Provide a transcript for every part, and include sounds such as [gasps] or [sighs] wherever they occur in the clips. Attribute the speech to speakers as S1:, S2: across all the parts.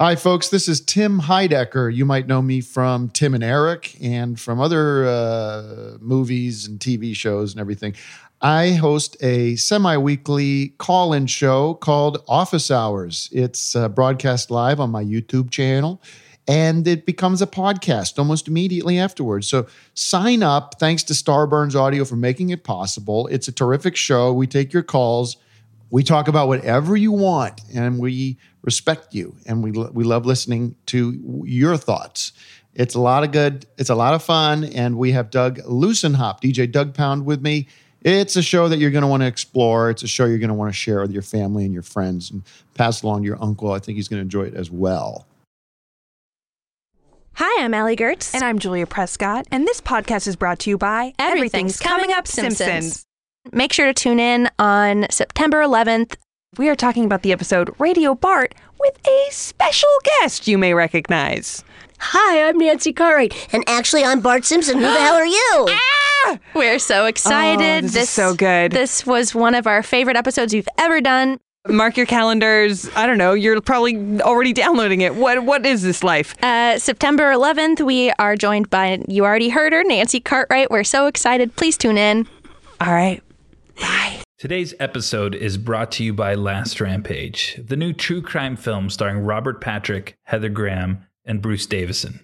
S1: Hi, folks. This is Tim Heidecker. You might know me from Tim and Eric and from other uh, movies and TV shows and everything. I host a semi weekly call in show called Office Hours. It's uh, broadcast live on my YouTube channel and it becomes a podcast almost immediately afterwards. So sign up. Thanks to Starburns Audio for making it possible. It's a terrific show. We take your calls. We talk about whatever you want, and we respect you, and we lo- we love listening to your thoughts. It's a lot of good. It's a lot of fun, and we have Doug Lucenhop, DJ Doug Pound, with me. It's a show that you're going to want to explore. It's a show you're going to want to share with your family and your friends, and pass along to your uncle. I think he's going to enjoy it as well.
S2: Hi, I'm Allie Gertz.
S3: And I'm Julia Prescott, and this podcast is brought to you by
S2: Everything's Coming Up Simpsons. make sure to tune in on September 11th.
S3: We are talking about the episode Radio Bart with a special guest you may recognize.
S4: Hi, I'm Nancy Carrick. And actually, I'm Bart Simpson. Who the hell are you?
S3: [gasps]
S2: We're so excited.
S3: Oh, this is so good.
S2: This was one of our favorite episodes you've ever done.
S3: Mark your calendars. I don't know. You're probably already downloading it. What What is this life?
S2: Uh, September 11th, we are joined by, you already heard her, Nancy Cartwright. We're so excited. Please tune in.
S3: All right.
S5: Today's episode is brought to you by Last Rampage, the new true crime film starring Robert Patrick, Heather Graham, and Bruce Davison.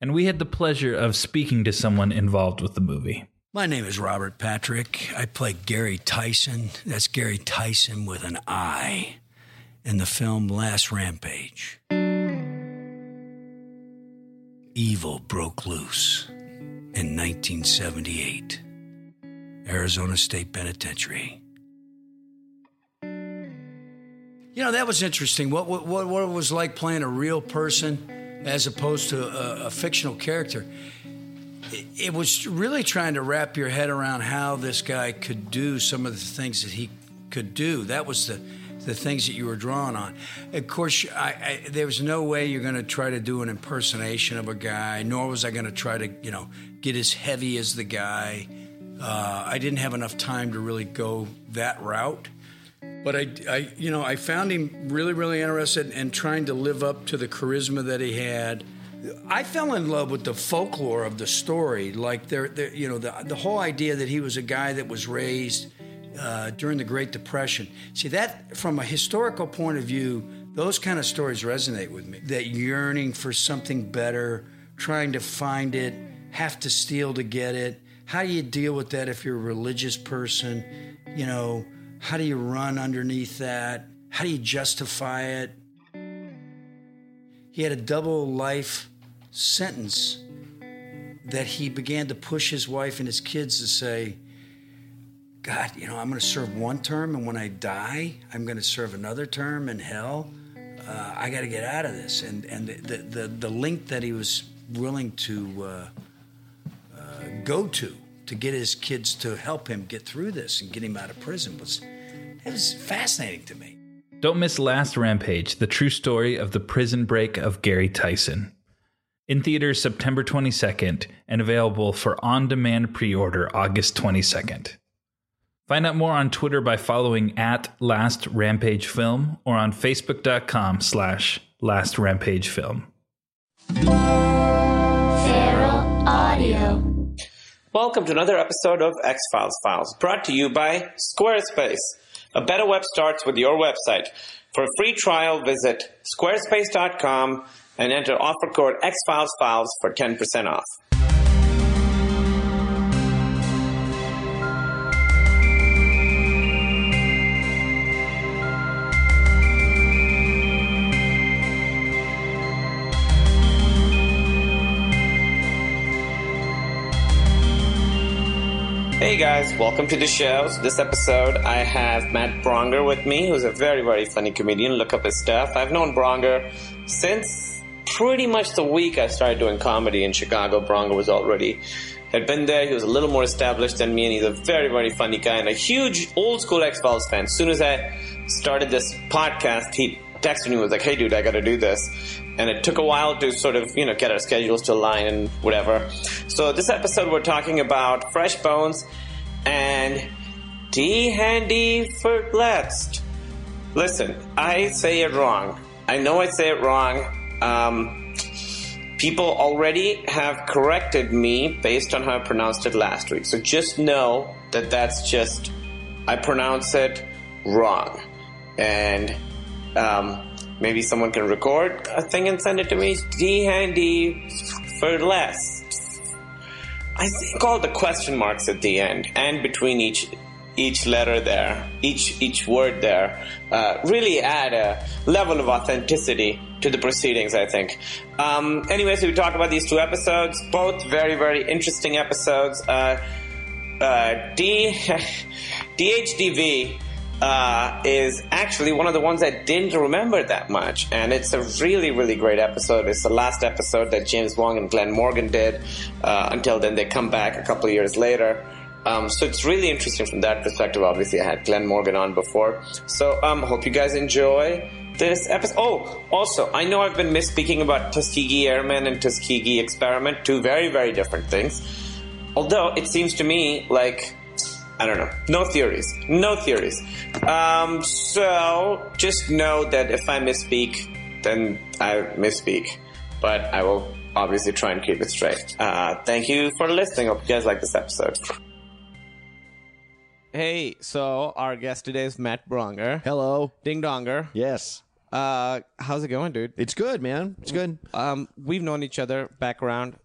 S5: And we had the pleasure of speaking to someone involved with the movie.
S6: My name is Robert Patrick. I play Gary Tyson. That's Gary Tyson with an I in the film Last Rampage. Evil broke loose in 1978, Arizona State Penitentiary. You know, that was interesting. What, what, what what it was like playing a real person as opposed to a, a fictional character it was really trying to wrap your head around how this guy could do some of the things that he could do. That was the the things that you were drawn on. Of course, I, I, there was no way you're going to try to do an impersonation of a guy, nor was I going to try to you know get as heavy as the guy. Uh, I didn't have enough time to really go that route. But I, I, you know, I found him really, really interested in trying to live up to the charisma that he had. I fell in love with the folklore of the story, like there, there you know, the the whole idea that he was a guy that was raised uh, during the Great Depression. See that from a historical point of view, those kind of stories resonate with me. That yearning for something better, trying to find it, have to steal to get it. How do you deal with that if you're a religious person? You know, how do you run underneath that? How do you justify it? he had a double life sentence that he began to push his wife and his kids to say, God, you know, I'm going to serve one term, and when I die, I'm going to serve another term in hell. Uh, I got to get out of this. And and the the, the, the link that he was willing to uh, uh, go to to get his kids to help him get through this and get him out of prison was it was fascinating to me.
S5: Don't miss Last Rampage, the true story of the prison break of Gary Tyson. In theaters September 22nd and available for on demand pre order August 22nd. Find out more on Twitter by following at Last Rampage Film or on Facebook.com slash Last Rampage Film.
S7: Feral Audio.
S8: Welcome to another episode of X Files Files, brought to you by Squarespace. A better web starts with your website. For a free trial, visit squarespace.com and enter offer code X Files Files for 10% off. Hey guys, welcome to the show. So this episode, I have Matt Bronger with me, who's a very, very funny comedian. Look up his stuff. I've known Bronger since pretty much the week I started doing comedy in Chicago. Bronger was already had been there. He was a little more established than me, and he's a very, very funny guy and a huge old school X Files fan. As soon as I started this podcast, he texted me and was like, "Hey, dude, I got to do this," and it took a while to sort of you know get our schedules to align and whatever. So this episode we're talking about Fresh Bones and D Handy for Last. Listen, I say it wrong.
S9: I know I say it wrong. Um, people already have corrected me based on how I pronounced it last week. So just know that that's just, I pronounce it wrong. And um, maybe someone can record a thing and send it to me. D handy for less. I think all the question marks at the end and between each each letter there, each each word there, uh, really add a level of authenticity to the proceedings. I think. Um, anyway, so we talked about these two episodes, both very very interesting episodes. Uh, uh, D [laughs] DHDV uh, is actually one of the ones I didn't remember that much. And it's a really, really great episode. It's the last episode that James Wong and Glenn Morgan did. Uh, until then, they come back a couple of years later. Um, so it's really interesting from that perspective. Obviously, I had Glenn Morgan on before. So um, hope you guys enjoy this episode. Oh, also, I know I've been misspeaking about Tuskegee Airmen and Tuskegee Experiment, two very, very different things. Although it seems to me like I don't know. No theories. No theories. Um, so just know that if I misspeak, then I misspeak. But I will obviously try and keep it straight. Uh, thank you for listening. Hope you guys like this episode.
S8: Hey, so our guest today is Matt Bronger.
S7: Hello.
S8: Ding Donger.
S7: Yes.
S8: Uh, how's it going, dude?
S7: It's good, man. It's good.
S8: Um, we've known each other back around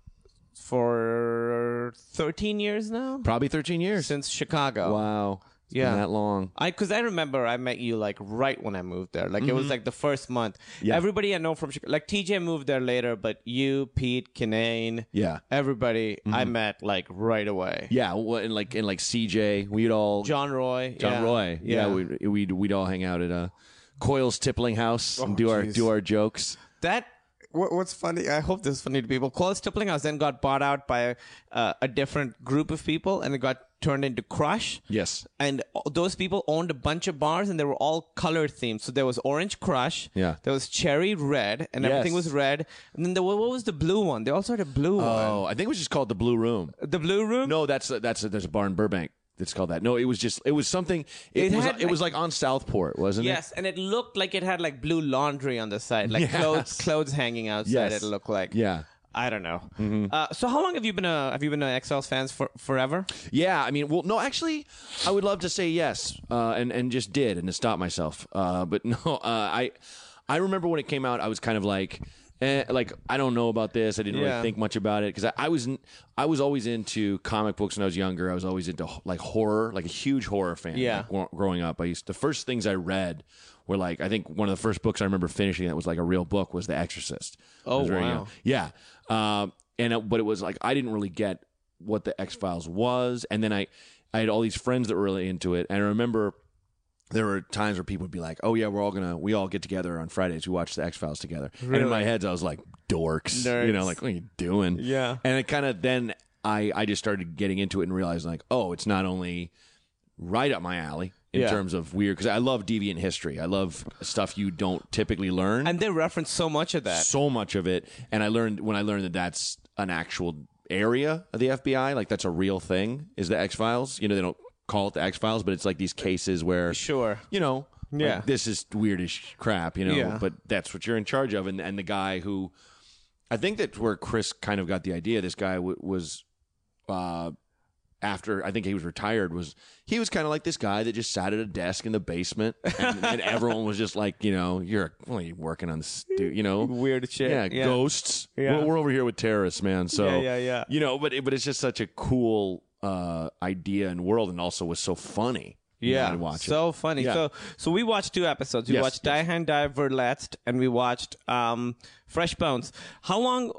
S8: for 13 years now?
S7: Probably 13 years.
S8: Since Chicago.
S7: Wow. It's
S8: Yeah.
S7: Been that long.
S8: I because I remember I met you like right when I moved there. Like it was like the first month.
S7: Mm-hmm. Yeah.
S8: Everybody I know from Chicago, like TJ moved there later, but you, Pete, Kinane,
S7: Yeah. Mm-hmm.
S8: everybody I met like right away.
S7: Yeah. wha- And like and like CJ, we'd all
S8: John Roy,
S7: John
S8: yeah.
S7: Roy. Yeah. we'd, we'd we'd all hang out at uh, Coyle's Tippling House and do our
S8: geez.
S7: do our jokes.
S8: that. Oh, What, what's funny? I hope this is funny to people. Close Tippling House then got bought out by uh, a different group of people, and it got turned into Crush.
S7: Yes.
S8: and those people owned a bunch of bars and they were all color themed so there was orange crush
S7: Yeah.
S8: there was cherry red and
S7: Yes.
S8: everything was red and then there, wa- what was the blue one they also had a blue
S7: Oh, I think it was just called the Blue Room.
S8: one the blue room
S7: No, that's that's there's a bar in Burbank that's called that. No, it was just it was something. It,
S8: It
S7: was
S8: had,
S7: it was like on Southport, wasn't
S8: yes and it looked like it had like blue laundry on the side like
S7: [laughs] Yes.
S8: clothes clothes hanging outside
S7: Yes.
S8: it looked like
S7: it? Yeah. Mm-hmm.
S8: i don't know uh, so how long have you been a have you been an exiles fans for forever
S7: Yeah, I mean, well, no, actually, I would love to say yes, uh, and and just did, and to stop myself, uh, but [laughs] no, uh, I I remember when it came out, I was kind of like, eh, like I don't know about this, I didn't
S8: Yeah.
S7: really think much about it because I, I was n- I was always into comic books when I was younger. I was always into h- like horror, like a huge horror fan.
S8: Yeah.
S7: like, gro- growing up, I used the first things I read. were like I think one of the first books I remember finishing that was like a real book was The Exorcist. I
S8: Oh,
S7: was very
S8: wow.
S7: young. Yeah. Um, and it, but it was like I didn't really get what the X Files was, and then I I had all these friends that were really into it, and I remember there were times where people would be like, "Oh yeah, we're all gonna we all get together on Fridays. We watch the X Files together." And in my head, I was like, "Dorks," you know,
S8: Nerds.
S7: like what are you doing?
S8: Yeah.
S7: And it kind of then I I just started getting into it and realizing like, oh, it's not only right up my alley in
S8: Yeah.
S7: terms of weird because I love deviant history. I love stuff you don't typically learn
S8: and they referenced so much of that
S7: so much of it and i learned when i learned that that's an actual area of the fbi like that's a real thing is the x-files you know they don't call it the x-files but it's like these cases where
S8: sure
S7: you know like,
S8: Yeah.
S7: this is weirdish crap you know
S8: Yeah.
S7: but that's what you're in charge of and and the guy who i think that's where chris kind of got the idea this guy w- was uh after I think he was retired was he was kind of like this guy that just sat at a desk in the basement and,
S8: [laughs]
S7: and everyone was just like you know you're well, you're working on this dude, you know
S8: Weird shit.
S7: yeah,
S8: Yeah.
S7: ghosts
S8: Yeah.
S7: We're, we're over here with terrorists man so
S8: Yeah, yeah, yeah.
S7: you know but it, but it's just such a cool uh idea and world and also was so funny You know,
S8: Yeah,
S7: I'd watch it
S8: so funny.
S7: Yeah.
S8: So so we watched two episodes. We
S7: Yes,
S8: watched Die Hand Die Verletzt and we watched um, Fresh Bones. How long?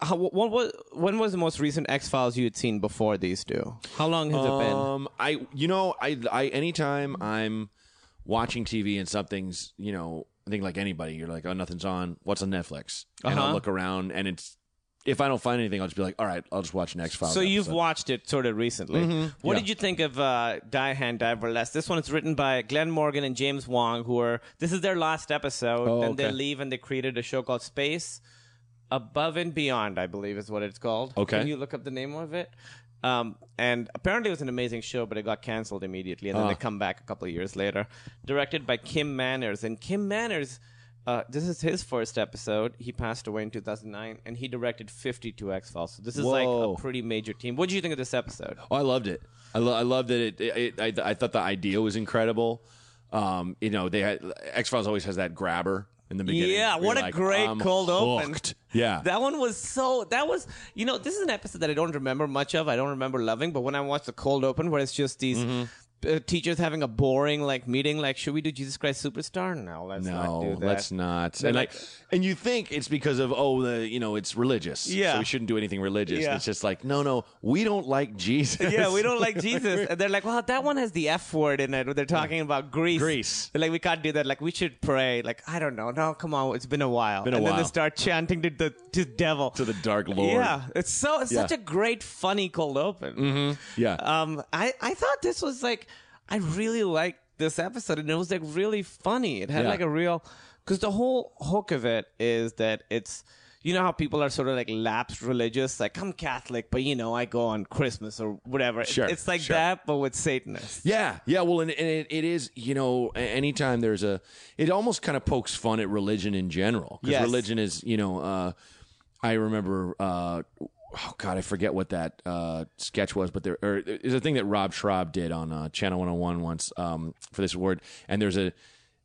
S8: How, what was when was the most recent X Files you had seen before these two? How long has it been?
S7: Um, I you know I I anytime I'm watching TV and something's you know I think like anybody you're like oh nothing's on what's on Netflix and I'll
S8: Uh-huh.
S7: look around and it's if I don't find anything I'll just be like all right I'll just watch next file. Mm-hmm.
S8: So you've watched it sort of recently. What did you think of uh, Die Hand Die Verletzt? This one is written by Glenn Morgan and James Wong, who are this is their last episode.
S7: Oh,
S8: then they
S7: okay.
S8: leave and they created a show called Space Above and Beyond, I believe is what it's called.
S7: Okay.
S8: Can you look up the name of it? Um, and apparently it was an amazing show, but it got canceled immediately, and then they come back a couple of years later. Directed by Kim Manners, and Kim Manners Uh, this is his first episode. He passed away in 2009, and he directed 52 X Files. So this is
S7: Whoa.
S8: like a pretty major team. What do you think of this episode?
S7: Oh, I loved it. I, lo- I loved that it. it, it I, I thought the idea was incredible. Um, you know, they had X Files always has that grabber in the beginning.
S8: Yeah,
S7: where
S8: what
S7: you're
S8: a
S7: like,
S8: great
S7: "I'm
S8: cold open.
S7: hooked." Yeah,
S8: That one was so. That was, you know, this is an episode that I don't remember much of. I don't remember loving, but when I watched the cold open, where it's just these
S7: Mm-hmm.
S8: uh, teachers having a boring like meeting, like, should we do Jesus Christ Superstar? No, let's not do
S7: no,
S8: that.
S7: let's not.
S8: They're
S7: And
S8: like-
S7: like, and you think it's because of oh, the you know, it's religious.
S8: Yeah.
S7: so we shouldn't do anything religious.
S8: Yeah.
S7: It's just like no, no, we don't like [laughs] Jesus.
S8: [laughs] Yeah, we don't like Jesus. And they're like, well, that one has the F word in it. They're talking about Greece.
S7: Greece.
S8: They're like, we can't do that. Like, we should pray. Like, I don't know. No, come on. It's been a while.
S7: Been a
S8: and then they
S7: while.
S8: start chanting to the to devil.
S7: to the dark lord.
S8: Yeah, it's so it's such
S7: Yeah. Mm-hmm.
S8: a great, funny cold open.
S7: yeah.
S8: Um, I I thought this was like I really liked this episode, and it was like really funny. It had
S7: Yeah.
S8: like a real because the whole hook of it is that it's you know how people are sort of like lapsed religious, like I'm Catholic, but you know I go on Christmas or whatever. It-
S7: Sure,
S8: it's like
S7: sure.
S8: that, but with Satanists.
S7: Yeah, yeah. Well, and, and it, it is, you know, a- anytime there's a, it almost kind of pokes fun at religion in general. Because
S8: Yes.
S7: religion is, you know, uh, I remember, uh, oh God, I forget what that uh, sketch was, but there or there's a thing that Rob Schraub did on uh, Channel 101 once um, for this award, and there's a,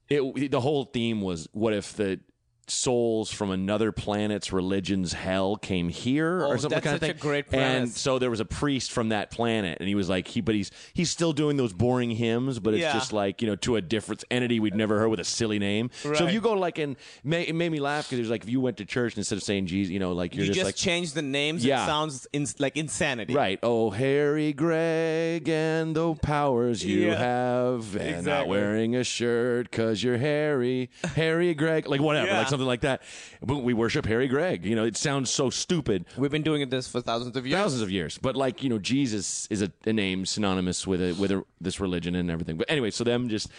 S7: it, the whole theme was what if the souls from another planet's religion's hell came here
S8: Oh,
S7: or something
S8: that's
S7: kind of
S8: such
S7: thing
S8: a great
S7: and
S8: premise.
S7: so there was a priest from that planet and he was like he but he's he's still doing those boring hymns but it's
S8: Yeah.
S7: just like you know to a different entity we'd never heard with a silly name so
S8: Right.
S7: if you go like and may, it made me laugh because it was like if you went to church and instead of saying jesus you know like you're
S8: you just,
S7: like
S8: change the names. It
S7: Yeah.
S8: sounds in, like insanity.
S7: Right. Oh, Harry Gregg and the powers you
S8: Yeah.
S7: have, and not
S8: Exactly.
S7: wearing a shirt because you're Harry. Harry Gregg, like whatever,
S8: Yeah.
S7: like something like that. But we worship Harry Gregg. You know, it sounds so stupid,
S8: We've been doing this for thousands of years.
S7: thousands of years. But like you know, Jesus is a, a name synonymous with a, with a, this religion and everything. But anyway, so them just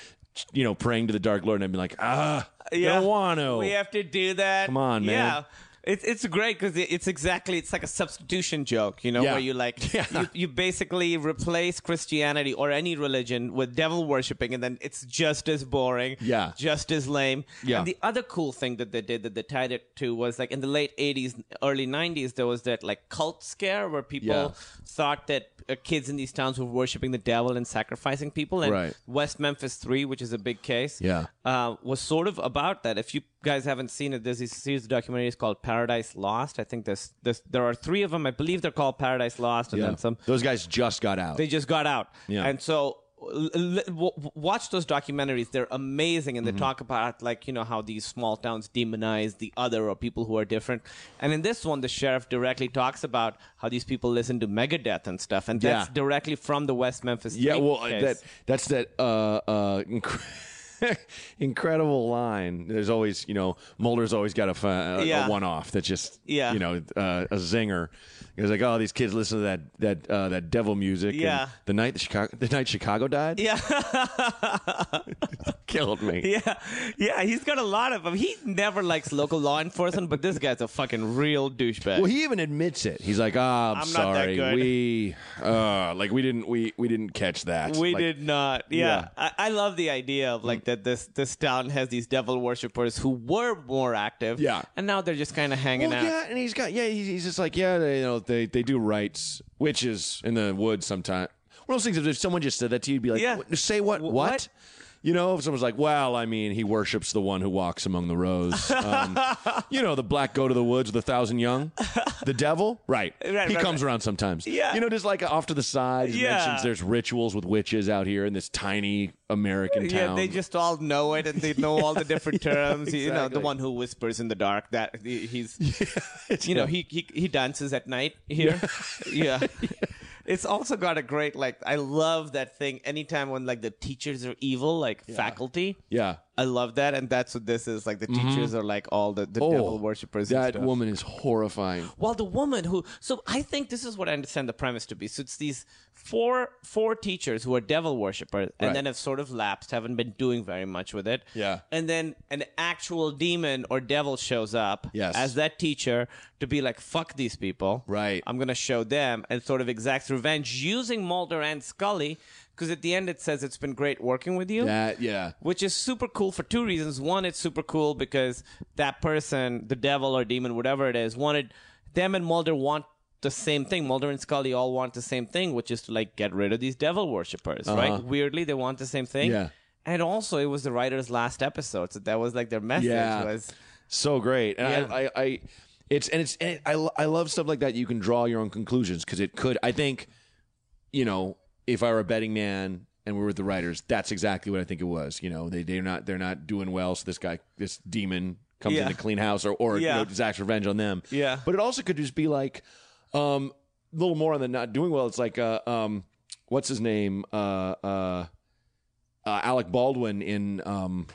S7: you know praying to the dark lord and I'd be like, ah,
S8: Yeah.
S7: don't want to.
S8: We have to do that.
S7: Come on, man.
S8: Yeah. It's it's great because it, it's exactly it's like a substitution joke, you know,
S7: Yeah.
S8: where you
S7: [laughs]
S8: like
S7: Yeah.
S8: you, you basically replace Christianity or any religion with devil worshipping, and then it's just as boring,
S7: Yeah.
S8: just as lame.
S7: Yeah.
S8: And the other cool thing that they did that they tied it to was like in the late '80s, early '90s, there was that like cult scare where people
S7: Yeah.
S8: thought that uh, kids in these towns were worshiping the devil and sacrificing people, and
S7: Right.
S8: West Memphis Three, which is a big case,
S7: Yeah.
S8: uh, was sort of about that. If you guys haven't seen it, there's this series of documentaries called Paradise Lost. I think there's, there's there are three of them. I believe they're called Paradise Lost, and
S7: Yeah.
S8: then some.
S7: Those guys just got out.
S8: They just got out,
S7: Yeah.
S8: and so. l- l- w- watch those documentaries they're amazing
S7: Mm-hmm.
S8: and they talk about like you know how these small towns demonize the other or people who are different and in this one the sheriff directly talks about how these people listen to megadeth and stuff and that's
S7: Yeah.
S8: directly from the west memphis
S7: Yeah,
S8: Three
S7: well, uh,
S8: case.
S7: that that's that uh, uh, inc- [laughs] incredible line. There's always, you know, Mulder's always got a, fu- a,
S8: Yeah.
S7: a one-off that's just,
S8: Yeah.
S7: you know, uh, a zinger. It's like, oh, these kids listen to that that uh, that devil music. and
S8: Yeah.
S7: the night the Chicago, the night Chicago died,
S8: yeah
S7: [laughs]
S8: [laughs]
S7: killed me.
S8: Yeah, yeah, he's got a lot of them. He never likes local law enforcement, but this guy's a fucking real douchebag.
S7: Well, he even admits it. He's like, "Ah, I'm,
S8: I'm not that
S7: sorry,
S8: good."
S7: we, uh, like, we didn't, we, we didn't catch that.
S8: we
S7: Like,
S8: did not. Yeah,
S7: Yeah.
S8: I, I love the idea of like that. This this town has these devil worshippers who were more active.
S7: Yeah.
S8: and now they're just kind of hanging
S7: well,
S8: out.
S7: yeah, and he's got yeah, he's, he's just like yeah, they, you know, they they do rites, witches in the woods sometimes. One of those things if someone just said that to you, you'd be like,
S8: Yeah.
S7: "What- say what,
S8: Wh-
S7: what,
S8: what?
S7: You know, if someone's like, well, I mean, he worships the one who walks among the rows.
S8: [laughs]
S7: Um, you know, the black go to the woods with a thousand young. The devil,
S8: [laughs]
S7: right?
S8: Right,
S7: he
S8: right,
S7: comes around sometimes.
S8: Yeah.
S7: you know, just like off to the side. he
S8: Yeah.
S7: mentions there's rituals with witches out here in this tiny American town.
S8: Yeah,
S7: [laughs]
S8: they just all know it, and they know all the [laughs] different terms. You know, the
S7: exactly.
S8: one who whispers in the dark. That he- he's, [laughs] you know, he, he he dances at night here. [laughs] Yeah. It's also got a great like. I love that thing. Anytime when like the teachers are evil, like faculty.
S7: yeah.
S8: I love that, and that's what this is. Like the teachers are like all the, the devil worshippers. and
S7: Oh, That
S8: stuff.
S7: woman is horrifying.
S8: Well, the woman who so I think this is what I understand the premise to be. So it's these four four teachers who are devil worshippers and
S7: Right.
S8: then have sort of lapsed, haven't been doing very much with it.
S7: Yeah.
S8: And then an actual demon or devil shows up
S7: Yes.
S8: as that teacher to be like, fuck these people.
S7: Right.
S8: I'm gonna show them and sort of exacts revenge using Mulder and Scully because at the end it says it's been great working with you.
S7: That yeah.
S8: which is super cool for two reasons. One, it's super cool because that person, the devil or demon, whatever it is, wanted them and Mulder want the same thing. Mulder and Scully all want the same thing, which is to like get rid of these devil worshippers, right? Weirdly, they want the same thing.
S7: Uh-huh. Yeah.
S8: And also, it was the writer's last episode, so that was like their message
S7: Yeah.
S8: was
S7: so great. And
S8: Yeah.
S7: I, I, I, it's and it's and it, I, lo- I love stuff like that. You can draw your own conclusions because it could. I think, you know, if I were a betting man and we were with the writers, that's exactly what I think it was. You know, they they're not they're not doing well. So this guy, this demon, comes
S8: Yeah.
S7: in to clean house or or
S8: Yeah.
S7: you know, Zach's revenge on them.
S8: Yeah.
S7: but it also could just be like, um, a little more on the not doing well. It's like, uh, um, what's his name, uh, uh, uh Alec Baldwin in um,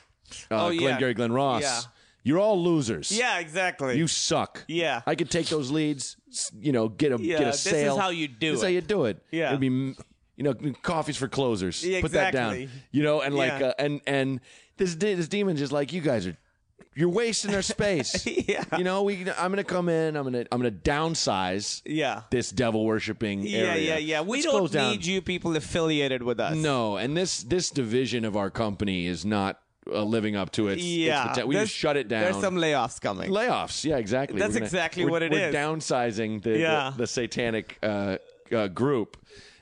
S7: uh,
S8: Oh, yeah.
S7: Glenn Gary Glenn Ross.
S8: Yeah.
S7: You're all losers.
S8: yeah, exactly.
S7: You suck.
S8: Yeah.
S7: I could take those leads, s- you know, get a,
S8: Yeah,
S7: get a
S8: this is
S7: sale.
S8: how you do
S7: This is
S8: it.
S7: how you do it.
S8: Yeah.
S7: It'd be, m- you know, coffee's for closers.
S8: Yeah,
S7: Put that down.
S8: exactly.
S7: You know, and like,
S8: Yeah.
S7: uh, and, and this, de- this demon's just like, you guys are, you're wasting our space.
S8: [laughs] Yeah.
S7: You know, we, I'm going to come in, I'm going to, I'm going to downsize
S8: yeah.
S7: this devil worshiping
S8: Yeah,
S7: area.
S8: yeah, yeah. We
S7: Let's
S8: don't
S7: close down.
S8: need you people affiliated with us.
S7: No, and this, this division of our company is not uh, living up to its, its
S8: Yeah.
S7: poten- we
S8: There's-
S7: just shut it down.
S8: There's some layoffs coming.
S7: Layoffs, yeah, exactly.
S8: That's
S7: We're gonna-
S8: exactly
S7: we're-
S8: what it
S7: we're
S8: is.
S7: Downsizing the
S8: Yeah.
S7: the, the satanic uh, uh, group.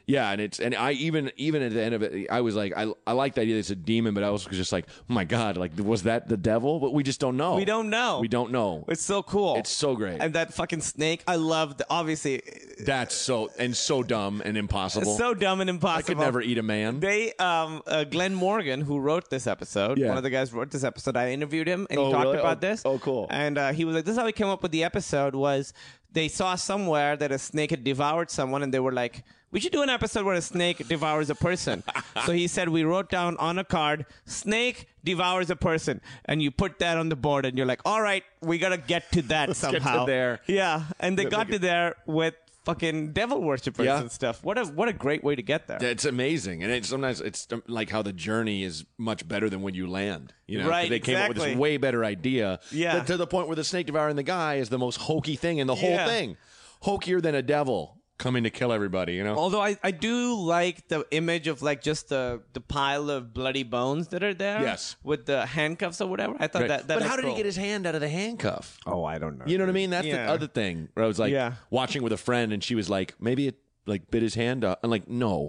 S7: Yeah, and it's and I even even at the end of it, I was like, I I like the idea that it's a demon, but I also was just like, oh my god, like was that the devil? But we just don't know.
S8: We don't know.
S7: We don't know.
S8: It's so cool.
S7: It's so great.
S8: And that fucking snake, I love. The, obviously,
S7: That's so and so dumb and impossible.
S8: it's so dumb and
S7: I
S8: impossible.
S7: could never eat a man.
S8: They, um, uh, Glenn Morgan, who wrote this episode,
S7: Yeah.
S8: one of the guys who wrote this episode. I interviewed him and he
S7: Oh,
S8: talked
S7: really?
S8: about
S7: Oh,
S8: this.
S7: oh, cool.
S8: And uh, he was like, "This is how he came up with the episode. Was they saw somewhere that a snake had devoured someone, and they were like." We should do an episode where a snake devours a
S7: [laughs]
S8: person. so he said we wrote down on a card, snake devours a person, and you put that on the board, and you're like, all right, we gotta get to that
S7: get to
S8: somehow.
S7: there.
S8: Yeah, and they got to there with fucking devil worshippers
S7: Yeah.
S8: and stuff. What a what a great way to get there.
S7: It's amazing, and it's sometimes it's um, like how the journey is much better than when you land. You know,
S8: Right,
S7: They came up with
S8: exactly.
S7: this way better idea.
S8: Yeah.
S7: that to the point where the snake devouring the guy is the most hokey thing in the whole
S8: Yeah.
S7: thing, hokier than a devil coming to kill everybody. You know,
S8: Although I, I do like the image of like just the, the pile of bloody bones that are there.
S7: Yes.
S8: With the handcuffs or whatever. I thought
S7: Right.
S8: that, that
S7: but how
S8: looked
S7: did
S8: cool.
S7: he get his hand out of the handcuff?
S8: Oh, I don't know.
S7: You know what I mean? That's
S8: Yeah.
S7: the other thing. Where I was like
S8: Yeah.
S7: watching with a friend, and she was like, maybe it like bit his hand up. I'm like,
S8: [laughs]
S7: no,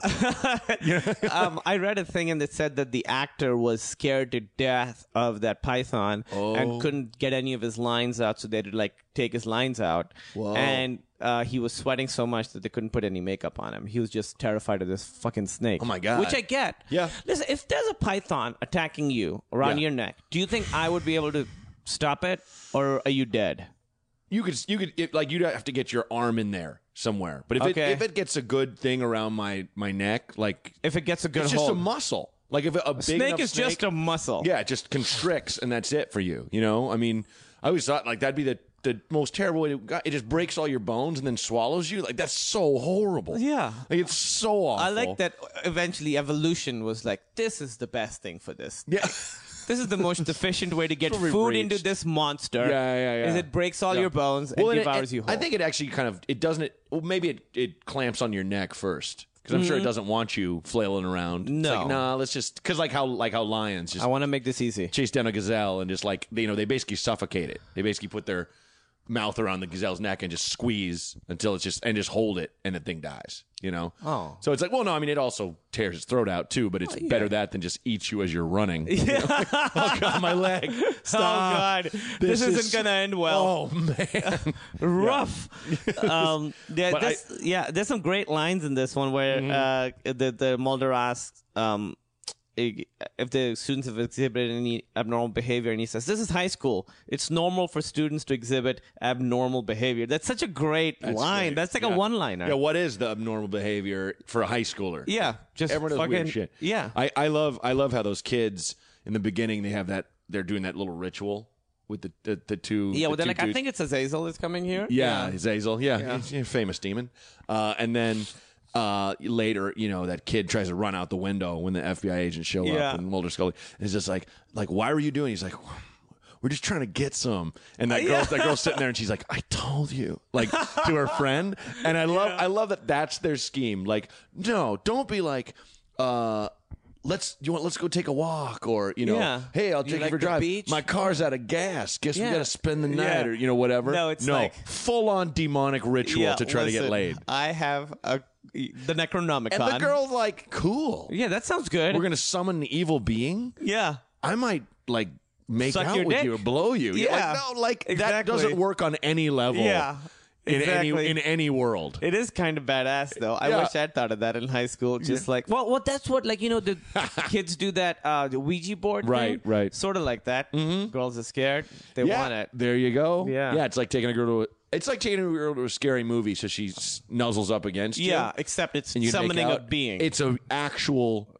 S8: um, I read a thing and it said that the actor was scared to death of that python
S7: Oh.
S8: and couldn't get any of his lines out, so they had to like take his lines out. And uh, he was sweating so much that they couldn't put any makeup on him. He was just terrified of this fucking snake. Oh
S7: my God.
S8: Which I get.
S7: Yeah.
S8: Listen, if there's a python attacking you around
S7: Yeah.
S8: your neck, do you think I would be able to stop it, or are you dead?
S7: you could you could it, like you'd have to get your arm in there somewhere. But if it,
S8: Okay.
S7: if it gets a good thing around my my neck, like
S8: If it gets a good
S7: it's
S8: hold,
S7: just a muscle. Like if a, a big
S8: snake
S7: enough
S8: is just a muscle.
S7: yeah, it just constricts and that's it for you. You know, I mean, I always thought like that'd be the the most terrible way to go. It just breaks all your bones and then swallows you. Like that's so horrible.
S8: Yeah.
S7: like it's so awful.
S8: I like that. Eventually, evolution was like, "This is the best thing for this [laughs]
S7: Yeah, [laughs]
S8: This is the most efficient way to get
S7: That's what we
S8: food
S7: reached.
S8: into this monster.
S7: Yeah, yeah, yeah.
S8: Is it breaks all
S7: Yeah.
S8: your bones and
S7: Well, and it-
S8: devours
S7: it-
S8: you whole.
S7: I think it actually kind of it doesn't. It, well, maybe it it clamps on your neck first. Because I'm sure it doesn't want you flailing around.
S8: Mm-hmm. No.
S7: it's like, nah. Let's just because like how like how lions just
S8: I want to make this easy.
S7: chase down a gazelle and just like you know they basically suffocate it. They basically put their mouth around the gazelle's neck and just squeeze until it's just and just hold it and the thing dies. You know.
S8: Oh.
S7: So it's like well no I mean it also tears its throat out too, but it's better that than just eat you as you're running.
S8: [laughs] Yeah.
S7: [laughs]
S8: [laughs]
S7: oh god, my leg. Stop.
S8: Oh god, this, isn't gonna end well.
S7: Oh man.
S8: Rough.
S7: [laughs]
S8: um, yeah,
S7: But
S8: this, yeah, there's some great lines in this one where
S7: Mm-hmm.
S8: uh, the the Mulder asks um, if the students have exhibited any abnormal behavior, and he says, "This is high school. It's normal for students to exhibit abnormal behavior." That's such a great line.
S7: great.
S8: [laughs] That's like
S7: Yeah.
S8: a one-liner.
S7: yeah. What is the abnormal behavior for a high schooler?
S8: Yeah, just
S7: everyone does
S8: fucking
S7: weird shit.
S8: Yeah,
S7: I, I love I love how those kids in the beginning they have that they're doing that little ritual with the the, the two
S8: yeah.
S7: the
S8: Well, then
S7: two
S8: like I
S7: dudes.
S8: think it's Azazel that's coming here.
S7: yeah, Zazel yeah, He's a famous demon uh, and then. Uh, later, you know that kid tries to run out the window when the FBI agents show
S8: Yeah.
S7: up and Mulder Scully is just like, like, why were you doing? He's like, we're just trying to get some. And
S8: Uh,
S7: that girl, that girl's sitting there and she's like, I told you, like to her friend. And I love, I love that that's their scheme. Like, no, don't be like, uh, let's do you want let's go take a walk or you know,
S8: Yeah.
S7: hey, I'll
S8: You
S7: take you,
S8: like
S7: for a
S8: the
S7: drive.
S8: beach?
S7: My car's out of gas. Guess
S8: Yeah.
S7: we got to spend the night
S8: Yeah.
S7: or you know whatever.
S8: No, it's
S7: no
S8: like-
S7: full on demonic ritual
S8: Yeah,
S7: to try to get
S8: listen,
S7: laid.
S8: I have a the Necronomicon.
S7: And the girl's like, cool.
S8: Yeah, that sounds good.
S7: We're gonna summon the evil being.
S8: yeah.
S7: I might like make
S8: Suck
S7: out
S8: your
S7: with
S8: dick.
S7: you or blow you. You're
S8: Yeah.
S7: like, no, like that
S8: Exactly.
S7: doesn't work on any level.
S8: Yeah.
S7: In any
S8: Exactly.
S7: in any world.
S8: It is kind of badass though. I
S7: Yeah.
S8: wish I'd thought of that in high school. Just like, well, well, that's what like you know
S7: [laughs]
S8: the kids do that uh, the Ouija board,
S7: Right,
S8: thing.
S7: right.
S8: Sort of like that. Mm-hmm. Girls are scared. They
S7: yeah.
S8: want it.
S7: There you go.
S8: Yeah.
S7: Yeah, it's like taking a girl to a, it's like taking a girl to a scary movie so she s- nuzzles up against you.
S8: Yeah, except it's
S7: And you make
S8: summoning a
S7: out.
S8: being.
S7: It's an actual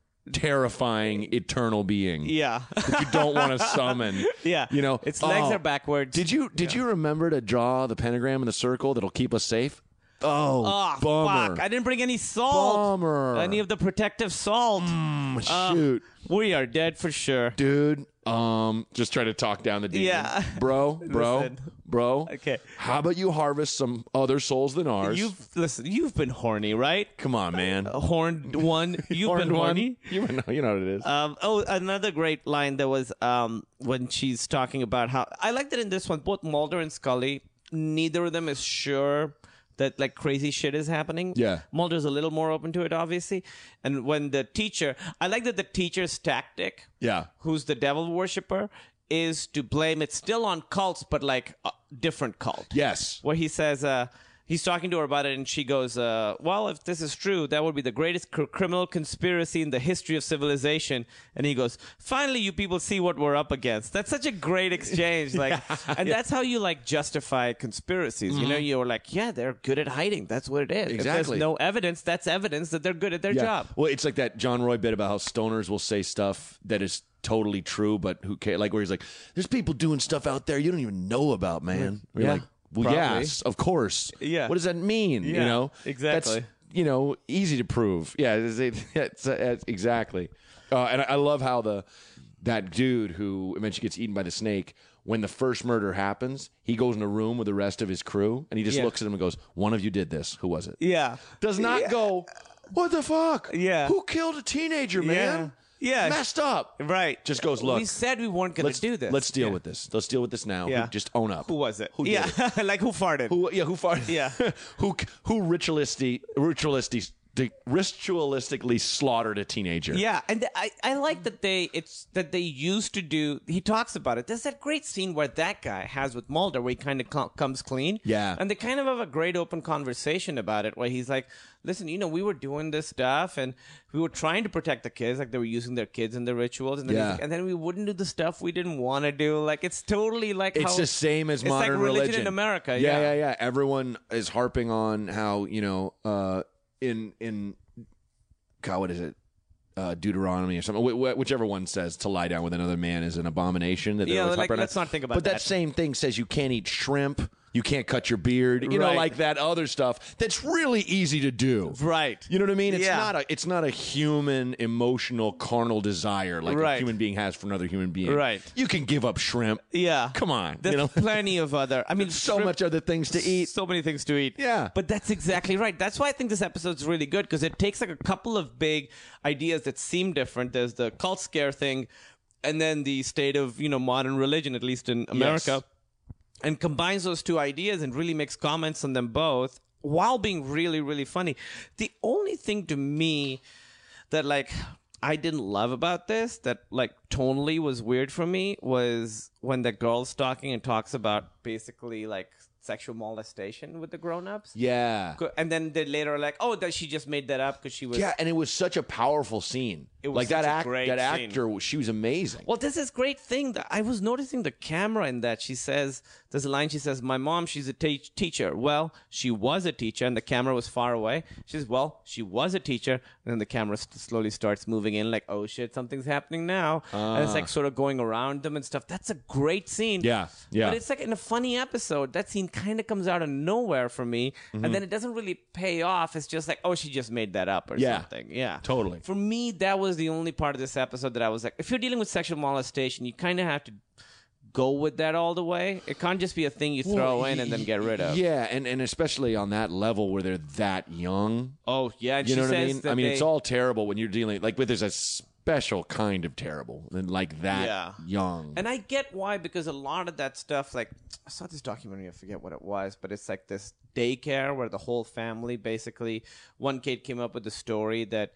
S7: terrifying eternal being.
S8: [laughs] yeah,
S7: That you don't
S8: [laughs]
S7: want to summon.
S8: yeah.
S7: [laughs] You know,
S8: its legs
S7: oh,
S8: are backwards.
S7: Did you did you remember to draw the pentagram in the circle that'll keep us safe? Oh,
S8: Oh,
S7: bummer.
S8: fuck! I didn't bring any salt.
S7: Bummer.
S8: Any of the protective salt. Oh.
S7: Mm, shoot.
S8: We are dead for sure.
S7: dude. Um, just try to talk down the demon.
S8: Yeah. [laughs]
S7: bro, bro,
S8: Listen.
S7: bro.
S8: Okay.
S7: How about you harvest some other souls than ours?
S8: You've listen. You've been horny, right?
S7: come on, man.
S8: A horned
S7: [laughs]
S8: one. [laughs] You've
S7: Horned
S8: been
S7: one.
S8: horny.
S7: You know, you know what it is.
S8: Um, oh, another great line that was um, when she's talking about how I like that in this one. Both Mulder and Scully, neither of them is sure that like crazy shit is happening.
S7: Yeah.
S8: Mulder's a little more open to it, obviously. And when the teacher, I like that the teacher's tactic,
S7: yeah,
S8: who's the devil worshiper, is to blame it still on cults, but like a different cult
S7: yes.
S8: where he says uh, he's talking to her about it, and she goes, uh, "Well, if this is true, that would be the greatest cr- criminal conspiracy in the history of civilization." And he goes, "Finally, you people see what we're up against." That's such a great exchange,
S7: [laughs]
S8: like, and that's how you like justify conspiracies. You know, you're like, "Yeah, they're good at hiding. That's what it is. If
S7: Mm-hmm. Exactly.
S8: there's no evidence, that's evidence that they're good at their
S7: Yeah.
S8: job."
S7: Well, it's like that John Roy bit about how stoners will say stuff that is totally true, but who cares? Like where he's like, "There's people doing stuff out there you don't even know about, man." We're
S8: Yeah.
S7: like, "Well,
S8: Probably.
S7: yes, of course."
S8: Yeah.
S7: What does that mean? you
S8: Yeah,
S7: know,
S8: exactly.
S7: That's, you know, easy to prove. Yeah, [laughs] it's, it- it's, it's- exactly. Uh, and I, I love how the that dude who eventually gets eaten by the snake. When the first murder happens, he goes in a room with the rest of his crew, and he just
S8: Yeah.
S7: looks at him and goes, "One of you did this. Who was it?"
S8: Yeah.
S7: does not go, what the fuck?
S8: Yeah.
S7: Who killed a teenager, man?
S8: Yeah.
S7: Messed up.
S8: Right.
S7: Just goes, look.
S8: We said we weren't going
S7: let's
S8: to do this.
S7: Let's deal
S8: Yeah.
S7: with this. Let's deal with this now.
S8: Yeah.
S7: Just own up.
S8: Who was it?
S7: Who did
S8: yeah.
S7: it?
S8: [laughs] like who farted?
S7: Who, yeah, who farted?
S8: Yeah.
S7: [laughs] who, who ritualistic, ritualistic, ritualistically slaughtered a teenager?
S8: Yeah, and th- I, I like that they it's that they used to do. He talks about it. There's that great scene where that guy has with Mulder, where he kind of cl- comes clean.
S7: Yeah.
S8: and they kind of have a great open conversation about it, where he's like, "Listen, you know, we were doing this stuff, and we were trying to protect the kids, like they were using their kids in the rituals, and then, he's
S7: Yeah.
S8: like, and then we wouldn't do the stuff we didn't want to do. Like it's totally like
S7: It's
S8: how,
S7: the same as
S8: it's
S7: modern
S8: like religion, in America.
S7: Yeah,
S8: Yeah,
S7: yeah, yeah. Everyone is harping on how you know uh, in in God, what is it? Uh, Deuteronomy or something, wh- wh- whichever one says to lie down with another man is an abomination. That they're
S8: Yeah,
S7: always
S8: like,
S7: harping on.
S8: let's not think about
S7: But that.
S8: that.
S7: same thing says you can't eat shrimp, you can't cut your beard, you know,
S8: Right.
S7: like that other stuff that's really easy to do.
S8: Right.
S7: You know what I mean? It's
S8: Yeah.
S7: not a it's not a human emotional carnal desire like a
S8: Right.
S7: human being has for another human being.
S8: Right.
S7: You can give up shrimp.
S8: yeah.
S7: Come on.
S8: There's
S7: you know? [laughs]
S8: plenty of other. I mean,
S7: so
S8: strip-
S7: much other things to eat.
S8: So many things to eat.
S7: Yeah.
S8: But that's exactly right. That's why I think this episode's really good because it takes like a couple of big ideas that seem different. There's the cult scare thing and then the state of, you know, modern religion, at least in America, and combines those two ideas and really makes comments on them both while being really, really funny. The only thing to me that like I didn't love about this that like tonally was weird for me was when the girl's talking and talks about basically like sexual molestation with the grown-ups.
S7: Yeah.
S8: Co- And then they later are like, oh, that she just made that up because she was.
S7: Yeah, and it was such a powerful scene.
S8: It was
S7: like that
S8: such a
S7: act,
S8: great
S7: that
S8: scene.
S7: actor, was- she was amazing.
S8: Well, there's this great thing that I was noticing the camera in that. She says, there's a line she says, My mom, she's a te- teacher. Well, she was a teacher, and the camera was far away. She says, Well, she was a teacher. And then the camera st- slowly starts moving in, like, Oh shit, something's happening now. and it's like sort of going around them and stuff. That's a great scene.
S7: Ah. Yeah, yeah.
S8: But it's like in a funny episode, that scene kind of comes out of nowhere for me.
S7: Mm-hmm.
S8: And then it doesn't really pay off. It's just like, Oh, she just made that up or
S7: Yeah.
S8: something. Yeah.
S7: Totally.
S8: For me, that was the only part of this episode that I was like, if you're dealing with sexual molestation, you kind of have to go with that all the way. It can't just be a thing you throw in and then get rid of.
S7: Yeah, and, and especially on that level where they're that young.
S8: Oh yeah, and
S7: you
S8: she
S7: know what I
S8: says
S7: mean?
S8: that
S7: I mean, it's
S8: they-
S7: all terrible when you're dealing like, but there's a special kind of terrible than like that
S8: Yeah.
S7: young.
S8: And I get why, because a lot of that stuff, like I saw this documentary, I forget what it was, but it's like this daycare where the whole family basically one kid came up with the story that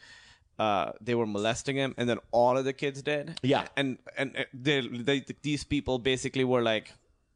S8: uh, they were molesting him, and then all of the kids did.
S7: Yeah.
S8: and and uh, they, they these people basically were like,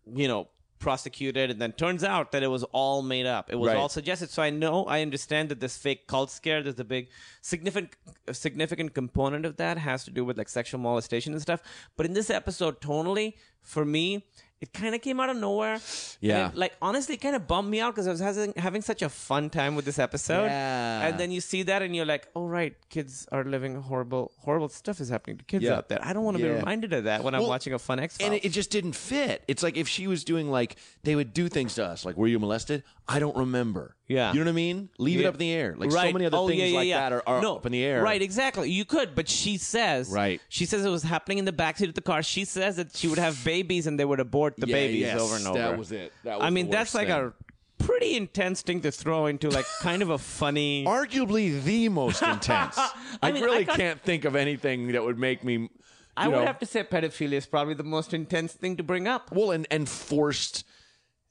S8: you know. Prosecuted, and then turns out that it was all made up. It was
S7: Right.
S8: all suggested. So I know, I understand that this fake cult scare, there's a big significant significant component of that has to do with like sexual molestation and stuff. But in this episode, totally for me, it kind of came out of nowhere.
S7: Yeah.
S8: And it, like honestly, kind of bummed me out because I was having, having such a fun time with this episode.
S7: Yeah.
S8: And then you see that, and you're like, oh right, kids are living horrible, horrible stuff is happening to kids
S7: Yeah.
S8: out there. I don't want to
S7: Yeah.
S8: be reminded of that when I'm
S7: Well,
S8: watching a fun X.
S7: and it, it just didn't fit. It's like if she was doing like they would do things to us, like were you molested? I don't remember.
S8: Yeah.
S7: you know what I mean. Leave it
S8: Yeah.
S7: up in the air. Like so
S8: Right.
S7: many other
S8: Oh,
S7: things
S8: yeah, yeah,
S7: like
S8: yeah.
S7: that are, are up in the air.
S8: Right, exactly. You could, but she says
S7: Right.
S8: She says it was happening in the backseat of the car. She says that she would have babies and they would abort the
S7: Yeah,
S8: babies
S7: yes,
S8: over and over.
S7: That was it. That was
S8: I
S7: the
S8: mean, that's
S7: worst
S8: like
S7: thing.
S8: a pretty intense thing to throw into like kind of a
S7: [laughs]
S8: funny.
S7: arguably the
S8: [laughs]
S7: most intense. I,
S8: mean, I
S7: really
S8: got-
S7: can't think of anything that would make me. You
S8: I would
S7: know,
S8: have to say pedophilia is probably the most intense thing to bring up.
S7: Well, and and forced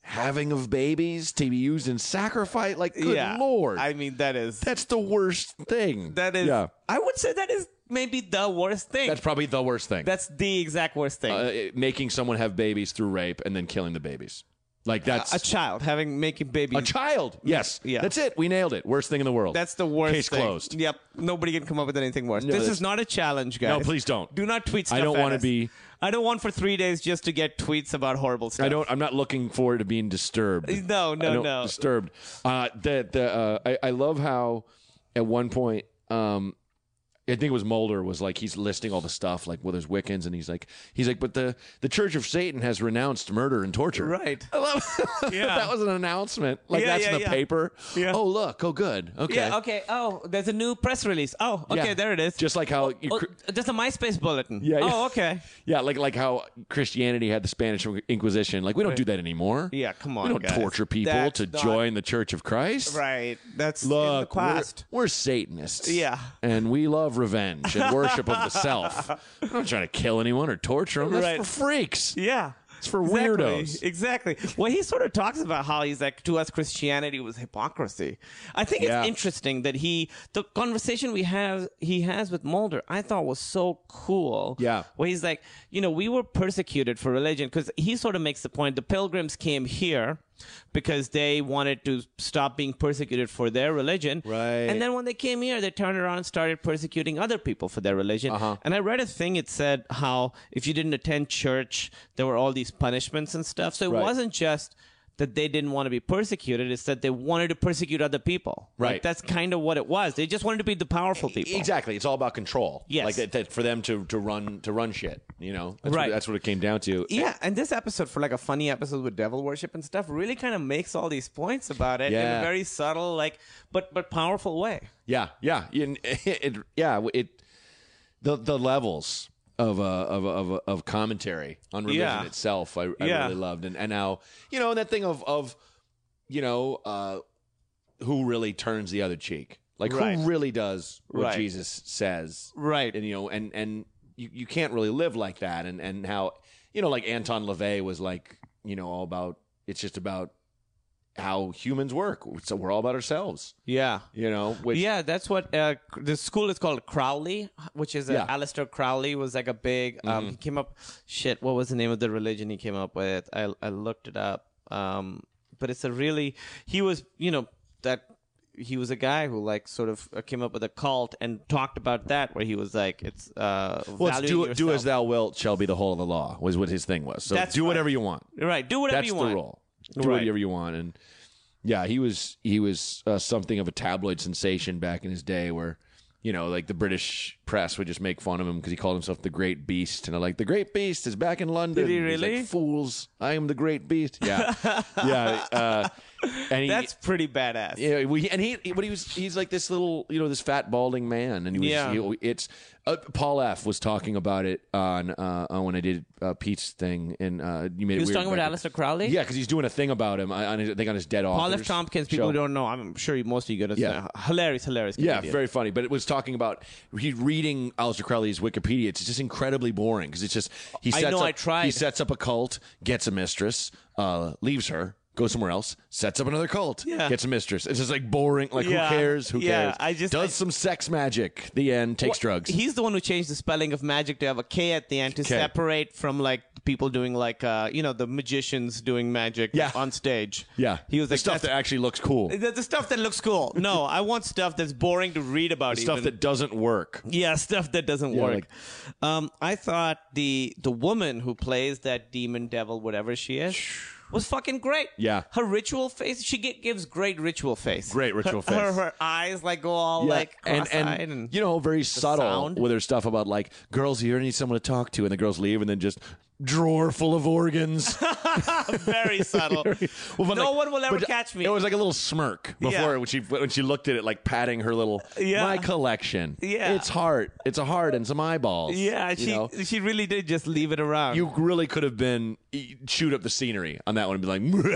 S7: having of babies to be used in sacrifice. Like, good
S8: yeah,
S7: lord,
S8: I mean, that is
S7: that's the worst thing.
S8: that is.
S7: Yeah,
S8: I would say that is maybe the worst thing.
S7: that's probably the worst thing.
S8: That's the exact worst thing.
S7: uh, it- making someone have babies through rape and then killing the babies. Like that's
S8: a child having making babies.
S7: a child. Yes.
S8: Yeah.
S7: That's it. We nailed it. Worst thing in the world.
S8: That's the worst.
S7: Case
S8: thing.
S7: closed.
S8: Yep. Nobody can come up with anything worse.
S7: No,
S8: this
S7: that's-
S8: is not a challenge, guys.
S7: No, please don't.
S8: Do not tweet
S7: I
S8: stuff.
S7: don't
S8: at
S7: wanna
S8: us.
S7: be-
S8: I don't want for three days just to get tweets about horrible stuff.
S7: I don't. I'm not looking forward to being disturbed.
S8: No, no,
S7: I don't-
S8: no.
S7: Disturbed. Uh, the the uh, I, I love how at one point, um, I think it was Mulder was like he's listing all the stuff like well, there's Wiccans and he's like he's like, but the the Church of Satan has renounced murder and torture. [laughs]
S8: Right.
S7: I love.
S8: [laughs] Yeah.
S7: that was an announcement. Like
S8: Yeah,
S7: that's in
S8: yeah,
S7: the
S8: yeah.
S7: paper.
S8: Yeah.
S7: Oh look. Oh good. Okay.
S8: Yeah. Okay. Oh, there's a new press release. Oh, okay.
S7: Yeah.
S8: There it is.
S7: Just like how you.
S8: oh,
S7: cr-
S8: there's a MySpace bulletin.
S7: Yeah, yeah.
S8: Oh, okay.
S7: Yeah, like like how Christianity had the Spanish Inquisition. Like we don't do that anymore.
S8: Yeah, come
S7: We
S8: on,
S7: don't
S8: guys.
S7: torture people
S8: That's
S7: to
S8: not-
S7: join the Church of Christ.
S8: Right. That's in the
S7: Look, we're,
S8: past.
S7: we're Satanists.
S8: Yeah.
S7: And we love revenge
S8: [laughs]
S7: and worship of the self. We're not trying to kill anyone or torture them. That's
S8: Right.
S7: for freaks.
S8: Yeah.
S7: It's for
S8: Exactly.
S7: weirdos.
S8: Exactly. Well, he sort of talks about how he's like, to us, Christianity was hypocrisy. I think
S7: Yeah.
S8: it's interesting that he, the conversation we have, he has with Mulder, I thought was so cool.
S7: Yeah.
S8: Where he's like, you know, we were persecuted for religion because he sort of makes the point the pilgrims came here because they wanted to stop being persecuted for their religion.
S7: Right.
S8: And then when they came here, they turned around and started persecuting other people for their religion. And I read a thing, it said how if you didn't attend church, there were all these punishments and stuff. So it
S7: Right.
S8: wasn't just that they didn't want to be persecuted, it's that they wanted to persecute other people. Like,
S7: Right.
S8: that's kind of what it was. They just wanted to be the powerful people.
S7: Exactly. It's all about control.
S8: Yes.
S7: Like that, that for them to, to run to run shit. You know. That's
S8: Right.
S7: What, that's what it came down to.
S8: Yeah, and this episode for like a funny episode with devil worship and stuff really kind of makes all these points about it in
S7: Yeah.
S8: a very subtle, like but but powerful way.
S7: Yeah, yeah, it, [laughs] it, yeah. It the the levels of uh, of of of commentary on religion
S8: Yeah.
S7: itself, I, I
S8: Yeah.
S7: really loved, and and now you know and that thing of of you know uh, who really turns the other cheek, like
S8: Right.
S7: who really does what
S8: Right.
S7: Jesus says,
S8: Right.
S7: And you know, and and you, you can't really live like that, and and how you know, like Anton LaVey was like, you know, all about it's just about how humans work, so we're all about ourselves,
S8: Yeah.
S7: you know, which
S8: yeah, that's what uh, the school is called Crowley, which is uh,
S7: Yeah. Mm-hmm.
S8: Alistair Crowley was like a big. Um, He came up. Shit, what was the name of the religion he came up with? I I looked it up. Um, but it's a really he was you know that he was a guy who like sort of uh, came up with a cult and talked about that where he was like it's uh
S7: Well, it's
S8: valuing
S7: do, do
S8: yourself.
S7: as thou wilt shall be the whole of the law was what his thing was. So
S8: That's
S7: do
S8: right.
S7: whatever you want.
S8: right do whatever
S7: That's
S8: you
S7: the
S8: want
S7: rule. Do
S8: Right.
S7: whatever you want. And yeah, he was he was uh, something of a tabloid sensation back in his day, where you know, like the British press would just make fun of him because he called himself the Great Beast, and I'm like, the Great Beast is back in London.
S8: Did he
S7: He's like,
S8: really?
S7: Fools! I am the Great Beast.
S8: [laughs]
S7: Yeah, yeah. Uh, and he,
S8: That's pretty badass.
S7: yeah, we, and he, but he was, he's like this little, you know, this fat balding man, and he was,
S8: Yeah.
S7: he- it's, uh, Paul F was talking about it on, uh, on when I did uh, Pete's thing, and uh, you made.
S8: He
S7: it
S8: was
S7: weird
S8: talking about
S7: back-
S8: Aleister Crowley?
S7: Yeah, because he's doing a thing about him. I, on his, I think on his dead off.
S8: Paul F. Tompkins, people who don't know, I'm sure most of you guys
S7: Yeah.
S8: know. Hilarious, hilarious.
S7: Yeah,
S8: comedian.
S7: very funny. But it was talking about he reading Aleister Crowley's Wikipedia. It's just incredibly boring because it's just he
S8: I
S7: sets
S8: know,
S7: up
S8: I tried.
S7: he sets up a cult, gets a mistress, uh, leaves her, goes somewhere else, sets up another cult,
S8: Yeah.
S7: gets a mistress. It's just like boring. Like
S8: Yeah.
S7: who cares? Who
S8: Yeah,
S7: cares?
S8: I just-
S7: does
S8: I-
S7: some sex magic. The end. Takes
S8: Well,
S7: drugs.
S8: He's the one who changed the spelling of magic to have a K at the end to
S7: Okay.
S8: separate from like people doing like uh you know the magicians doing magic
S7: Yeah.
S8: on stage.
S7: yeah,
S8: he was
S7: the
S8: like
S7: stuff that
S8: "That's-
S7: actually looks cool.
S8: the, the stuff that looks cool. No, I want stuff that's boring to read about.
S7: The stuff
S8: even.
S7: that doesn't work.
S8: Yeah, stuff that doesn't
S7: Yeah,
S8: work.
S7: like-
S8: um, I thought the the woman who plays that demon devil, whatever she
S7: [sighs]
S8: is, was fucking great.
S7: Yeah.
S8: her ritual face. She gi- gives great ritual face.
S7: Great ritual
S8: Her- Her,
S7: face.
S8: her eyes like go all
S7: Yeah,
S8: like
S7: and,
S8: cross-eyed
S7: and,
S8: and,
S7: you know very subtle
S8: sound.
S7: with her stuff about like girls you need someone to talk to and the girls leave and then just drawer full of organs
S8: [laughs] very subtle.
S7: [laughs] Well, but
S8: no
S7: like-
S8: one will ever
S7: but
S8: catch me.
S7: It was like a little smirk before
S8: Yeah.
S7: when she when she looked at it, like patting her little
S8: Yeah.
S7: my collection.
S8: Yeah.
S7: it's heart. It's a heart and some eyeballs.
S8: yeah, she
S7: you know?
S8: she really did just leave it around.
S7: You really could have been e- chewed up the scenery on that one and be like, [laughs]
S8: no,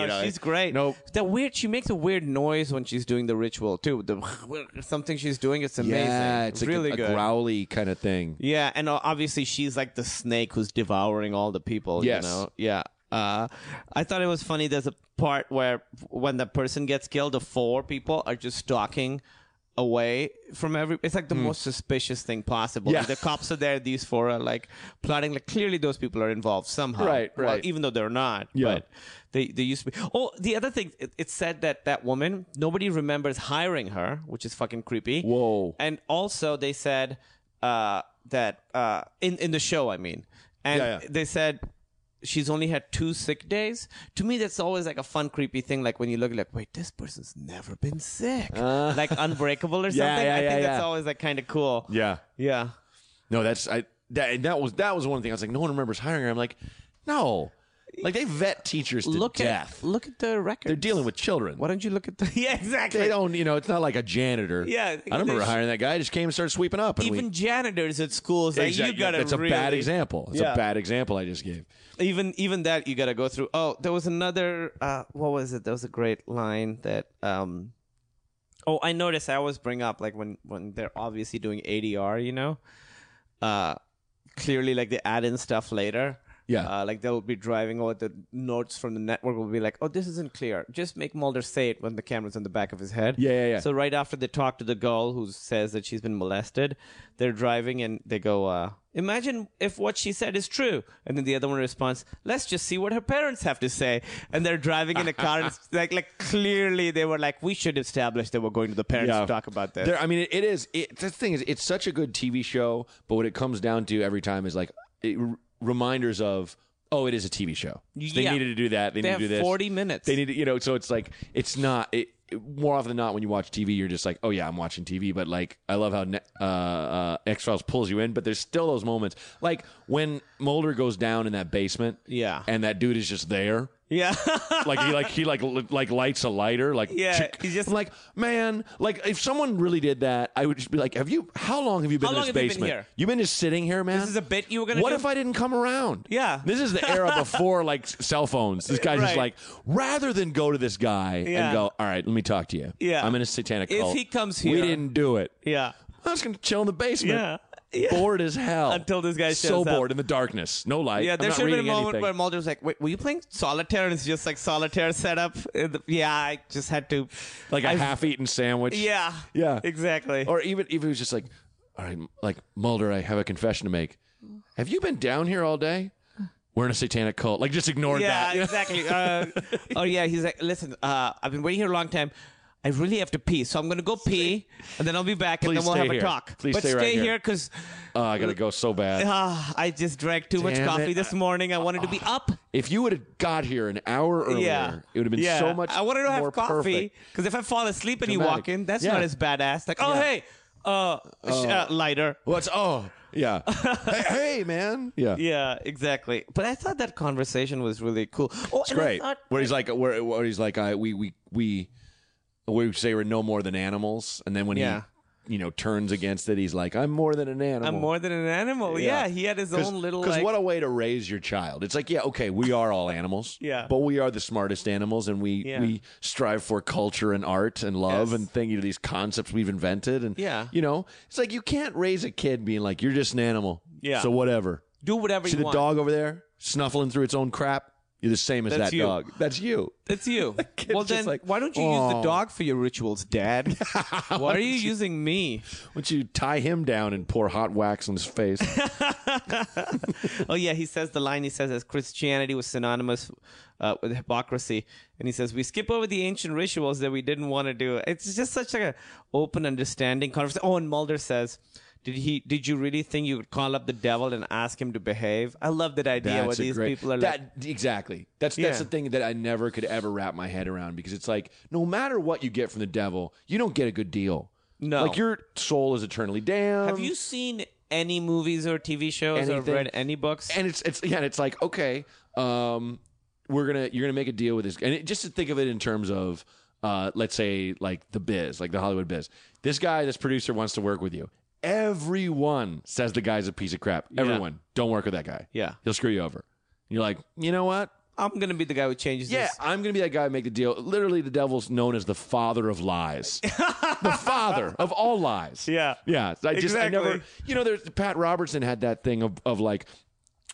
S7: you know,
S8: she's great.
S7: Nope.
S8: that weird. She makes a weird noise when she's doing the ritual too. The [laughs] something she's doing. It's amazing.
S7: Yeah, it's like
S8: really
S7: a,
S8: good.
S7: a growly kind of thing.
S8: Yeah, and o- obviously she's like the snake who's devouring all the people.
S7: Yes.
S8: You know? Yeah. Uh, I thought it was funny. There's a part where when the person gets killed, the four people are just stalking away from every. It's like the most suspicious thing possible.
S7: Hmm. Yeah.
S8: Like, the cops are there. These four are like plotting. Like clearly those people are involved somehow.
S7: Right,
S8: Well,
S7: right.
S8: even though they're not.
S7: Yeah.
S8: But they they used to be. Oh, the other thing. It, it said that that woman nobody remembers hiring her, which is fucking creepy.
S7: Whoa.
S8: And also, they said uh, that uh, in in the show, I mean, and
S7: Yeah, yeah.
S8: they said she's only had two sick days. To me, that's always like a fun, creepy thing. Like when you look, like, wait, this person's never been
S7: [laughs]
S8: sick, like Unbreakable or something.
S7: Uh. Yeah, yeah,
S8: I think
S7: yeah,
S8: that's
S7: yeah.
S8: always like kind of cool.
S7: Yeah,
S8: Yeah.
S7: no, that's I that and that was that was one thing. I was like, no one remembers hiring her. I'm like, no, like they vet teachers to
S8: Look
S7: death.
S8: at look at the record.
S7: They're dealing with children.
S8: Why don't you look at the? [laughs] Yeah, exactly.
S7: They don't, you know, it's not like a janitor.
S8: Yeah,
S7: I don't remember
S8: there's-
S7: hiring that guy. I just came and started sweeping up. And
S8: Even
S7: we,
S8: janitors at schools, like
S7: Exact-
S8: you gotta.
S7: That's a bad
S8: really-
S7: example. It's
S8: Yeah.
S7: a bad example I just gave.
S8: even even that you gotta go through oh there was another uh what was it there was a great line that um oh i noticed i always bring up like when when they're obviously doing adr you know uh clearly like they add in stuff later
S7: Yeah.
S8: uh, like they'll be driving or the notes from the network will be like oh this isn't clear just make mulder say it when the camera's on the back of his head
S7: Yeah, yeah, yeah.
S8: so right after they talk to the girl who says that she's been molested, they're driving and they go, uh, "Imagine if what she said is true." And then the other one responds, "Let's just see what her parents have to say." And they're driving in a car, and it's like like clearly they were like, "We should establish that we're going to the parents
S7: Yeah.
S8: to talk about this."
S7: There, I mean, it, it is. It, the thing is, it's such a good TV show, but what it comes down to every time is like it, r- reminders of, oh, it is a TV show. They
S8: Yeah.
S7: needed to do that. They,
S8: They
S7: need
S8: have
S7: to do this.
S8: 40 minutes.
S7: They need to, you know, so it's like, it's not, it, it- more often than not, when you watch TV, you're just like, oh, yeah, I'm watching TV. But like, I love how ne- uh, uh, X Files pulls you in, but there's still those moments. Like when Mulder goes down in that basement.
S8: Yeah.
S7: And that dude is just there
S8: [laughs] yeah,
S7: like he like he like li- like lights a lighter like
S8: Yeah,
S7: chick.
S8: he's just-
S7: I'm like man like if someone really did that I would just be like have you how long have you been
S8: How
S7: in
S8: long
S7: this
S8: have you been
S7: basement
S8: here?
S7: have been just sitting here man
S8: This is a bit you were gonna
S7: what
S8: do?
S7: if I didn't come around
S8: Yeah.
S7: [laughs] this is the
S8: [laughs]
S7: era before like s- cell phones this guy's just
S8: Right.
S7: like rather than go to this guy
S8: Yeah.
S7: and go all right let me talk to you
S8: Yeah.
S7: I'm in a satanic
S8: If
S7: cult
S8: he comes
S7: we
S8: here-
S7: didn't do it
S8: yeah.
S7: I was gonna chill in the basement
S8: Yeah. Yeah.
S7: bored as hell
S8: Until this guy
S7: so
S8: shows up.
S7: bored in the darkness no light
S8: Yeah,
S7: I'm
S8: there
S7: not
S8: should have been a
S7: reading
S8: moment
S7: anything.
S8: where Mulder was like, "Wait, were you playing solitaire?" And it's just like solitaire setup. Uh, the- Yeah, I just had to,
S7: like a
S8: I've-
S7: half-eaten sandwich
S8: Yeah,
S7: Yeah.
S8: exactly.
S7: Or even if it was just like, all right, like Mulder, I have a confession to make. Have you been down here all day? We're in a satanic cult. Like just ignored
S8: yeah,
S7: that. [laughs] You know?
S8: exactly. Uh, oh yeah, he's like, listen, uh, I've been waiting here a long time. I really have to pee, so I'm gonna go pee, and then I'll be back, and
S7: Please
S8: then we'll
S7: stay
S8: have a
S7: here.
S8: talk.
S7: Please
S8: but
S7: stay right here.
S8: here because
S7: Oh, I gotta go so bad.
S8: I just drank too much
S7: Damn
S8: coffee
S7: it.
S8: this morning. I wanted to be up.
S7: if you would have got here an hour Uh, earlier,
S8: Yeah,
S7: it would have been
S8: Yeah.
S7: so much.
S8: I wanted to
S7: more
S8: have coffee
S7: perfect.
S8: because if I fall asleep and you
S7: Dramatic.
S8: walk in, that's
S7: Yeah.
S8: not as badass. Like, oh
S7: Yeah.
S8: hey, uh, sh- uh lighter.
S7: What's oh [laughs] yeah? hey, hey, man, yeah.
S8: Yeah, exactly. But I thought that conversation was really cool. Oh,
S7: It's great. where he's like, where, where he's like, I, we we we we say we're no more than animals, and then when
S8: Yeah.
S7: he you know turns against it, he's like, I'm more than an animal.
S8: I'm more than an animal. Yeah, he had his own little.
S7: Because
S8: like-
S7: what a way to raise your child. It's like, yeah, okay, we are all animals.
S8: Yeah.
S7: But we are the smartest animals, and we
S8: Yeah.
S7: we strive for culture and art and love
S8: Yes.
S7: and thing. You know, these concepts we've invented, and
S8: Yeah.
S7: you know, it's like you can't raise a kid being like, you're just an animal.
S8: Yeah.
S7: So whatever.
S8: do whatever
S7: See
S8: you
S7: the
S8: want.
S7: dog over there snuffling through its own crap. You're the same as
S8: That's
S7: that
S8: you.
S7: dog. That's you.
S8: That's
S7: [laughs]
S8: you.
S7: kid's
S8: well,
S7: just
S8: then
S7: like,
S8: why don't you use the
S7: "Aw."
S8: dog for your rituals,
S7: [laughs]
S8: Dad? why are you using me?
S7: Once you tie him down and pour hot wax on his face,
S8: Oh yeah, he says the line. He says as Christianity was synonymous uh, with hypocrisy, and he says we skip over the ancient rituals that we didn't want to do. It's just such like a open, understanding conversation. Oh, and Mulder says. Did he? Did you really think you could call up the devil and ask him to behave? I love that idea where
S7: a
S8: these people are like,
S7: that exactly. That's that's
S8: Yeah.
S7: the thing that I never could ever wrap my head around because it's like no matter what you get from the devil, you don't get a good deal.
S8: No.
S7: like your soul is eternally damned.
S8: Have you seen any movies or TV shows
S7: Um, Anything.
S8: or read any books?
S7: And it's it's yeah, and it's like okay, um, we're gonna you're gonna make a deal with this, and it, just to think of it in terms of. Uh, let's say like the biz, like the Hollywood biz. This guy, this producer wants to work with you. Everyone says the guy's a piece of crap. Everyone, don't work with that guy.
S8: Yeah.
S7: he'll screw you over. And you're like, you know what?
S8: I'm gonna be the guy who changes
S7: Yeah,
S8: this.
S7: I'm gonna be that guy who make the deal. Literally, the devil's known as the father of
S8: [laughs]
S7: lies, the father of all lies.
S8: Yeah.
S7: yeah. I just I never,
S8: Exactly.
S7: you know, there's Pat Robertson had that thing of of like.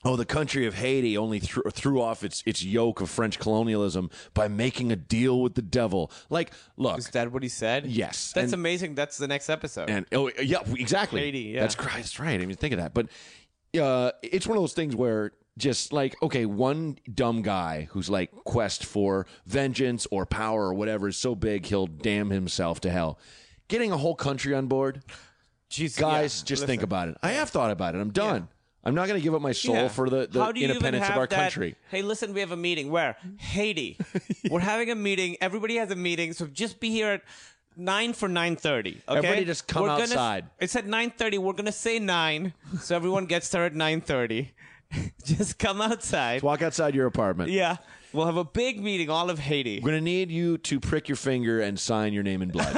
S7: Oh, the country of Haiti only threw, threw off its, its yoke of French colonialism by making a deal with the devil. Like, look,
S8: Is that what he said?
S7: Yes,
S8: That's
S7: and-
S8: amazing. That's the next episode.
S7: and oh yeah, exactly.
S8: Shady, yeah.
S7: That's cr- that's right. I didn't even think of that. But uh, it's one of those things where just like okay, one dumb guy who's like quest for vengeance or power or whatever is so big he'll damn himself to hell. Getting a whole country on
S8: [laughs]
S7: board,
S8: Jesus,
S7: guys. just think about it. I have thought about it. I'm done. I'm not going to give up my soul for the, the
S8: How do you even
S7: independence of
S8: have
S7: our
S8: that-
S7: country.
S8: Hey, listen, we have a meeting. Where?
S7: [laughs]
S8: Haiti. We're having a meeting. Everybody has a meeting, so just be here at nine for nine thirty. Okay.
S7: Everybody just come
S8: We're gonna-
S7: outside.
S8: it's at nine thirty. We're gonna say nine, so everyone gets there at nine thirty. [laughs] just come outside.
S7: Walk outside your apartment.
S8: Yeah. We'll have a big meeting, all of Haiti.
S7: We're gonna need you to prick your finger and sign your name in blood.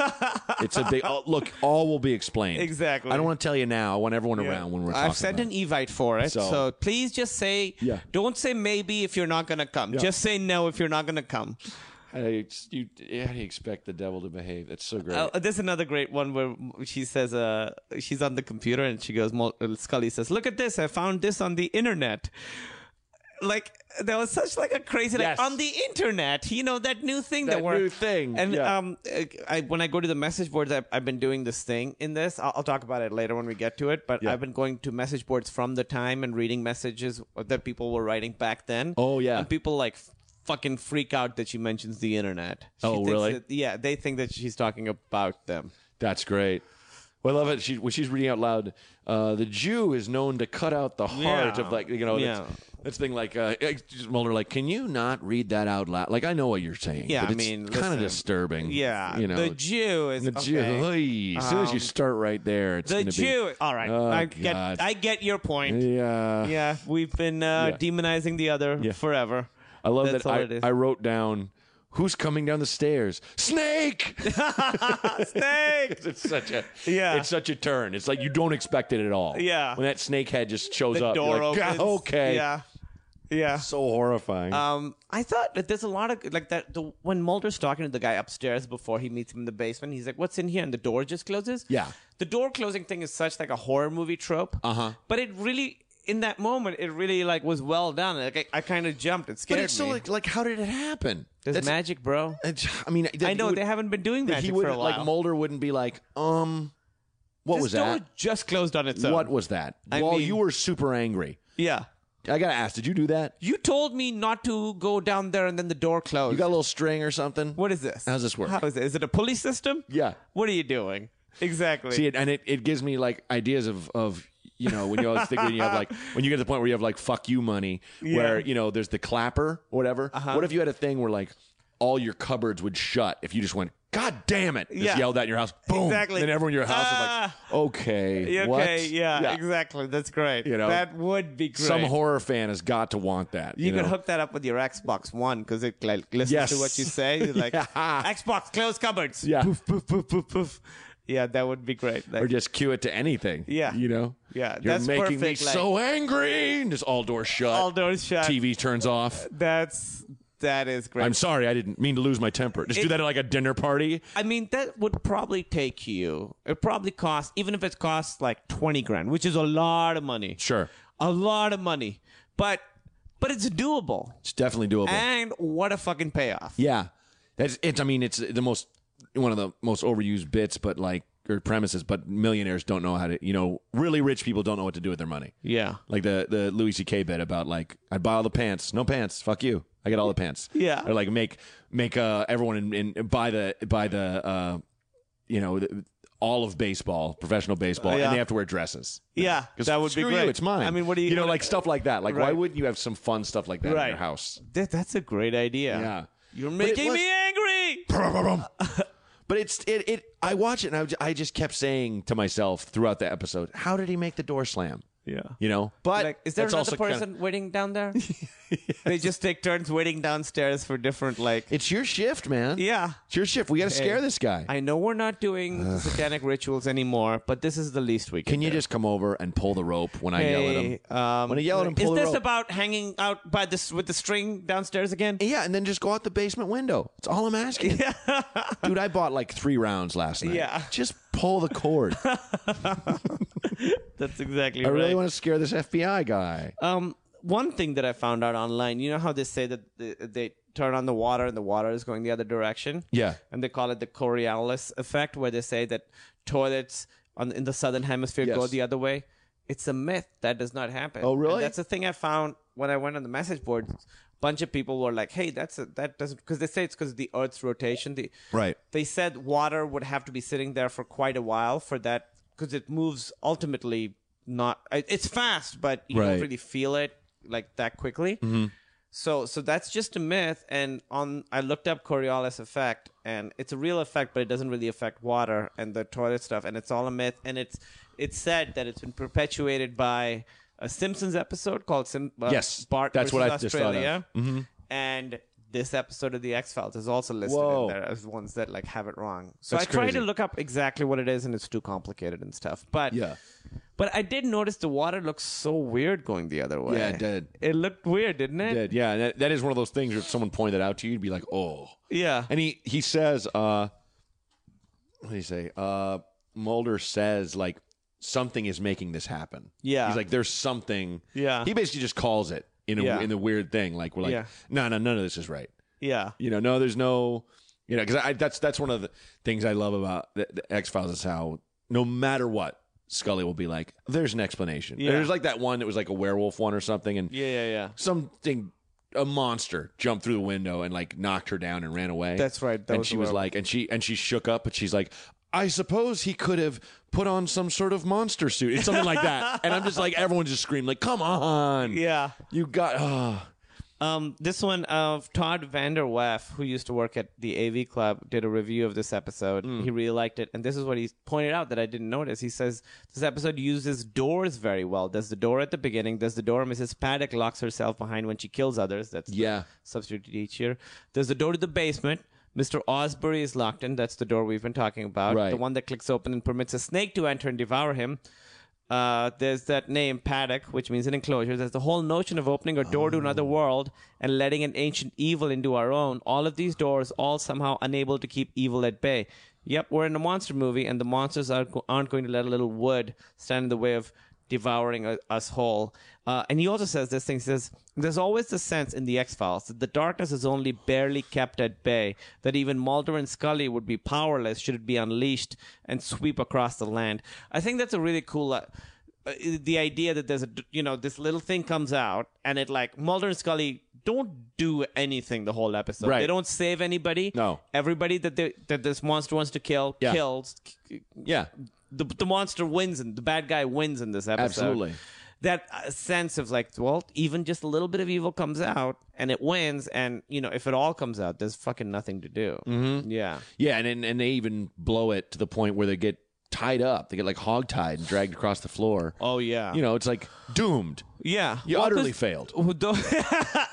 S8: [laughs]
S7: it's a big oh, look. All will be explained.
S8: Exactly.
S7: I don't want to tell you now. I want everyone around when we're. talking
S8: I've sent
S7: about
S8: an evite for it, so,
S7: So-
S8: please just say.
S7: Yeah.
S8: Don't say maybe if you're not gonna come. Just say no if you're not gonna come.
S7: How do you, ex- you- how do you expect the devil to behave? That's so great.
S8: Oh, there's another great one where she says, uh, she's on the computer and she goes, Mul- Scully says, look at this, I found this on the internet. Like there was such like a crazy like
S7: Yes.
S8: on the internet, you know that new thing that,
S7: That
S8: we're
S7: new thing,
S8: And
S7: yeah.
S8: um, I, when I go to the message boards, I've, I've been doing this thing in this. I'll, I'll talk about it later when we get to it. But
S7: Yeah.
S8: I've been going to message boards from the time and reading messages that people were writing back then.
S7: Oh, yeah.
S8: and people like fucking freak out that she mentions the internet. She
S7: Oh,
S8: thinks
S7: really?
S8: that- yeah, they think that she's talking about them.
S7: That's great. Well, I love it. She, when she's reading out loud, uh, the Jew is known to cut out the heart
S8: Yeah.
S7: of like you know that's,
S8: Yeah.
S7: that's thing like uh, it's just Mulder like can you not read that out loud? Like I know what you're saying.
S8: Yeah,
S7: but
S8: I
S7: it's
S8: mean,
S7: kind
S8: listen.
S7: of disturbing.
S8: Yeah,
S7: you know
S8: the Jew is
S7: The Jew.
S8: okay.
S7: Oy, as soon as you start right there, it's
S8: The
S7: gonna be-
S8: Jew. All right,
S7: Oh,
S8: I get.
S7: God.
S8: I get your point.
S7: Yeah.
S8: Yeah, we've been uh,
S7: Yeah.
S8: demonizing the other
S7: Yeah.
S8: forever.
S7: I love
S8: That's
S7: that
S8: all
S7: I,
S8: it is.
S7: I
S8: [laughs]
S7: wrote down who's coming down the stairs. Snake. [laughs]
S8: Snake.
S7: it's such a
S8: Yeah.
S7: It's such a turn. It's like you don't expect it at all.
S8: Yeah.
S7: When that snake head just shows
S8: the
S7: up,
S8: door
S7: you're like,
S8: opens.
S7: "God, [laughs] okay.
S8: Yeah. Yeah.
S7: So horrifying.
S8: Um, I thought that there's a lot of like that. The, when Mulder's talking to the guy upstairs before he meets him in the basement, he's like, "What's in here?" and the door just closes.
S7: Yeah.
S8: the door closing thing is such like a horror movie trope. Uh
S7: Uh-huh.
S8: But it really, in that moment, it really like was well done. Like I, I kind of jumped. It scared
S7: but it's still
S8: me.
S7: like, like, how did it happen?
S8: there's
S7: That's-
S8: magic, bro.
S7: it's- [sighs] I mean, that
S8: I
S7: he
S8: know
S7: would-
S8: they haven't been doing
S7: that
S8: magic
S7: he
S8: for
S7: wouldn't
S8: a while.
S7: like Mulder wouldn't be like, um, what
S8: this
S7: was
S8: door
S7: that?
S8: just closed on its own.
S7: What was that?
S8: I
S7: well,
S8: mean-
S7: you were super angry.
S8: Yeah.
S7: I gotta ask, did you do that?
S8: You told me not to go down there, and then the door closed.
S7: You got a little string or something?
S8: What is this?
S7: How's this work?
S8: How is it? Is it a pulley system?
S7: Yeah.
S8: What are you doing? Exactly.
S7: See, it, and it, it gives me like ideas of of you know when you always think when you have
S8: [laughs]
S7: like when you get to the point
S8: Uh-huh.
S7: where you have like fuck you money where you know there's the clapper whatever. What if you had a thing where like all your cupboards would shut if you just went, God damn it. Just
S8: Yeah.
S7: yelled out in your house. Boom.
S8: Exactly.
S7: Then everyone in your house
S8: Ah.
S7: was like, okay.
S8: Okay,
S7: what?
S8: yeah, exactly. That's great.
S7: You know,
S8: that would be great.
S7: Some horror fan has got to want that.
S8: You,
S7: You,
S8: could
S7: know?
S8: hook that up with your Xbox One because it like listens
S7: Yes.
S8: to what you say. You're
S7: [laughs]
S8: like
S7: Yeah.
S8: Xbox, close cupboards.
S7: Yeah.
S8: Poof, poof, poof, poof, poof. Yeah, that would be great. Like,
S7: or just cue it to anything.
S8: Yeah.
S7: You know?
S8: Yeah,
S7: You're
S8: that's
S7: making
S8: perfect,
S7: me
S8: like-
S7: so angry. And just all doors shut.
S8: all doors shut.
S7: TV turns off.
S8: That's that is great.
S7: I'm sorry, I didn't mean to lose my temper. Just do that at like a dinner party.
S8: I mean, that would probably take you. It probably costs, even if it costs like twenty grand, which is a lot of money.
S7: Sure.
S8: a lot of money, but but it's doable.
S7: It's definitely doable.
S8: And what a fucking payoff!
S7: yeah. That's it's I mean, it's the most one of the most overused bits, but like or premises, but millionaires don't know how to you know, really rich people don't know what to do with their money.
S8: Yeah.
S7: Like the the Louis C.K. bit about like I'd buy all the pants, no pants, fuck you. I get all the pants.
S8: Yeah.
S7: Or like make make uh everyone in, in buy the buy the uh you know the, all of baseball, professional baseball,
S8: Yeah.
S7: and they have to wear dresses.
S8: Yeah,
S7: 'Cause
S8: that would be
S7: screw
S8: great.
S7: You, it's mine.
S8: I mean, what do you-
S7: you know
S8: what-
S7: like stuff like that? Like why
S8: Right.
S7: wouldn't you have some fun stuff like that in
S8: Right.
S7: your house?
S8: That, that's a great idea.
S7: Yeah.
S8: You're
S7: But it
S8: making
S7: was-
S8: me angry. [laughs]
S7: But it's it it. I watch it and I, ju- I just kept saying to myself throughout the episode, "How did he make the door slam?"
S8: Yeah.
S7: You know, but
S8: Like, is there
S7: that's
S8: another
S7: also kinda-
S8: person waiting down [laughs] there? They just take turns waiting downstairs for different like.
S7: it's your shift, man.
S8: Yeah.
S7: it's your shift. We got to scare this guy.
S8: I know we're not doing the satanic rituals anymore, but this is the least we can.
S7: Can you just come over and pull the rope when I yell at him?
S8: Um,
S7: When I yell at him, pull
S8: is
S7: the
S8: this
S7: rope.
S8: about hanging out by this with the string downstairs again?
S7: yeah, and then just go out the basement window. It's all I'm asking. [laughs] Dude, I bought like three rounds last night.
S8: Yeah.
S7: Just pull the
S8: [laughs]
S7: cord. I
S8: That's exactly right.
S7: really want to scare this FBI guy.
S8: Um, one thing that I found out online, you know how they say that they, they turn on the water and the water is going the other direction?
S7: Yeah.
S8: And they call it the Coriolis effect, where they say that toilets on, in the southern hemisphere go
S7: Yes.
S8: the other way. It's a myth. That does not happen.
S7: Oh, really?
S8: And that's the thing I found when I went on the message board. bunch of people were like, hey, that's a, that doesn't, because they say it's because of the Earth's rotation. The,
S7: Right.
S8: they said water would have to be sitting there for quite a while for that because it moves ultimately not it- it's fast but you
S7: Right. Mm-hmm.
S8: don't really feel it like that quickly so so that's just a myth and on i looked up coriolis effect and it's a real effect but it doesn't really affect water and the toilet stuff and it's all a myth and it's it's said that it's been perpetuated by a simpsons episode called Sim- uh,
S7: Yes,
S8: bart
S7: that's what I
S8: versus
S7: just thought of. Mm-hmm.
S8: australia and this episode of the X Files is also listed
S7: Whoa.
S8: in there as ones that like have it wrong. So
S7: That's
S8: I tried
S7: crazy.
S8: to look up exactly what it is, and it's too complicated and stuff. But
S7: Yeah.
S8: but I did notice the water looks so weird going the other way.
S7: Yeah, it did.
S8: It looked weird, didn't it?
S7: Did. Yeah, and that, that is one of those things where if someone pointed that out to you, you'd be like, oh.
S8: Yeah.
S7: And he he says, uh, what do you say? Uh, Mulder says like something is making this happen.
S8: Yeah.
S7: he's like there's something.
S8: Yeah.
S7: he basically just calls it in a,
S8: Yeah.
S7: in the weird thing. Like we're like,
S8: Yeah.
S7: no, no, none of this is right.
S8: yeah.
S7: You know, no, there's no, you know, because I that's that's one of the things I love about the, the X Files is how no matter what. Scully will be like, "There's an explanation."
S8: Yeah.
S7: There's like that one that was like a werewolf one or something, and
S8: Yeah. Yeah. Yeah.
S7: something a monster jumped through the window and like knocked her down and ran away.
S8: That's right. That
S7: and
S8: was
S7: she
S8: the
S7: was
S8: werewolf.
S7: like, and she and she shook up, and she's like, I suppose he could have put on some sort of monster suit. It's something like that. And I'm just like, everyone just screamed like, come on,
S8: Yeah.
S7: you got. ah.
S8: Um, this one of Todd Vander Weff, who used to work at the AV Club, did a review of this episode. He really liked it, and this is what he pointed out that I didn't notice. He says this episode uses doors very well. There's the door at the beginning. There's the door Mrs. Paddock locks herself behind when she kills others. That's the
S7: Yeah.
S8: substitute teacher. There's the door to the basement. Mr. Osbury is locked in. That's the door we've been talking about.
S7: Right.
S8: The one that clicks open and permits a snake to enter and devour him. Uh, there's that name paddock, which means an enclosure. There's the whole notion of opening a door to another world and letting an ancient evil into our own. All of these doors, all somehow unable to keep evil at bay. Yep, we're in a monster movie, and the monsters are, aren't going to let a little wood stand in the way of devouring u- us whole. Uh, and he also says this thing. He says, "There's always the sense in the X Files that the darkness is only barely kept at bay. That even Mulder and Scully would be powerless should it be unleashed and sweep across the land." I think that's a really cool. Uh, uh, the idea that there's a d- you know this little thing comes out and it like Mulder and Scully don't do anything the whole episode.
S7: Right.
S8: They don't save anybody.
S7: No.
S8: Everybody that they, that this monster wants to kill
S7: Yeah.
S8: kills
S7: yeah,
S8: the, the monster wins and the bad guy wins in this episode.
S7: absolutely.
S8: that uh, sense of like, well, even just a little bit of evil comes out and it wins, and you know, if it all comes out, there's fucking nothing to do. Mm-hmm. Yeah.
S7: Yeah, and, and and they even blow it to the point where they get tied up. They get like hogtied and dragged across the floor.
S8: Oh yeah.
S7: You know, it's like doomed.
S8: Yeah,
S7: You utterly failed.
S8: who [laughs] don't-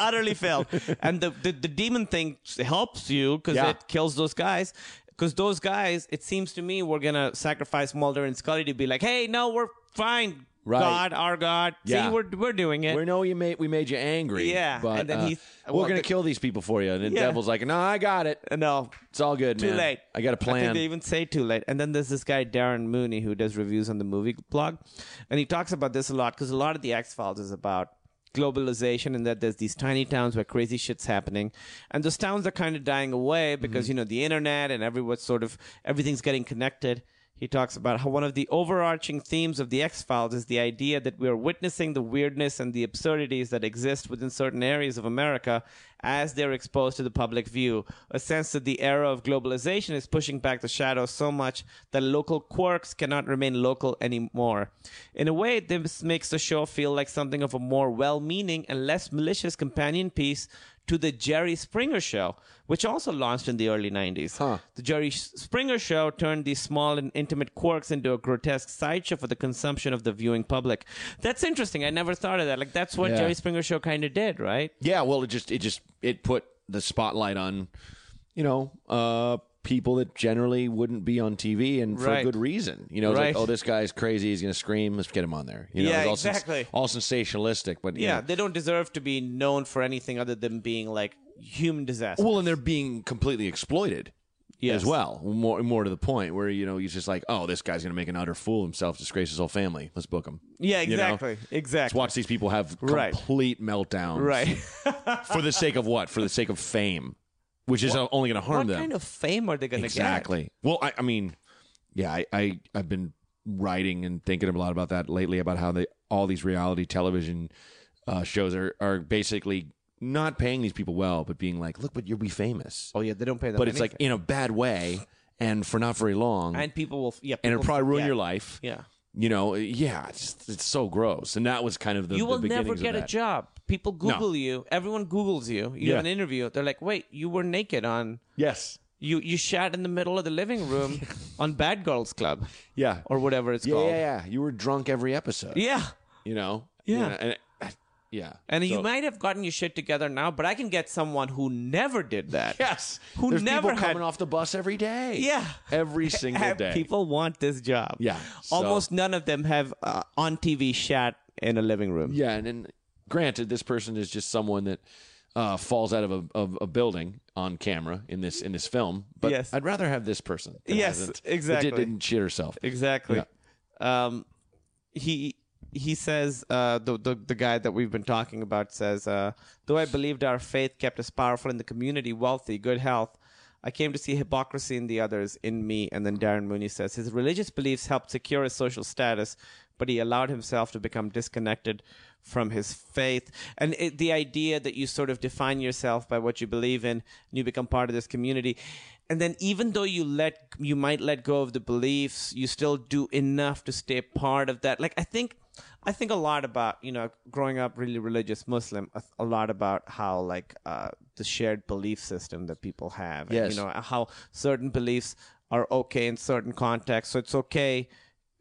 S8: utterly failed. And the, the the demon thing helps you because
S7: Yeah.
S8: it kills those guys. Because those guys, it seems to me, we're gonna sacrifice Mulder and Scully to be like, hey, no, we're fine.
S7: Right.
S8: God, our God.
S7: Yeah.
S8: See, we're we're doing it.
S7: We know you made we made you angry.
S8: Yeah,
S7: but
S8: and then
S7: uh,
S8: he-
S7: we're
S8: well,
S7: gonna
S8: the-
S7: kill these people for you. And the
S8: Yeah.
S7: devil's like, no, I got it.
S8: Uh, no,
S7: It's all good,
S8: too
S7: man.
S8: late.
S7: I got a
S8: I think
S7: plan.
S8: they even say too late. And then there's this guy Darren Mooney who does reviews on the movie blog, and he talks about this a lot because a lot of the X Files is about globalization and that there's these tiny towns where crazy shit's happening and those towns are kind of dying away
S7: Mm-hmm.
S8: because you know the internet and everyone's sort of everything's getting connected he talks about how one of the overarching themes of the X Files is the idea that we are witnessing the weirdness and the absurdities that exist within certain areas of America as they're exposed to the public view. A sense that the era of globalization is pushing back the shadows so much that local quirks cannot remain local anymore. In a way, this makes the show feel like something of a more well meaning and less malicious companion piece to the Jerry Springer Show, which also launched in the early 90s. The Jerry S- Springer Show turned these small and intimate quirks into a grotesque sideshow for the consumption of the viewing public. That's interesting. I never thought of that. Like, that's what
S7: Yeah.
S8: Jerry Springer Show kind of did, right?
S7: yeah, well, it just it just it put the spotlight on, you know, uh, people that generally wouldn't be on TV and for a
S8: Right.
S7: good reason. You know, it's like,
S8: Right.
S7: oh, this guy's crazy. He's gonna scream. Let's get him on there. You know,
S8: Yeah,
S7: it's all sens-
S8: exactly.
S7: all sensationalistic, but you
S8: Yeah,
S7: know.
S8: they don't deserve to be known for anything other than being like human disasters.
S7: Well, and they're being completely exploited
S8: Yes.
S7: as well. More, more to the point where you know he's just like, oh, this guy's going to make an utter fool of himself, disgrace his whole family. Let's book him.
S8: yeah,
S7: You know?
S8: exactly,
S7: Let's
S8: exactly.
S7: watch these people have
S8: Right.
S7: complete meltdowns.
S8: Right.
S7: For the sake of what? For the sake of fame, which is only going to [laughs] harm
S8: what
S7: them.
S8: kind of fame are they going to
S7: exactly. Well, I, I mean, yeah, I, I I've been writing and thinking a lot about that lately about how they all these reality television uh, shows are are basically not paying these people well, but being like, look, but you'll be famous
S8: get? Oh yeah, they don't pay them.
S7: but it's like
S8: anything.
S7: in a bad way and for not very long and,
S8: and people will yeah,
S7: it'll
S8: people-
S7: probably ruin
S8: yeah.
S7: your life
S8: Yeah.
S7: you know yeah it's, it's so gross and that was kind of the
S8: you
S7: the
S8: will never
S7: beginnings of
S8: get a
S7: that.
S8: job. People Google you. Everyone Googles you. You
S7: Yeah.
S8: have an interview. They're like, wait, you were naked on.
S7: yes
S8: You you shat in the middle of the
S7: [laughs]
S8: living room on Bad Girls Club
S7: yeah
S8: or whatever it's
S7: yeah,
S8: called.
S7: yeah yeah you were drunk every episode
S8: Yeah.
S7: you know
S8: Yeah.
S7: and it- yeah
S8: And you
S7: So-
S8: might have gotten your shit together now, but I can get someone who never did that.
S7: yes
S8: Who
S7: There's
S8: never
S7: people
S8: had-
S7: coming off the bus every day
S8: Yeah. [laughs]
S7: every single
S8: Have-
S7: day
S8: People want this job.
S7: Yeah, so-
S8: Almost none of them have uh, on TV shat in a living room.
S7: Yeah, and, and granted, this person is just someone that uh, falls out of a, of a building on camera in this in this film. But
S8: Yes.
S7: I'd rather have this person. that
S8: Yes,
S7: hasn't-
S8: exactly.
S7: That did, not shit herself.
S8: Exactly. Um, he he says uh, the, the the guy that we've been talking about says, uh, though I believed our faith kept us powerful in the community, wealthy, good health. I came to see hypocrisy in the others, in me. And then Darren Mooney says his religious beliefs helped secure his social status, but he allowed himself to become disconnected from his faith. And it, the idea that you sort of define yourself by what you believe in, and you become part of this community. And then even though you let, you might let go of the beliefs, you still do enough to stay part of that. Like, I think, I think a lot about, you know, growing up really religious Muslim, a, a lot about how like, uh, the shared belief system that people have, and,
S7: Yes.
S8: you know, how certain beliefs are okay in certain contexts. So it's okay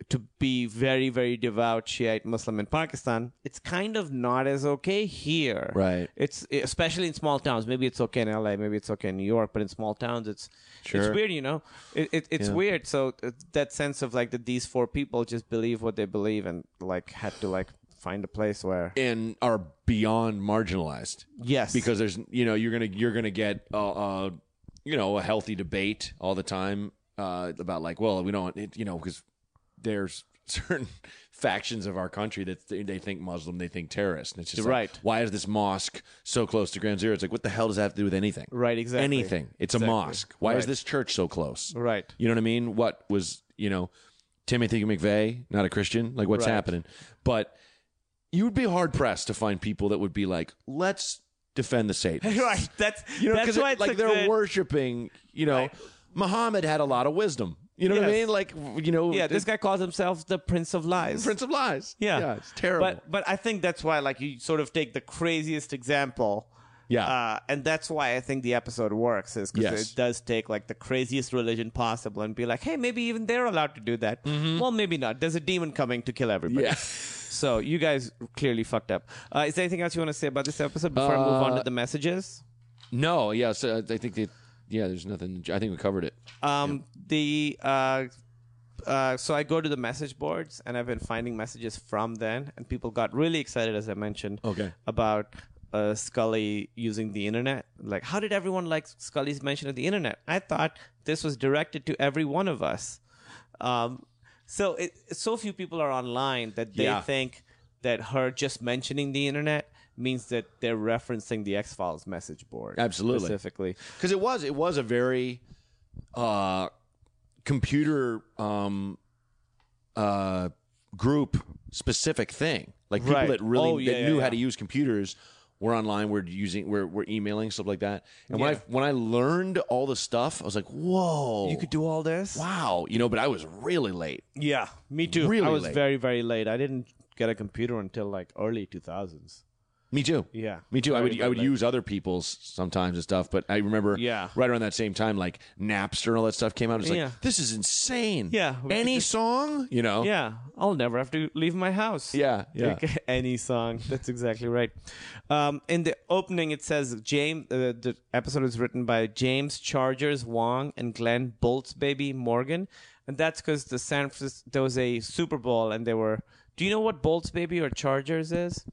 S8: to be very, very devout Shiite Muslim in Pakistan, it's kind of not as okay here.
S7: Right.
S8: It's e, especially in small towns. Maybe it's okay in LA. Maybe it's okay in New York. But in small towns, it's
S7: Sure.
S8: it's weird. You know, it, it it's weird. So uh, that sense of like that these four people just believe what they believe and like had to like find a place where
S7: And are beyond marginalized
S8: yes
S7: because there's you know you're gonna you're gonna get uh, uh you know a healthy debate all the time uh about like well we don't it, you know because there's [laughs] certain factions of our country that th- they think Muslim they think terrorist and it's just like,
S8: Right.
S7: why is this mosque so close to ground zero it's like what the hell does that have to do with anything
S8: Right, exactly.
S7: anything it's a mosque why is this church so close
S8: Right. [laughs]
S7: you know what I mean what was you know Timothy McVeigh not a Christian like what's
S8: Right.
S7: happening but you would be hard pressed to find people that would be like, let's defend the Satanists.
S8: [laughs] right. That's
S7: You know,
S8: that's
S7: because
S8: why it's
S7: like
S8: a
S7: they're
S8: good-
S7: worshiping, you know, Muhammad had a lot of wisdom. You know what I
S8: Yes.
S7: mean? Like, you know,
S8: Yeah, this
S7: the
S8: guy calls himself the Prince of Lies.
S7: Prince of Lies.
S8: Yeah.
S7: it's terrible.
S8: But but I think that's why like you sort of take the craziest example.
S7: Yeah.
S8: Uh, and that's why I think the episode works is because
S7: Yes.
S8: it does take like the craziest religion possible and be like, hey, maybe even they're allowed to do that. Well, maybe not. There's a demon coming to kill everybody.
S7: Mm-hmm. Yeah.
S8: So you guys clearly fucked up. Uh, is there anything else you want to say about this episode before I move on to the messages?
S7: no, yeah. So uh, I think that, yeah, there's nothing. I think we covered it.
S8: Um, The uh, uh, so I go to the message boards, and I've been finding messages from then, and people got really excited, as I mentioned,
S7: Okay.
S8: about uh, Scully using the internet. Like, how did everyone like Scully's mention of the internet? I thought this was directed to every one of us. Um, so it, so few people are online that they
S7: Yeah.
S8: think that her just mentioning the internet means that they're referencing the X Files message board
S7: Absolutely.
S8: specifically.
S7: because it was it was a very uh computer um uh group specific thing like people
S8: Right.
S7: that really
S8: Oh, yeah,
S7: that
S8: yeah,
S7: knew
S8: yeah.
S7: how to use computers were online were using were, were emailing stuff like that and when i
S8: Yeah.
S7: when i learned all the stuff i was like whoa
S8: You could do all this.
S7: Oh. wow you know but i was really late
S8: Yeah, me too.
S7: Really
S8: I was
S7: late.
S8: very very late. I didn't get a computer until like early 2000s.
S7: me too
S8: Yeah.
S7: me too. I
S8: Very
S7: would I would
S8: late.
S7: use other people's sometimes and stuff, but I remember
S8: Yeah.
S7: right around that same time, like Napster and all that stuff came out. It's like
S8: Yeah.
S7: this is insane.
S8: Yeah, we
S7: any
S8: could just-
S7: song, you know.
S8: Yeah, I'll never have to leave my house.
S7: yeah, yeah.
S8: Like, [laughs] any song. That's exactly right. Um, in the opening, it says James. Uh, the episode is written by James Chargers Wong and Glenn Bolt's baby Morgan, and that's because the San Francisco there was a Super Bowl and they were. Do you know what Bolt's baby or Chargers is?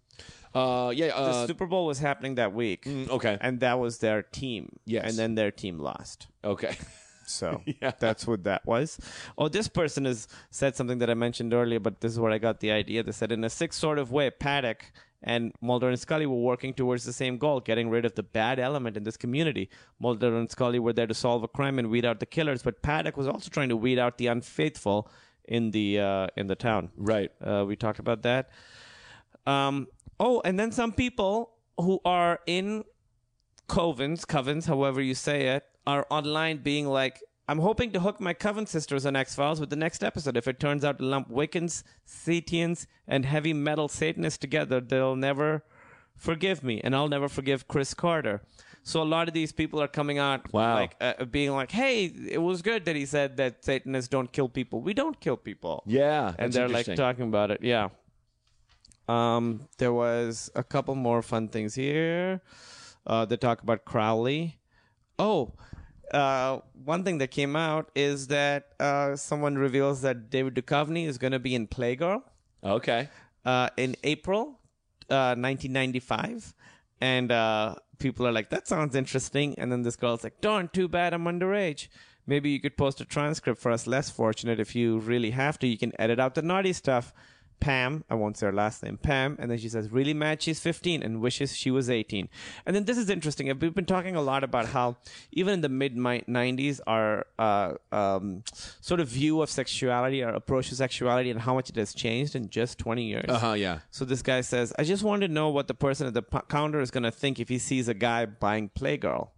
S7: Uh, yeah.
S8: The
S7: Uh, mm,
S8: Super Bowl was happening that week,
S7: okay.
S8: and that was their team.
S7: Yes.
S8: and then their team lost.
S7: okay. [laughs]
S8: So
S7: Yeah.
S8: that's what that was. Oh, this person has said something that I mentioned earlier, but this is where I got the idea. They said, in a sick sort of way, Paddock and Mulder and Scully were working towards the same goal, getting rid of the bad element in this community. Mulder and Scully were there to solve a crime and weed out the killers, but Paddock was also trying to weed out the unfaithful in the uh, in the town.
S7: Right.
S8: Uh, we talked about that. Um, oh, and then some people who are in covens, covens, however you say it, are online being like, I'm hoping to hook my coven sisters on X Files with the next episode. If it turns out to lump Wiccans, Satians, and heavy metal Satanists together, they'll never forgive me, and I'll never forgive Chris Carter. So a lot of these people are coming out
S7: Wow.
S8: like uh, being like, "Hey, it was good that he said that Satanists don't kill people. We don't kill people."
S7: Yeah.
S8: and
S7: that's
S8: they're like
S7: interesting.
S8: talking about it. Yeah. Um, there was a couple more fun things here. Uh, they talk about Crowley. Oh, uh, one thing that came out is that uh, someone reveals that David Duchovny is going to be in Playgirl
S7: Okay.
S8: uh, in April uh, 1995. And uh, people are like, that sounds interesting. And then this girl's like, darn, too bad I'm underage. Maybe you could post a transcript for us less fortunate if you really have to. You can edit out the naughty stuff. Pam, I won't say her last name, Pam. And then she says, really mad she's 15 and wishes she was 18. And then this is interesting. We've been talking a lot about how even in the mid 90s, our uh, um, sort of view of sexuality, our approach to sexuality, and how much it has changed in just 20 years.
S7: Uh huh. Yeah.
S8: So this guy says, I just wanted to know what the person at the p- counter is going to think if he sees a guy buying Playgirl.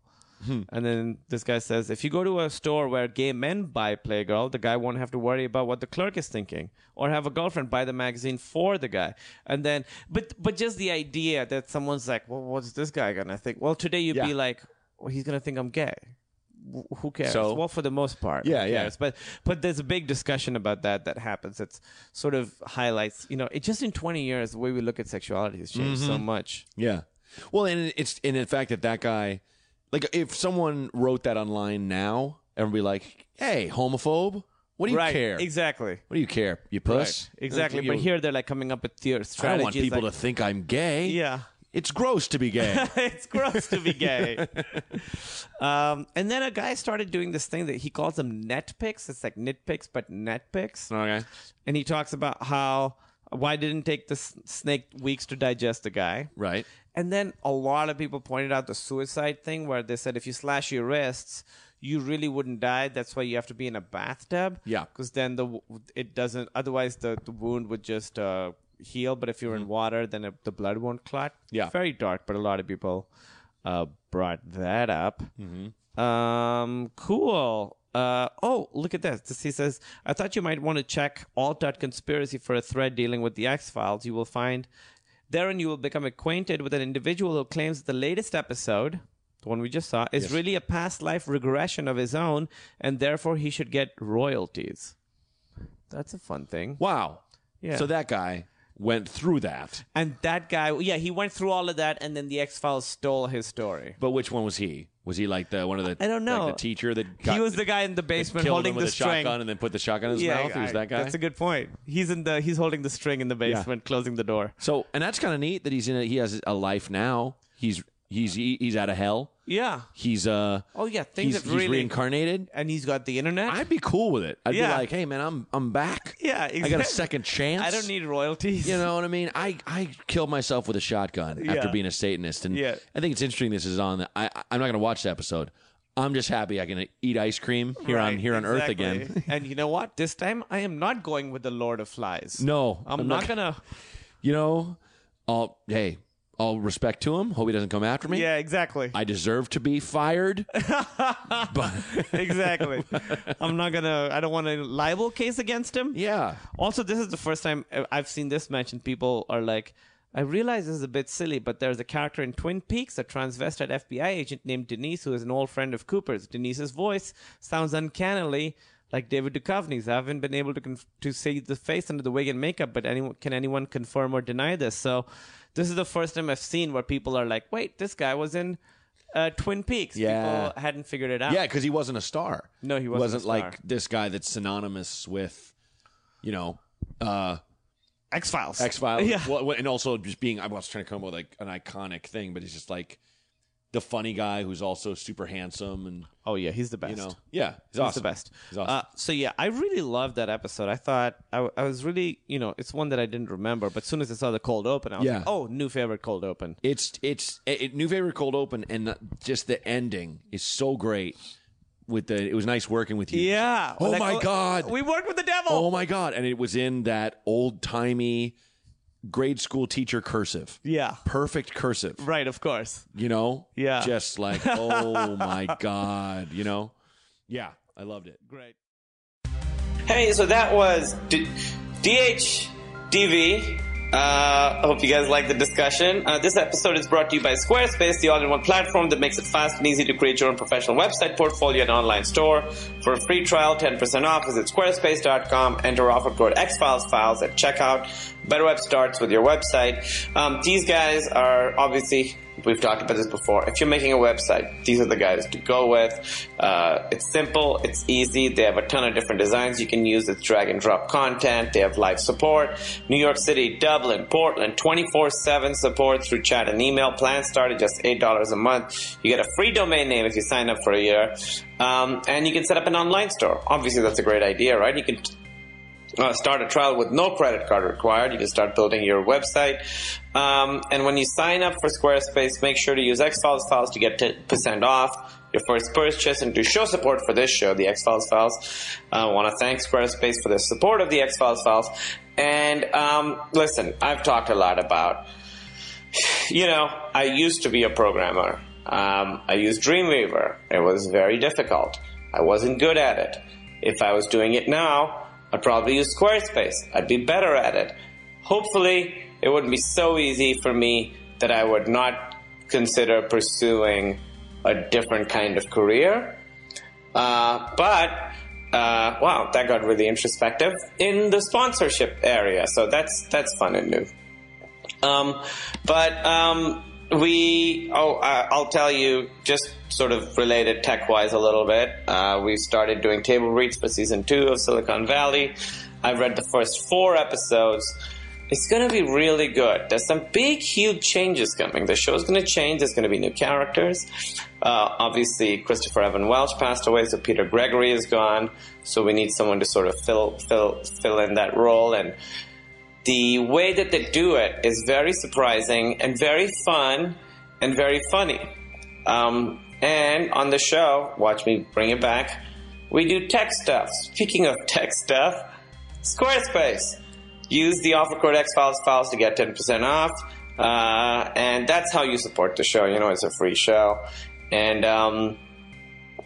S7: Hmm.
S8: And then this guy says, if you go to a store where gay men buy Playgirl, the guy won't have to worry about what the clerk is thinking, or have a girlfriend buy the magazine for the guy. And then, but but just the idea that someone's like, well, what's this guy gonna think? Well, today you'd be
S7: Yeah.
S8: like, well, he's gonna think I'm gay. Wh- Who cares?
S7: So-
S8: well, for the most part,
S7: Yeah,
S8: who
S7: yeah.
S8: cares? But but there's a big discussion about that that happens. It's sort of highlights, you know, it just in 20 years the way we look at sexuality has changed
S7: Mm-hmm.
S8: so much.
S7: Yeah. Well, and it's and in fact that that guy, like, if someone wrote that online now, everyone would be like, "Hey, homophobe, what do you
S8: right,
S7: care?
S8: exactly.
S7: What do you care, you puss?
S8: Exactly.
S7: You-
S8: But here they're like coming up with their strategies.
S7: I don't want people
S8: like,
S7: to think I'm gay.
S8: Yeah.
S7: It's gross to be gay.
S8: [laughs] it's gross to
S7: [laughs]
S8: be gay. um, and then a guy started doing this thing that he calls them net picks. It's like nitpicks, but net picks.
S7: okay.
S8: And he talks about how why didn't it take the s- snake weeks to digest the guy.
S7: Right.
S8: And then a lot of people pointed out the suicide thing where they said if you slash your wrists, you really wouldn't die. That's why you have to be in a bathtub.
S7: Yeah.
S8: Because then the w- it doesn't. Otherwise, the, the wound would just uh, heal. But if you're in water, then it, the blood won't clot.
S7: Mm-hmm. Yeah.
S8: Very dark, but a lot of people
S7: Mm-hmm.
S8: uh, brought that up. Um, cool. Uh, oh,
S10: oh, look at this. this. He says, I thought you might want to check alt.conspiracy for a thread dealing with the X Files. You will find therein you will become acquainted with an individual who claims that the latest episode, the one we just saw, is really a past life regression of his own, and therefore he should get royalties. That's a fun thing.
S7: Wow.
S10: Yeah.
S7: So that guy went through that.
S10: And that guy, yeah, he went through all of that, and then the X Files stole his story.
S7: But which one was he? Was he like the one of the
S10: I don't know.
S7: like the teacher that got,
S10: he was the guy in the
S7: that
S10: basement
S7: killed
S10: holding
S7: him with
S10: the
S7: a
S10: string.
S7: shotgun and then put the shotgun in his mouth? He was
S10: I-
S7: that guy?
S10: That's a good point. He's in the he's holding the string in the basement, closing the door.
S7: so and that's kind of neat that he's in a, he has a life now. He's he's he, he's out of hell.
S10: Yeah.
S7: He's uh
S10: Oh yeah, things
S7: he's,
S10: have
S7: he's
S10: really
S7: reincarnated.
S10: and he's got the internet.
S7: I'd be cool with it. I'd
S10: Yeah.
S7: be like, hey man, I'm I'm back.
S10: yeah,
S7: I got a
S10: exact-
S7: second chance.
S10: I don't need royalties. [laughs]
S7: You know what I mean? I, I killed myself with a shotgun after
S10: Yeah.
S7: being a Satanist, and
S10: Yeah.
S7: I think it's interesting. This is on. I I'm not going to watch the episode. I'm just happy I can eat ice cream here on
S10: Right,
S7: here on Earth again. [laughs]
S10: exactly. [laughs] and you know what? This time I am not going with the Lord of Flies.
S7: No,
S10: I'm,
S7: I'm
S10: not
S7: not- [laughs]
S10: gonna.
S7: You know, all hey, all respect to him. Hope he doesn't come after me.
S10: Yeah, exactly.
S7: I deserve to be fired. but
S10: [laughs]
S7: [laughs]
S10: exactly. I'm not gonna. I don't want a libel case against him.
S7: yeah,
S10: Also, this is the first time I- I've seen this mentioned. People are like, I realize this is a bit silly, but there's a character in Twin Peaks, a transvestite FBI agent named Denise, who is an old friend of Cooper's. Denise's voice sounds uncannily like David Duchovny's. I haven't been able to conf- to see the face under the wig and makeup, but anyone can anyone confirm or deny this? So, this is the first time I've seen where people are like, "Wait, this guy was in." Uh, Twin Peaks.
S7: Yeah.
S10: People hadn't figured it out.
S7: yeah, because he wasn't a star.
S10: No, he wasn't a
S7: wasn't
S10: star.
S7: like this guy that's synonymous with, you know, uh,
S10: X Files.
S7: X
S10: [laughs]
S7: Files.
S10: Yeah.
S7: Well, and also just being, I was trying to come up with like an iconic thing, but it's just like the funny guy who's also super handsome and,
S10: Oh yeah, he's the best.
S7: you know, yeah, he's
S10: He's
S7: awesome.
S10: the best.
S7: He's awesome.
S10: Uh, so yeah, I really loved that episode. I thought I, w- I was really, you know, it's one that I didn't remember, but as soon as I saw the cold open, I was
S7: Yeah.
S10: like, oh, new favorite cold open.
S7: It's, it's, it, it- New Favorite Cold Open and the, just the ending is so great with the, it was nice working with you.
S10: Yeah.
S7: Oh
S10: Like,
S7: my God.
S10: We worked with the devil.
S7: oh my God. And it was in that old timey grade school teacher cursive.
S10: Yeah.
S7: Perfect cursive.
S10: Right. Of course.
S7: You know?
S10: Yeah.
S7: Just like,
S10: [laughs]
S7: oh my God, you know? Yeah. I loved it.
S10: Great.
S8: Hey, so that was D- DHDV. Uh, I hope you guys like the discussion. Uh, this episode is brought to you by Squarespace, the all-in-one platform that makes it fast and easy to create your own professional website, portfolio, and online store. For a free trial, 10% off, visit squarespace.com. Enter offer code XFiles files at checkout. Better Web starts with your website. Um, these guys are obviously We've talked about this before. If you're making a website, these are the guys to go with. Uh, it's simple, it's easy. They have a ton of different designs you can use. It's drag and drop content. They have live support. New York City, Dublin, Portland, 24 7 support through chat and email. Plans start at just $8 a month. You get a free domain name if you sign up for a year. Um, and you can set up an online store. Obviously, that's a great idea, right? You can uh, start a trial with no credit card required. You can start building your website. Um, and when you sign up for Squarespace, make sure to use X-Files files to get 10% off your first purchase and to show support for this show, the X-Files files. I want to thank Squarespace for their support of the X-Files files. And um, listen, I've talked a lot about you know, I used to be a programmer. Um, I used Dreamweaver. It was very difficult. I wasn't good at it. If I was doing it now, I'd probably use Squarespace. I'd be better at it. Hopefully, it wouldn't be so easy for me that I would not consider pursuing a different kind of career. Uh, but uh, wow, that got really introspective in the sponsorship area. So that's that's fun and new. Um, but um, we, oh, I, I'll tell you, just sort of related tech wise a little bit. Uh, we started doing table reads for season two of Silicon Valley. I've read the first four episodes. It's going to be really good. There's some big, huge changes coming. The show's going to change. There's going to be new characters. Uh, obviously, Christopher Evan Welch passed away, so Peter Gregory is gone. So we need someone to sort of fill fill fill in that role and the way that they do it is very surprising and very fun and very funny. Um, and on the show, watch me bring it back, we do tech stuff. Speaking of tech stuff, Squarespace. Use the offer code XFiles files to get 10% off. Uh, and that's how you support the show. You know, it's a free show. And, um,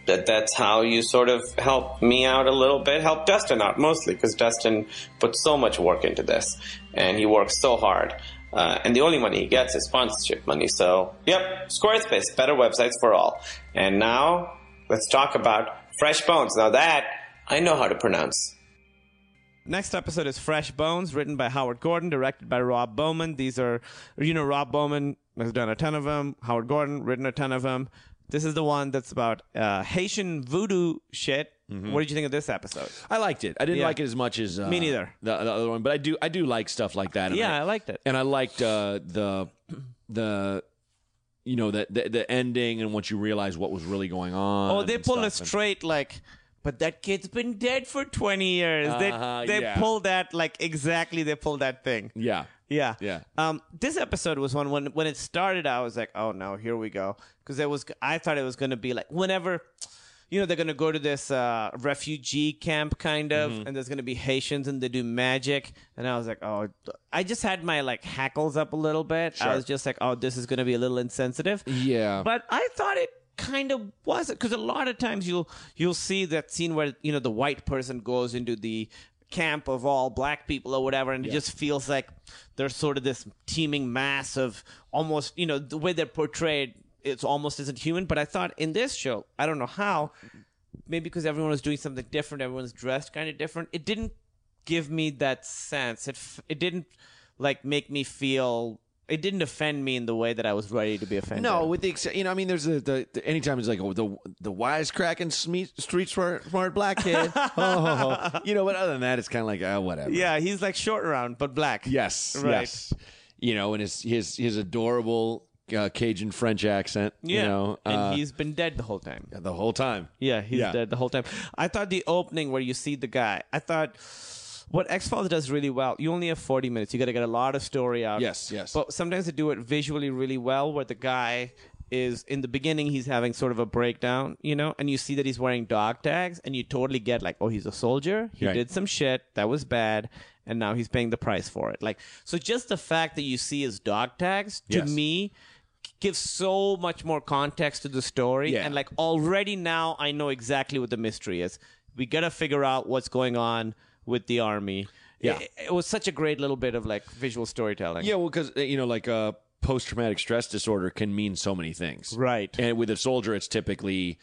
S9: that that's how you sort of help me out a little bit, help Dustin out mostly, because Dustin put so much work into this and he works so hard. Uh, and the only money he gets is sponsorship money. So, yep, Squarespace, better websites for all. And now let's talk about Fresh Bones. Now that I know how to pronounce.
S8: Next episode is Fresh Bones, written by Howard Gordon, directed by Rob Bowman. These are, you know, Rob Bowman has done a ton of them. Howard Gordon written a ton of them. This is the one that's about uh, Haitian voodoo shit.
S7: Mm-hmm.
S8: What did you think of this episode?
S7: I liked it. I didn't
S8: Yeah.
S7: like it as much as uh,
S8: Me neither.
S7: The, the other one, but I do. I do like stuff like that. And
S8: Yeah, I liked it.
S7: and I liked uh, the the you know the, the the ending and once you realize what was really going on.
S8: Oh, they
S7: and
S8: pulled a
S7: stuff. And-
S8: straight like. But that kid's been dead for twenty years.
S7: Uh-huh,
S8: they they
S7: yeah.
S8: pulled that like exactly. They pulled that thing.
S7: yeah,
S8: Yeah.
S7: Yeah.
S8: Um, this episode was one when when it started, I was like, oh no, here we go, because it was I thought it was gonna be like whenever. You know they're gonna go to this uh, refugee camp kind of,
S7: Mm-hmm.
S8: and there's gonna be Haitians and they do magic. And I was like, oh, I just had my like hackles up a little bit. I was just like, oh, this is gonna be a little insensitive.
S7: yeah.
S8: But I thought it kind of was because a lot of times you'll you'll see that scene where you know the white person goes into the camp of all black people or whatever, and it just feels like there's sort of this teeming mass of almost you know the way they're portrayed. It's almost isn't human, but I thought in this show, I don't know how, maybe because everyone was doing something different, everyone's dressed kind of different. It didn't give me that sense. It f- it didn't like make me feel. It didn't offend me in the way that I was ready to be offended.
S7: No, with the exce- you know, I mean, there's the, the, the anytime it's like oh, the the wisecracking sme- street smart, smart black
S8: [laughs]
S7: kid, oh, oh, oh. you know. But other than that, it's kind of like ah, whatever.
S8: Yeah, he's like short round but black.
S7: Yes.
S8: Right.
S7: Yes. You know, and his his his adorable uh, Cajun French accent.
S8: Yeah.
S7: You know,
S8: and
S7: uh,
S8: he's been dead the whole time.
S7: the whole time.
S8: Yeah, he's
S7: Yeah.
S8: dead the whole time. I thought the opening where you see the guy, I thought what X Files does really well, you only have 40 minutes. You got to get a lot of story out.
S7: Yes, yes.
S8: But sometimes they do it visually really well where the guy is in the beginning he's having sort of a breakdown you know and you see that he's wearing dog tags and you totally get like oh he's a soldier he
S7: Right.
S8: did some shit that was bad and now he's paying the price for it like so just the fact that you see his dog tags to
S7: Yes.
S8: me gives so much more context to the story
S7: Yeah.
S8: and like already now i know exactly what the mystery is we gotta figure out what's going on with the army
S7: Yeah.
S8: it, it was such a great little bit of like visual storytelling
S7: Yeah, well, because you know, like uh, post traumatic stress disorder can mean so many things,
S8: Right.
S7: And with a soldier, it's typically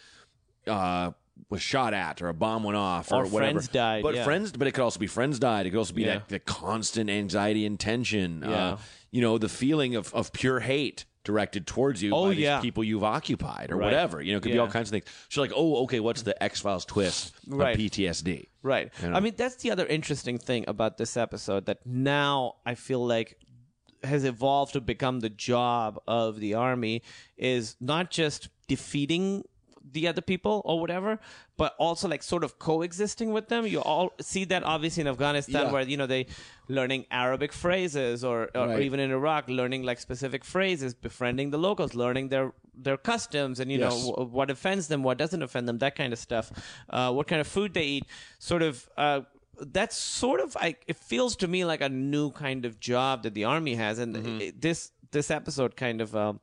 S7: uh, was shot at or a bomb went off or,
S8: Or
S7: whatever.
S8: friends died,
S7: but
S8: yeah.
S7: friends, but it could also be friends died. It could also be
S8: Yeah.
S7: that the constant anxiety and tension.
S8: Yeah.
S7: Uh, you know, the feeling of of pure hate directed towards you
S8: Oh,
S7: by these
S8: yeah.
S7: people you've occupied or
S8: Right.
S7: whatever. You know, it could be
S8: Yeah.
S7: all kinds of things. So like, oh, okay, what's the X Files twist
S8: Right.
S7: of PTSD?
S8: Right.
S7: You know?
S8: I mean, that's the other interesting thing about this episode that now I feel like has evolved to become the job of the army is not just defeating the other people or whatever, but also like sort of coexisting with them. You all see that obviously in Afghanistan
S7: Yeah.
S8: where, you know, they learning Arabic phrases or, or
S7: Right.
S8: even in Iraq, learning like specific phrases, befriending the locals, learning their, their customs and, you know,
S7: Yes.
S8: w- of what offends them, what doesn't offend them, that kind of stuff, uh, what kind of food they eat, sort of. Uh, that's sort of like it feels to me like a new kind of job that the army has, and
S7: Mm-hmm.
S8: it- this this episode kind of. Um,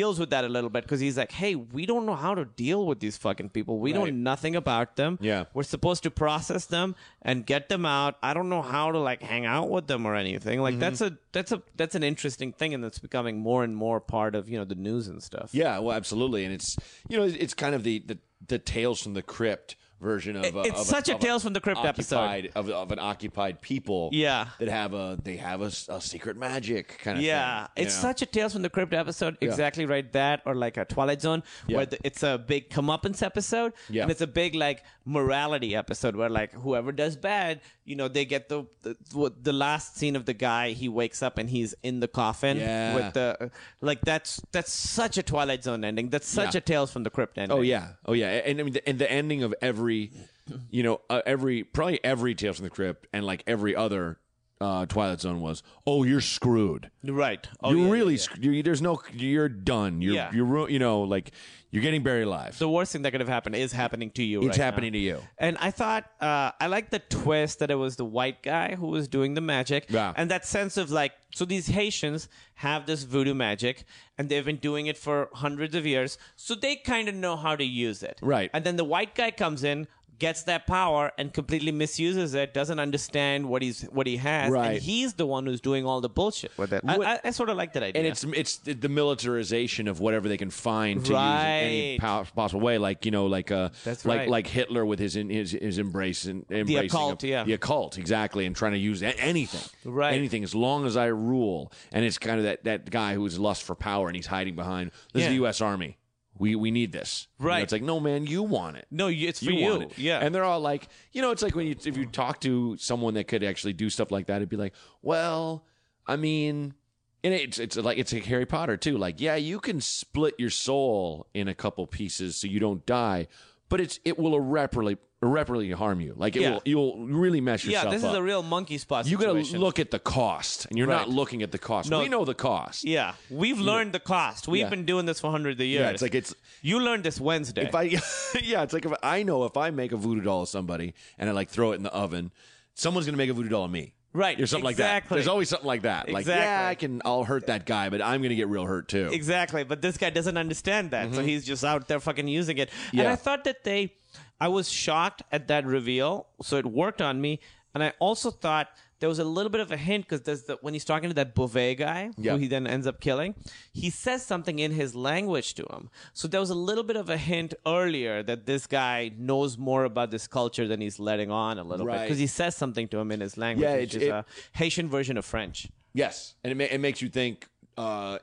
S8: deals with that a little bit because he's like hey we don't know how to deal with these fucking people we know
S7: Right.
S8: nothing about them
S7: Yeah.
S8: we're supposed to process them and get them out i don't know how to like hang out with them or anything like that's a that's a that's an interesting thing and that's becoming more and more part of you know the news and stuff
S7: Yeah, well, absolutely, and it's you know it's kind of the the, the tales from the crypt version of a,
S8: It's
S7: of
S8: such a
S7: of
S8: Tales from the Crypt episode.
S7: occupied- of, of an occupied people.
S8: Yeah.
S7: that have a they have a, s- a secret magic kind of
S8: Yeah,
S7: thing, you
S8: it's
S7: know?
S8: such a Tales from the Crypt episode. Exactly right. That or like a Twilight Zone, where the, it's a big comeuppance episode,
S7: Yeah.
S8: and it's a big like morality episode where like whoever does bad, you know, they get the the, what- the last scene of the guy. He wakes up and he's in the coffin
S7: Yeah.
S8: with the like. That's that's such a Twilight Zone ending. That's such
S7: Yeah.
S8: a Tales from the Crypt ending.
S7: Oh yeah, oh yeah, and I mean, the, and the ending of every, you know, uh, every probably every Tales from the Crypt and like every other uh, uh, Twilight Zone was, "Oh, you're screwed.
S8: Right. Oh,
S7: you
S8: yeah,
S7: really,
S8: yeah, yeah.
S7: sc- you, there's no, you're done. You're,
S8: Yeah.
S7: you're, ru- you know, like you're getting buried alive.
S8: The worst thing that could have happened is happening to you.
S7: it's
S8: right
S7: happening
S8: now.
S7: to you.
S8: And I thought uh, I like the twist that it was the white guy who was doing the magic,
S7: Yeah.
S8: and that sense of like, so these Haitians have this voodoo magic, and they've been doing it for hundreds of years, so they kind of know how to use it,
S7: Right.
S8: And then the white guy comes in, gets that power, and completely misuses it, doesn't understand what he's what he has,
S7: Right.
S8: And he's the one who's doing all the bullshit. With
S7: that-
S8: I, I, I sort of like that idea.
S7: And it's it's the- the militarization of whatever they can find to use in any
S8: Right.
S7: pow- possible way, like you know, like uh,
S8: That's
S7: like
S8: right.
S7: like Hitler with his in, his his embrace and embracing of-
S8: occult, yeah.
S7: the occult, exactly, and trying to use a- anything,
S8: Right.
S7: anything as long as I rule. And it's kind of that that guy who's lust for power and he's hiding behind this is the
S8: Yeah.
S7: U.S. Army. We we need this, You know,
S8: Right.
S7: it's like no man, you want it.
S8: no, you- it's for
S7: You,
S8: you.
S7: want it.
S8: Yeah.
S7: And they're all like, you know, it's like when you if you talk to someone that could actually do stuff like that, it'd be like, well, I mean, and it's it's like it's like Harry Potter too. Like, yeah, you can split your soul in a couple pieces so you don't die, but it's it will irreparably irreparably harm you. Like it
S8: Yeah.
S7: will you'll really mess yourself
S8: yeah,
S7: up.
S8: this is a real monkey spot.
S7: you gotta
S8: situation.
S7: look at the cost, and you're not
S8: Right.
S7: looking at the cost.
S8: No.
S7: We know the cost.
S8: Yeah, we've learned the cost. We've
S7: Yeah.
S8: been doing this for hundreds of years.
S7: yeah it's like it's
S8: you learned this Wednesday.
S7: If I, [laughs] yeah, it's like if I know if I make a voodoo doll of somebody and I like throw it in the oven, someone's gonna make a voodoo doll of me,
S8: Right,
S7: Or something like that.
S8: exactly.
S7: There's always something like that. Like, yeah,
S8: Exactly.
S7: I can, I'll hurt that guy, but I'm gonna get real hurt too.
S8: exactly, but this guy doesn't understand that, so he's just out there fucking using it. And
S7: Mm-hmm. Yeah.
S8: I thought that they, I was shocked at that reveal, so it worked on me. And I also thought there was a little bit of a hint because there's the when he's talking to that Beauvais guy
S7: Yeah.
S8: who he then ends up killing, he says something in his language to him. So there was a little bit of a hint earlier that this guy knows more about this culture than he's letting on a little bit
S7: Right.
S8: because he says something to him in his language,
S7: Yeah,
S8: which
S7: it-
S8: is
S7: it-
S8: a Haitian version of French.
S7: Yes, and it, ma- it makes you think: uh,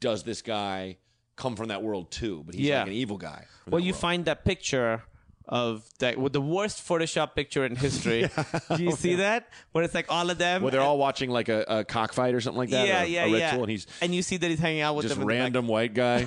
S7: Does this guy come from that world too? But he's
S8: Yeah. Um,
S7: like an evil guy. from
S8: Well,
S7: that
S8: you
S7: world.
S8: find that picture of that with the worst Photoshop picture in
S7: [laughs]
S8: history. Do you see that? Where it's like all of them.
S7: Well, they're all watching like a, a cockfight or something like that.
S8: yeah,
S7: or
S8: yeah,
S7: a ritual,
S8: yeah.
S7: and he's
S8: and you see that he's hanging out with
S7: just
S8: them. in the back.
S7: random white guy.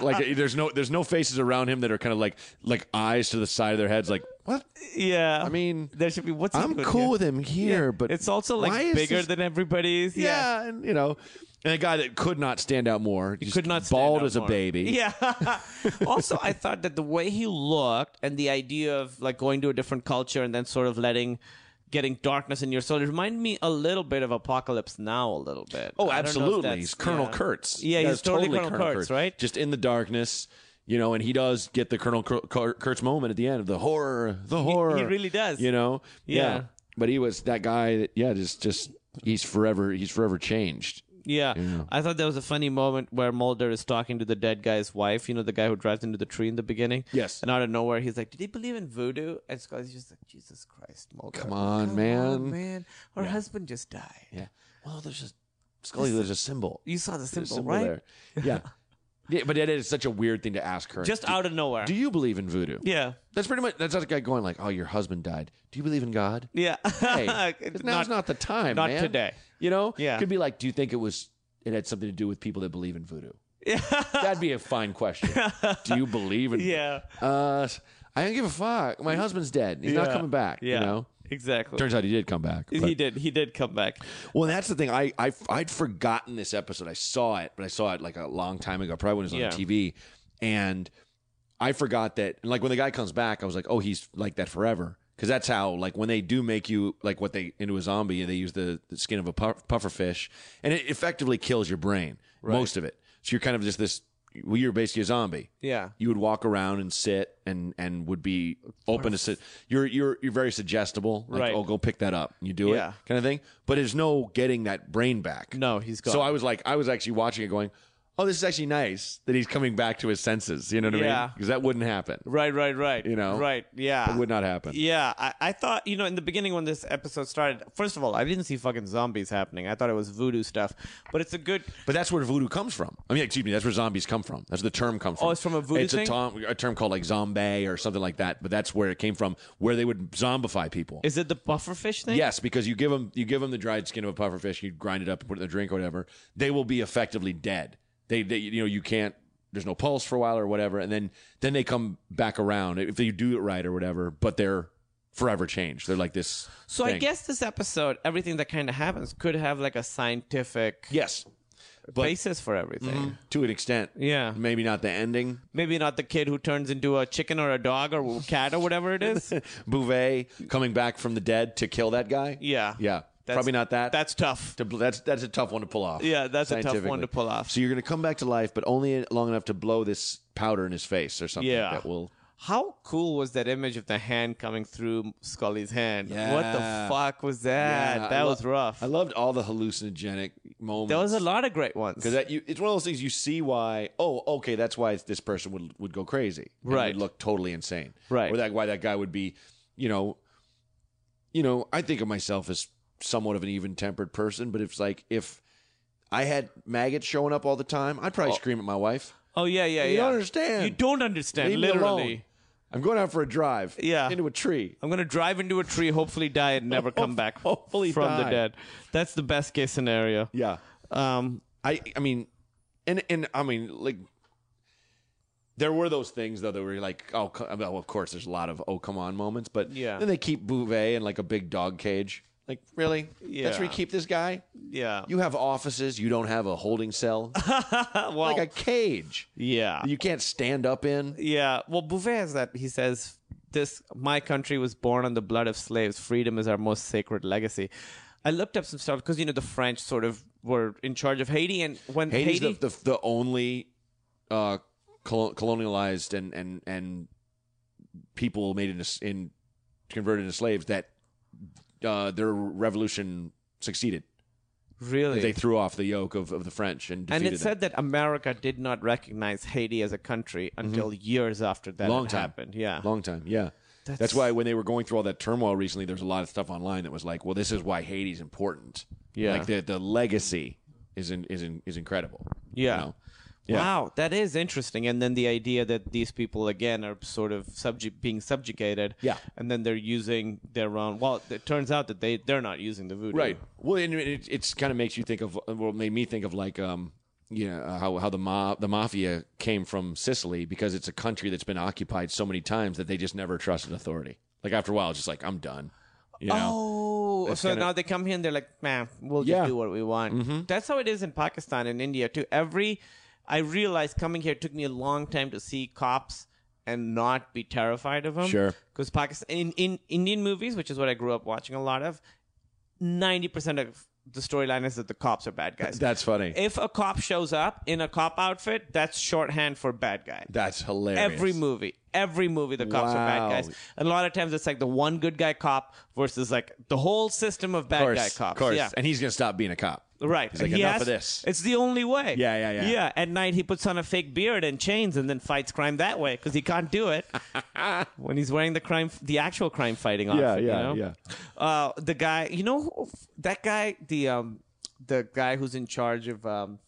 S8: [laughs]
S7: like there's no there's no faces around him that are kind of like like eyes to the side of their heads. Like what?
S8: Yeah.
S7: I mean,
S8: there should be. What's he
S7: I'm
S8: doing
S7: cool
S8: here?
S7: with him here, but
S8: it's also like
S7: why is
S8: bigger
S7: this-
S8: than everybody's. Yeah.
S7: [laughs] yeah, and you know, and a guy that could not stand out more.
S8: You
S7: just
S8: could not stand
S7: bald
S8: out
S7: as a
S8: more.
S7: baby.
S8: [laughs] Yeah. also, I thought that the way he looked and the idea of like going to a different culture and then sort of letting getting darkness in your soul it reminded me a little bit of Apocalypse Now a little bit.
S7: Oh,
S8: I don't know if
S7: absolutely.
S8: that's-
S7: He's Colonel
S8: yeah.
S7: Kurtz.
S8: Yeah,
S7: That
S8: he's
S7: is
S8: totally, Colonel, Kurtz, right?
S7: Just in the darkness, you know, and he does get the Colonel Kur- Kur- Kurtz moment at the end of the horror, the horror.
S8: he really does.
S7: You know?
S8: Yeah.
S7: But he was that guy that yeah, just just he's forever he's forever changed.
S8: Yeah. I thought there was a funny moment where Mulder is talking to the dead guy's wife, you know, the guy who drives into the tree in the beginning.
S7: Yes.
S8: And out of nowhere, he's like, Did he believe in voodoo? And Scott's just like, Jesus Christ, Mulder.
S7: Come on, man."
S8: man. Her husband just died.
S7: Yeah. Well, there's just Scully, there's a symbol.
S8: You saw the symbol,
S7: There's a
S8: right? [laughs]
S7: there. Yeah. yeah. But it is such a weird thing to ask her.
S8: Just
S7: Do-
S8: out of nowhere.
S7: Do you believe in voodoo?
S8: yeah.
S7: That's pretty much that's not a guy going like, "Oh, your husband died. Do you believe in
S8: [laughs]
S7: God?"
S8: Yeah.
S7: Hey,
S8: It's
S7: now's not, the time.
S8: not
S7: man.
S8: today.
S7: You know.
S8: Yeah.
S7: Could be like, do you think it was? It had something to do with people that believe in voodoo.
S8: [laughs] Yeah.
S7: That'd be a fine
S8: [laughs]
S7: question. do you believe in?
S8: yeah.
S7: Uh, I don't give a fuck. My husband's dead. He's not
S8: Yeah.
S7: coming back. You
S8: Yeah.
S7: know.
S8: Exactly.
S7: Turns out he did come back. but-
S8: he did. He did come back.
S7: well, that's the thing. I, I I'd forgotten this episode. I saw it, but I saw it like a long time ago, probably when it was on
S8: Yeah.
S7: TV, and I forgot that. And like when the guy comes back, I was like, oh, he's like that forever. Because that's how, like, when they do make you, like, what they into a zombie, they use the, the skin of a puff, puffer fish, and it effectively kills your brain, most of it. So you're kind of just this. Well, you're basically a zombie.
S8: Yeah.
S7: you would walk around and sit, and and would be open to sit. You're you're you're very suggestible. Like,
S8: Right.
S7: Oh, go pick that up. You do do it
S8: Yeah.
S7: kind of thing. But there's no getting that brain back.
S8: No, he's gone.
S7: So I was like, I was actually watching it going, oh, this is actually nice that he's coming back to his senses. You know what I mean?
S8: Yeah.
S7: Because that wouldn't happen.
S8: Right, right, right.
S7: You know?
S8: Right, yeah.
S7: It would not happen.
S8: Yeah, I, I thought, you know, in the beginning when this episode started, first of all, I didn't see fucking zombies happening. I thought it was voodoo stuff. But it's a good.
S7: But that's where voodoo comes from. I mean, excuse me, that's where zombies come from. That's where the term comes from.
S8: Oh, it's from a voodoo
S7: It's
S8: thing?
S7: A, tom- a term called like zombie or something like that. But that's where it came from, where they would zombify people.
S8: Is it the bufferfish thing?
S7: Yes, because you give them you give them the dried skin of a pufferfish, you grind it up and put it in a drink or whatever. They will be effectively dead. They, they you know you can't. There's no pulse for a while or whatever, and then then they come back around if you do it right or whatever. But they're forever changed. They're like this.
S8: So I
S7: thing.
S8: guess this episode, everything that kind of happens, could have like a scientific
S7: yes, but Mm-hmm.
S8: basis for everything.
S7: to an extent,
S8: Yeah.
S7: maybe not the ending.
S8: Maybe not the kid who turns into a chicken or a dog or a cat or whatever
S7: [laughs]
S8: it is.
S7: Bouvet coming back from the dead to kill that guy.
S8: Yeah.
S7: yeah,
S8: That's-
S7: probably not that.
S8: That's tough.
S7: to, that's that's a tough one to pull off.
S8: Yeah, that's a tough one to pull off.
S7: So you're going to come back to life, but only long enough to blow this powder in his face or something.
S8: Yeah.
S7: that will.
S8: How cool was that image of the hand coming through Scully's hand? What
S7: Yeah.
S8: the fuck was that?
S7: Yeah, I
S8: that
S7: lo-
S8: was rough.
S7: I loved all the hallucinogenic moments.
S8: there was a lot of great ones.
S7: because that you, it's one of those things you see why. Oh, okay, that's why it's, this person would would go crazy. and would
S8: Right.
S7: look totally insane.
S8: Right.
S7: or that why that guy would be, you know, you know. I think of myself as somewhat of an even tempered person, but it's like if I had maggots showing up all the time, I'd probably scream at my wife.
S8: oh yeah, yeah, yeah.
S7: You don't understand.
S8: You don't understand.
S7: Leave me
S8: literally.
S7: alone. I'm going out for a drive.
S8: Yeah.
S7: into a tree.
S8: I'm gonna drive into a tree, hopefully die, and
S7: [laughs]
S8: never come back.
S7: Hopefully
S8: from the
S7: die.
S8: dead. That's the best case scenario.
S7: Yeah,
S8: Um,
S7: I I mean, and and I mean like. There were those things though that were like, oh, co- well, of course, there's a lot of oh, come on moments, but
S8: Yeah.
S7: then they keep Bouvet in like a big dog cage. Like, really? That's where
S8: Yeah.
S7: you keep this guy?
S8: yeah. [laughs]
S7: You have offices, you don't have a holding cell,
S8: well,
S7: like a cage
S8: yeah,
S7: that you can't stand up in.
S8: yeah. Well, Bouvet has that. He says, "This my country was born on the blood of slaves. Freedom is our most sacred legacy." I looked up some stuff because you know the French sort of were in charge of Haiti, and when
S7: Haiti's
S8: Haiti,
S7: the, the the only uh, col- colonialized and and and people made into s- in converted into slaves that uh, their revolution succeeded.
S8: really
S7: They threw off the yoke of, of the French and defeated
S8: and it
S7: them.
S8: said that America did not recognize Haiti as a country until years after that
S7: Mm-hmm. long
S8: had
S7: time
S8: happened. Yeah,
S7: long time. Yeah, that's,
S8: That's-
S7: why when they were going through all that turmoil recently, there's a lot of stuff online that was like, "Well, this is why Haiti's important."
S8: Yeah.
S7: like the the legacy is in, is in, is incredible. you
S8: Yeah.
S7: know? Yeah.
S8: Wow, that is interesting. And then the idea that these people again are sort of subject being subjugated.
S7: Yeah.
S8: And then they're using their own. Well, it turns out that they they're not using the voodoo.
S7: Right. Well, and it, it's kind of makes you think of uh, well, made me think of like um you know uh, how how the ma- the mafia came from Sicily because it's a country that's been occupied so many times that they just never trusted authority. Like after a while, it's just like I'm done. You know?
S8: Oh, so
S7: kinda-
S8: now they come here and they're like, man, we'll just
S7: Yeah. Mm-hmm.
S8: do what we want. That's how it is in Pakistan and India too. Every, I realized coming here it took me a long time to see cops and not be terrified of them.
S7: Sure.
S8: Because Pakistan, in, in Indian movies, which is what I grew up watching a lot of, 90% of the storyline is that the cops are bad guys.
S7: That's funny.
S8: if a cop shows up in a cop outfit, that's shorthand for bad guy.
S7: that's hilarious.
S8: Every movie, every movie, the cops are
S7: Wow.
S8: bad guys. And a lot of times, it's like the one good guy cop versus like the whole system of bad
S7: course,
S8: guy cops.
S7: course.
S8: Yeah,
S7: And he's gonna stop being a cop.
S8: right.
S7: He's like,
S8: He
S7: enough
S8: has-
S7: of this.
S8: It's the only way.
S7: Yeah, yeah, yeah.
S8: Yeah. At night, he puts on a fake beard and chains, and then fights crime that way because he can't
S7: [laughs]
S8: do it when he's wearing the crime, the actual crime fighting outfit. you know? Uh, the guy, you know, who- that guy, the um, the guy who's in charge of um,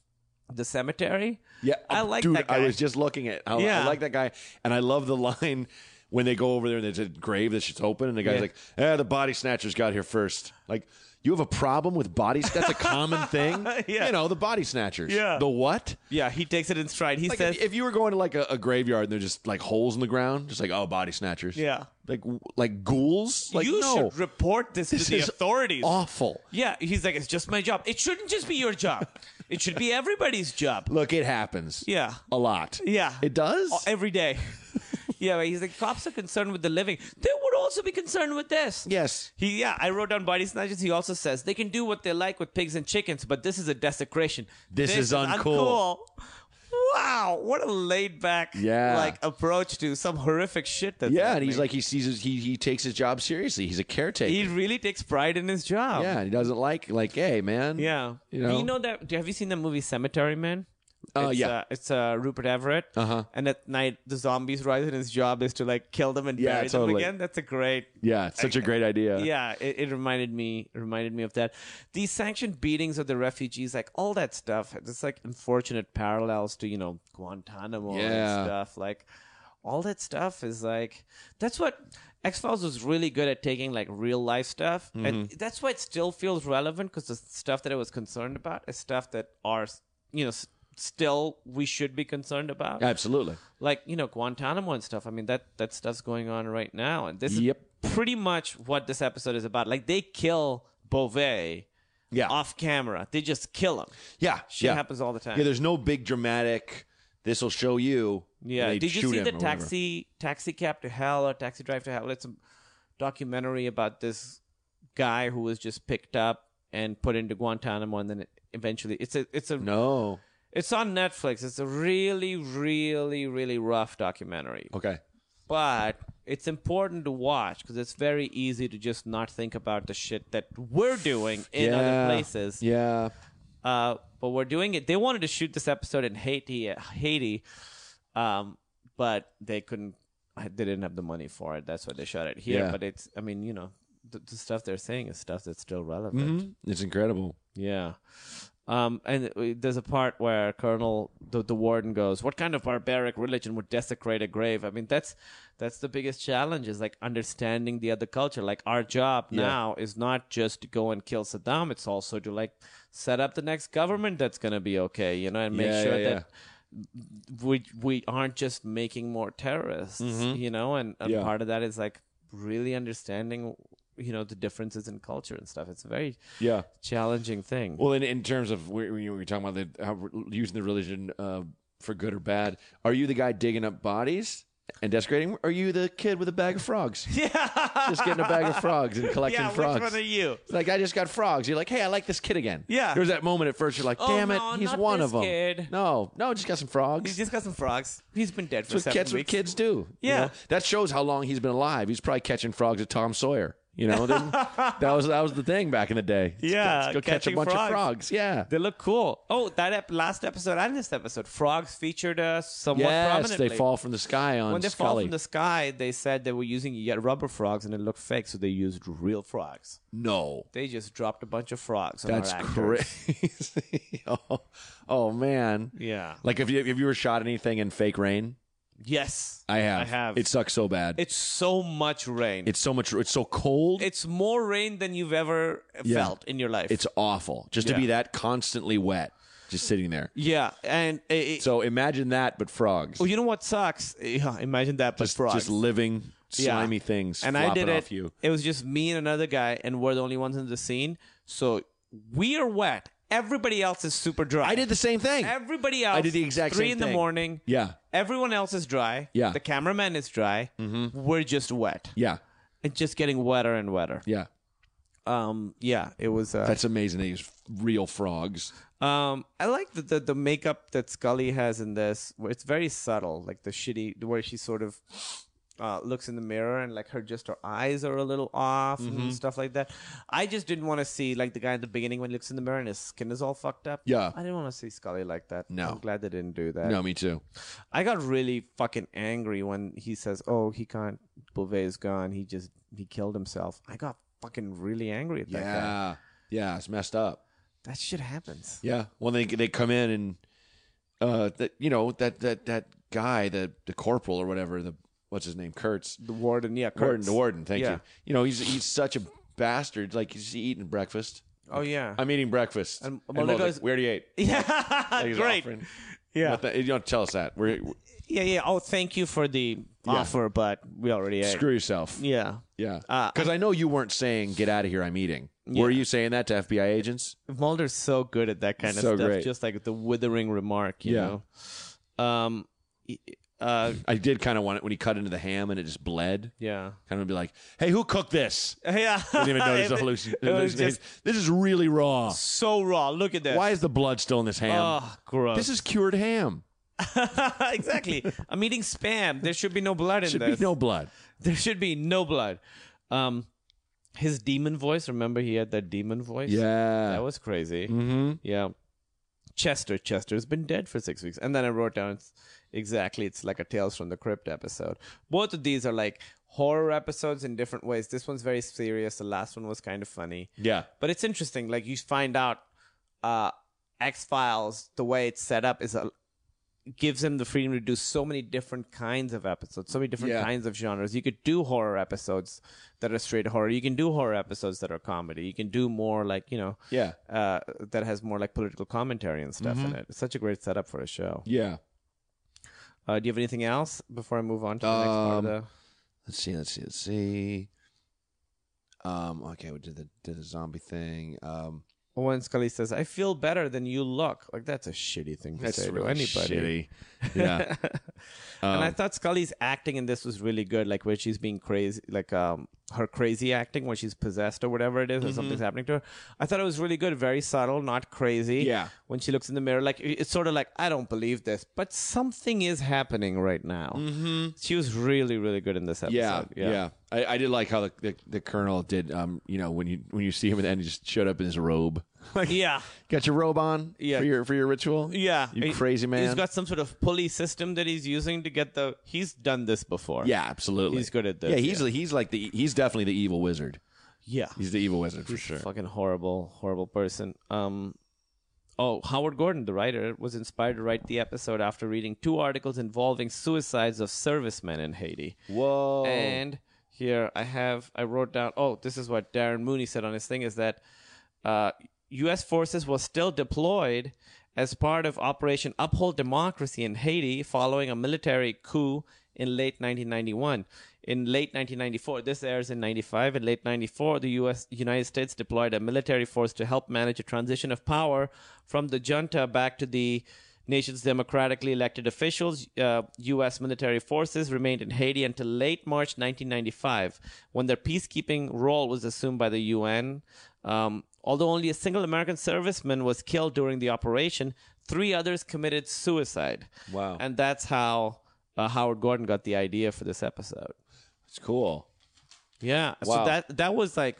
S8: the cemetery.
S7: Yeah, uh,
S8: I like
S7: dude.
S8: that guy.
S7: I was just looking at. How,
S8: Yeah.
S7: I like that guy, and I love the line when they go over there and there's a grave that's just open, and the guy's
S8: Yeah.
S7: like, "Ah, the body snatchers got here first. Like, you have a problem with bodies? That's a common thing.
S8: [laughs] Yeah.
S7: You know, the body snatchers.
S8: Yeah.
S7: The what?
S8: Yeah, he takes it in stride. He
S7: Like,
S8: says,
S7: if, if you were going to like a, a graveyard and there's just like holes in the ground, just like oh, body snatchers.
S8: Yeah.
S7: Like w- like ghouls. Like
S8: "You
S7: no.
S8: should report this,
S7: This
S8: to the
S7: is
S8: authorities."
S7: Awful.
S8: Yeah, he's like, "It's just my job. It shouldn't just be your job. it should be everybody's job."
S7: Look, it happens.
S8: Yeah.
S7: A lot.
S8: Yeah.
S7: It does.
S8: Oh, every
S7: [laughs]
S8: day. yeah, but he's like, "Cops are concerned with the living. They would also be concerned with this."
S7: yes.
S8: He, yeah, I wrote down body snatchers. He also says they can do what they like with pigs and chickens, but this is a desecration.
S7: This is uncool.
S8: uncool. Wow, what a laid back
S7: Yeah.
S8: like approach to some horrific shit that's
S7: Yeah, and he's
S8: happening.
S7: like he sees his, he he takes his job seriously. He's a caretaker.
S8: he really takes pride in his job.
S7: yeah, and he doesn't like like hey man.
S8: Yeah.
S7: You know?
S8: Do you know that? Have you seen the movie Cemetery Man?
S7: Uh,
S8: it's,
S7: yeah. Uh-huh.
S8: Uh, it's uh, Rupert Everett. Uh huh. And at night, the zombies rise, and his job is to like kill them and
S7: Yeah,
S8: bury them
S7: totally.
S8: again. That's a great.
S7: yeah, it's such a great idea.
S8: Yeah, it, it reminded me reminded me of that. These sanctioned beatings of the refugees, like all that stuff. It's like unfortunate parallels to you know Guantanamo
S7: Yeah.
S8: and stuff. Like all that stuff is like that's what X Files was really good at taking like real life stuff, and that's why it still feels relevant because the stuff that I was concerned about is stuff that are you know s- still we should be concerned about
S7: Absolutely.
S8: like you know Guantanamo and stuff. I mean that that stuff's going on right now, and this
S7: Yep.
S8: is pretty much what this episode is about. Like they kill Beauvais
S7: Yeah.
S8: off camera. They just kill him.
S7: Yeah,
S8: Shit
S7: yeah.
S8: happens all the time.
S7: Yeah, there's no big dramatic. This will show you.
S8: Yeah.
S7: and they
S8: Did you
S7: shoot
S8: see
S7: him
S8: the
S7: or whatever.
S8: taxi taxi cab to hell or taxi drive to hell? It's a documentary about this guy who was just picked up and put into Guantanamo and then eventually it's a it's a
S7: No.
S8: it's on Netflix. It's a really, really, really rough documentary.
S7: Okay.
S8: But it's important to watch because it's very easy to just not think about the shit that we're doing in
S7: Yeah.
S8: other places.
S7: Yeah.
S8: Uh, but we're doing it. They wanted to shoot this episode in Haiti, Haiti, um, but they couldn't. They didn't have the money for it. That's why they shot it here.
S7: Yeah.
S8: But it's. I mean, you know, the, the stuff they're saying is stuff that's still relevant.
S7: It's incredible.
S8: Yeah. Um, and uh, there's a part where Colonel the, the warden goes, "What kind of barbaric religion would desecrate a grave?" I mean, that's that's the biggest challenge is like understanding the other culture. Like our job now is not just to go and kill Saddam; it's also to like set up the next government that's going to be okay, you know, and make
S7: Yeah,
S8: sure
S7: yeah,
S8: that we we aren't just making more terrorists, you know. And, and
S7: Mm-hmm. Yeah.
S8: part of that is like really understanding, you know, the differences in culture and stuff. It's very
S7: Yeah.
S8: challenging thing.
S7: Well, in, in terms of we, we were talking about the, how re- using the religion uh, for good or bad, are you the guy digging up bodies and desecrating? Are you the kid with a bag of
S8: [laughs]
S7: frogs? Yeah, just getting a bag of frogs and collecting
S8: yeah,
S7: frogs.
S8: which one are you?
S7: It's Like I just got frogs. You're like, hey, I like this kid again.
S8: Yeah.
S7: There was that moment at first. You're like,
S8: Oh,
S7: damn it,
S8: no,
S7: he's
S8: not
S7: one
S8: this
S7: of them.
S8: kid.
S7: No, no, just got some frogs.
S8: He's just got some frogs. He's been dead for
S7: That's what
S8: seven
S7: kids, what
S8: weeks.
S7: kids do. you
S8: Yeah.
S7: know? that shows how long he's been alive. He's probably catching frogs at Tom Sawyer. You know,
S8: [laughs]
S7: Then- that was that was the thing back in the day. Let's go-
S8: Yeah,
S7: let's go, catch a
S8: catching
S7: bunch of
S8: frogs.
S7: frogs. Yeah,
S8: They look cool. Oh, that ep- last episode and this episode, frogs featured us somewhat
S7: yes,
S8: prominently.
S7: they fall from the sky on
S8: when they fall
S7: Scully.
S8: from the sky, they said they were using yeah, rubber frogs and it looked fake, so they used real frogs.
S7: no,
S8: They just dropped a bunch of frogs. On
S7: that's
S8: our actors.
S7: crazy. [laughs] oh, oh, man,
S8: Yeah.
S7: Like if you if you were shot anything in fake rain,
S8: Yes,
S7: I have.
S8: I have.
S7: It sucks so bad.
S8: it's so much rain.
S7: it's so much. It's so cold.
S8: it's more rain than you've ever
S7: Yeah.
S8: felt in your life.
S7: it's awful just to
S8: Yeah.
S7: be that constantly wet, just sitting there.
S8: yeah, and it, it-
S7: So imagine that, but frogs.
S8: well, you know what sucks? Yeah, imagine that, Oh, but
S7: just,
S8: frogs.
S7: just living
S8: Yeah.
S7: slimy things
S8: and
S7: flopping
S8: I did it.
S7: off you.
S8: It was just me and another guy, and we're the only ones in the scene. So we are wet. Everybody else is super dry.
S7: I did the same thing.
S8: Everybody else.
S7: I did the exact
S8: three
S7: same
S8: in the
S7: thing.
S8: morning.
S7: yeah,
S8: Everyone else is dry.
S7: Yeah.
S8: The cameraman is dry. Mm-hmm. We're just wet.
S7: yeah,
S8: It's just getting wetter and wetter.
S7: yeah.
S8: Um. Yeah. It was. Uh,
S7: That's amazing. They use real frogs.
S8: um. I like the, the the makeup that Scully has in this. where It's very subtle. Like the shitty where she sort of. Uh, looks in the mirror and like her just her eyes are a little off
S7: Mm-hmm.
S8: and stuff like that. I just didn't want to see like the guy at the beginning when he looks in the mirror and his skin is all fucked up.
S7: Yeah.
S8: I didn't want to see Scully like that.
S7: No.
S8: I'm glad they didn't do that.
S7: No, me too.
S8: I got really fucking angry when he says, "Oh, he can't. Beauvais is gone. He just he killed himself." I got fucking really angry at that guy.
S7: Yeah, yeah. It's messed up.
S8: That shit happens.
S7: Yeah. Well, they they come in and uh, that you know that that that guy, the the corporal or whatever, the what's his name, Kurtz,
S8: The warden, yeah,
S7: Warden,
S8: Kurtz.
S7: the warden. Thank
S8: Yeah.
S7: you. You know, he's he's such a bastard. Like he's eating breakfast.
S8: Oh yeah,
S7: I'm eating breakfast.
S8: And
S7: And,
S8: Mulder
S7: Mulder's
S8: goes-
S7: like, we already ate.
S8: [laughs] yeah,
S7: Like he's
S8: great.
S7: offering.
S8: Yeah.
S7: Not that- you don't tell us that. We're, we're-
S8: Yeah, yeah. Oh, thank you for the offer, but we already ate.
S7: screw yourself.
S8: Yeah,
S7: Yeah.
S8: Uh,
S7: Because I know you weren't saying, get out of here, I'm eating. Were you saying that to FBI agents?
S8: Mulder's so good at that kind of
S7: So
S8: stuff.
S7: great.
S8: Just like the withering remark, you
S7: Yeah.
S8: know. Um, y- uh,
S7: I did kind of want it when he cut into the ham and it just bled.
S8: yeah,
S7: [laughs] Kind of be like, hey, who cooked
S8: [laughs]
S7: this?
S8: yeah.
S7: I didn't even notice the hallucin- hallucination. This is really raw.
S8: so raw. Look at this.
S7: Why is the blood still in this ham?
S8: Oh, gross.
S7: this is cured ham.
S8: [laughs] exactly. I'm eating spam. There should be no blood in
S7: Should be
S8: this.
S7: no blood.
S8: there should be no blood. Um, his demon voice. Remember, he had that demon voice.
S7: Yeah.
S8: that was crazy. Mm-hmm. Yeah. Chester, Chester's been dead for six weeks, and then I wrote down it's- exactly. It's like a Tales from the Crypt episode. Both of these are like horror episodes in different ways. This one's very serious. The last one was kind of funny
S7: yeah.
S8: but it's interesting like you find out uh x files the way it's set up is a gives him the freedom to do so many different kinds of episodes so many different
S7: Yeah.
S8: kinds of genres you could do horror episodes that are straight horror you can do horror episodes that are comedy you can do more like you know
S7: Yeah.
S8: uh, that has more like political commentary and stuff
S7: Mm-hmm.
S8: in it. It's such a great setup for a show.
S7: Yeah.
S8: Uh, do you have anything else before I move on to the next
S7: Um,
S8: part of the?
S7: Let's see. Let's see. Let's see. Um, okay, we did the did the zombie thing. Um,
S8: Owen Scully says, "I feel better than you look." Like that's a shitty thing to
S7: that's
S8: say
S7: really
S8: to
S7: shitty.
S8: anybody.
S7: [laughs]
S8: [laughs]
S7: Yeah.
S8: and I
S7: Um,
S8: thought Scully's acting in this was really good, like where she's being crazy, like um, her crazy acting when she's possessed or whatever it is, or something's
S7: Mm-hmm.
S8: happening to her. I thought it was really good, very subtle, not crazy.
S7: Yeah.
S8: When she looks in the mirror, like it- it's sort of like I don't believe this, but something is happening right now. Mm-hmm. She was really, really good in this episode.
S7: yeah, yeah.
S8: [laughs]
S7: I, I did like how the, the, the colonel did. Um, you know, when you when you see him at the end, he just showed up in his robe.
S8: yeah. yeah.
S7: Got your robe on.
S8: Yeah.
S7: for your for your ritual.
S8: Yeah,
S7: you
S8: He-
S7: crazy man.
S8: He's got some sort of pulley system that he's using to get the. He's done this before.
S7: yeah, absolutely.
S8: He's good at this,
S7: Yeah, he's
S8: yeah.
S7: he's like the he's definitely the evil wizard.
S8: yeah.
S7: He's the evil wizard for
S8: He's
S7: sure.
S8: a Fucking horrible, horrible person. Um, oh, Howard Gordon, the writer, was inspired to write the episode after reading two articles involving suicides of servicemen in Haiti.
S7: Whoa.
S8: And here I have, I wrote down, oh, this is what Darren Mooney said on his thing is that uh, U.S. forces was still deployed as part of Operation Uphold Democracy in Haiti following a military coup in late 1991. In late 1994, this airs in 95. In late 94, the U.S. United States deployed a military force to help manage a transition of power from the junta back to the Nation's democratically elected officials, uh, U.S. military forces remained in Haiti until late March 1995, when their peacekeeping role was assumed by the UN. Um, although only a single American serviceman was killed during the operation, three others committed suicide.
S7: Wow.
S8: And that's how uh, Howard Gordon got the idea for this episode.
S7: It's cool.
S8: Yeah.
S7: Wow.
S8: So that that was like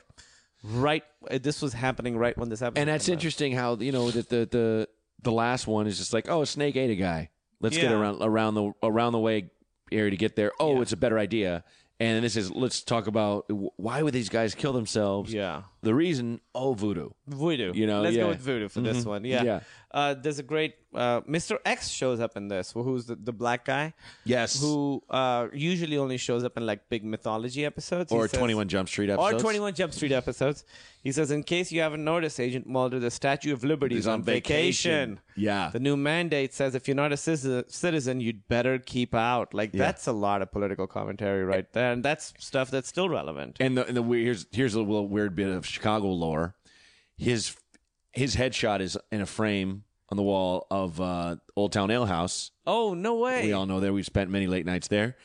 S8: right. uh, This was happening right when this episode.
S7: And that's
S8: came out.
S7: interesting how you know that the the the last one is just like oh a snake ate a guy. Let's get
S8: Yeah.
S7: around around the around the way area to get there. Oh, it's a better idea. And this is let's talk about wh- why would these guys kill themselves?
S8: Yeah.
S7: The reason oh voodoo.
S8: voodoo.
S7: You know,
S8: let's
S7: yeah. Mm-hmm.
S8: go with voodoo for this one. Yeah,
S7: Yeah.
S8: Uh, there's a great uh, Mr. X shows up in this, who's the, the black guy
S7: Yes.
S8: who uh, usually only shows up in like big mythology episodes He
S7: or
S8: says-
S7: 21 Jump Street episodes.
S8: Or 21 Jump Street episodes. He says, in case you haven't noticed, Agent Mulder, the Statue of Liberty
S7: He's
S8: is on,
S7: on vacation.
S8: vacation.
S7: Yeah.
S8: The new mandate says if you're not a ciz- citizen, you'd better keep out. Like, that's a lot of political commentary right there. And that's stuff that's still relevant.
S7: And the, and the weird, here's here's a little weird bit of Chicago lore. His his headshot is in a frame on the wall of uh, Old Town Ale House.
S8: oh, no way.
S7: We all know there. We've spent many late nights there.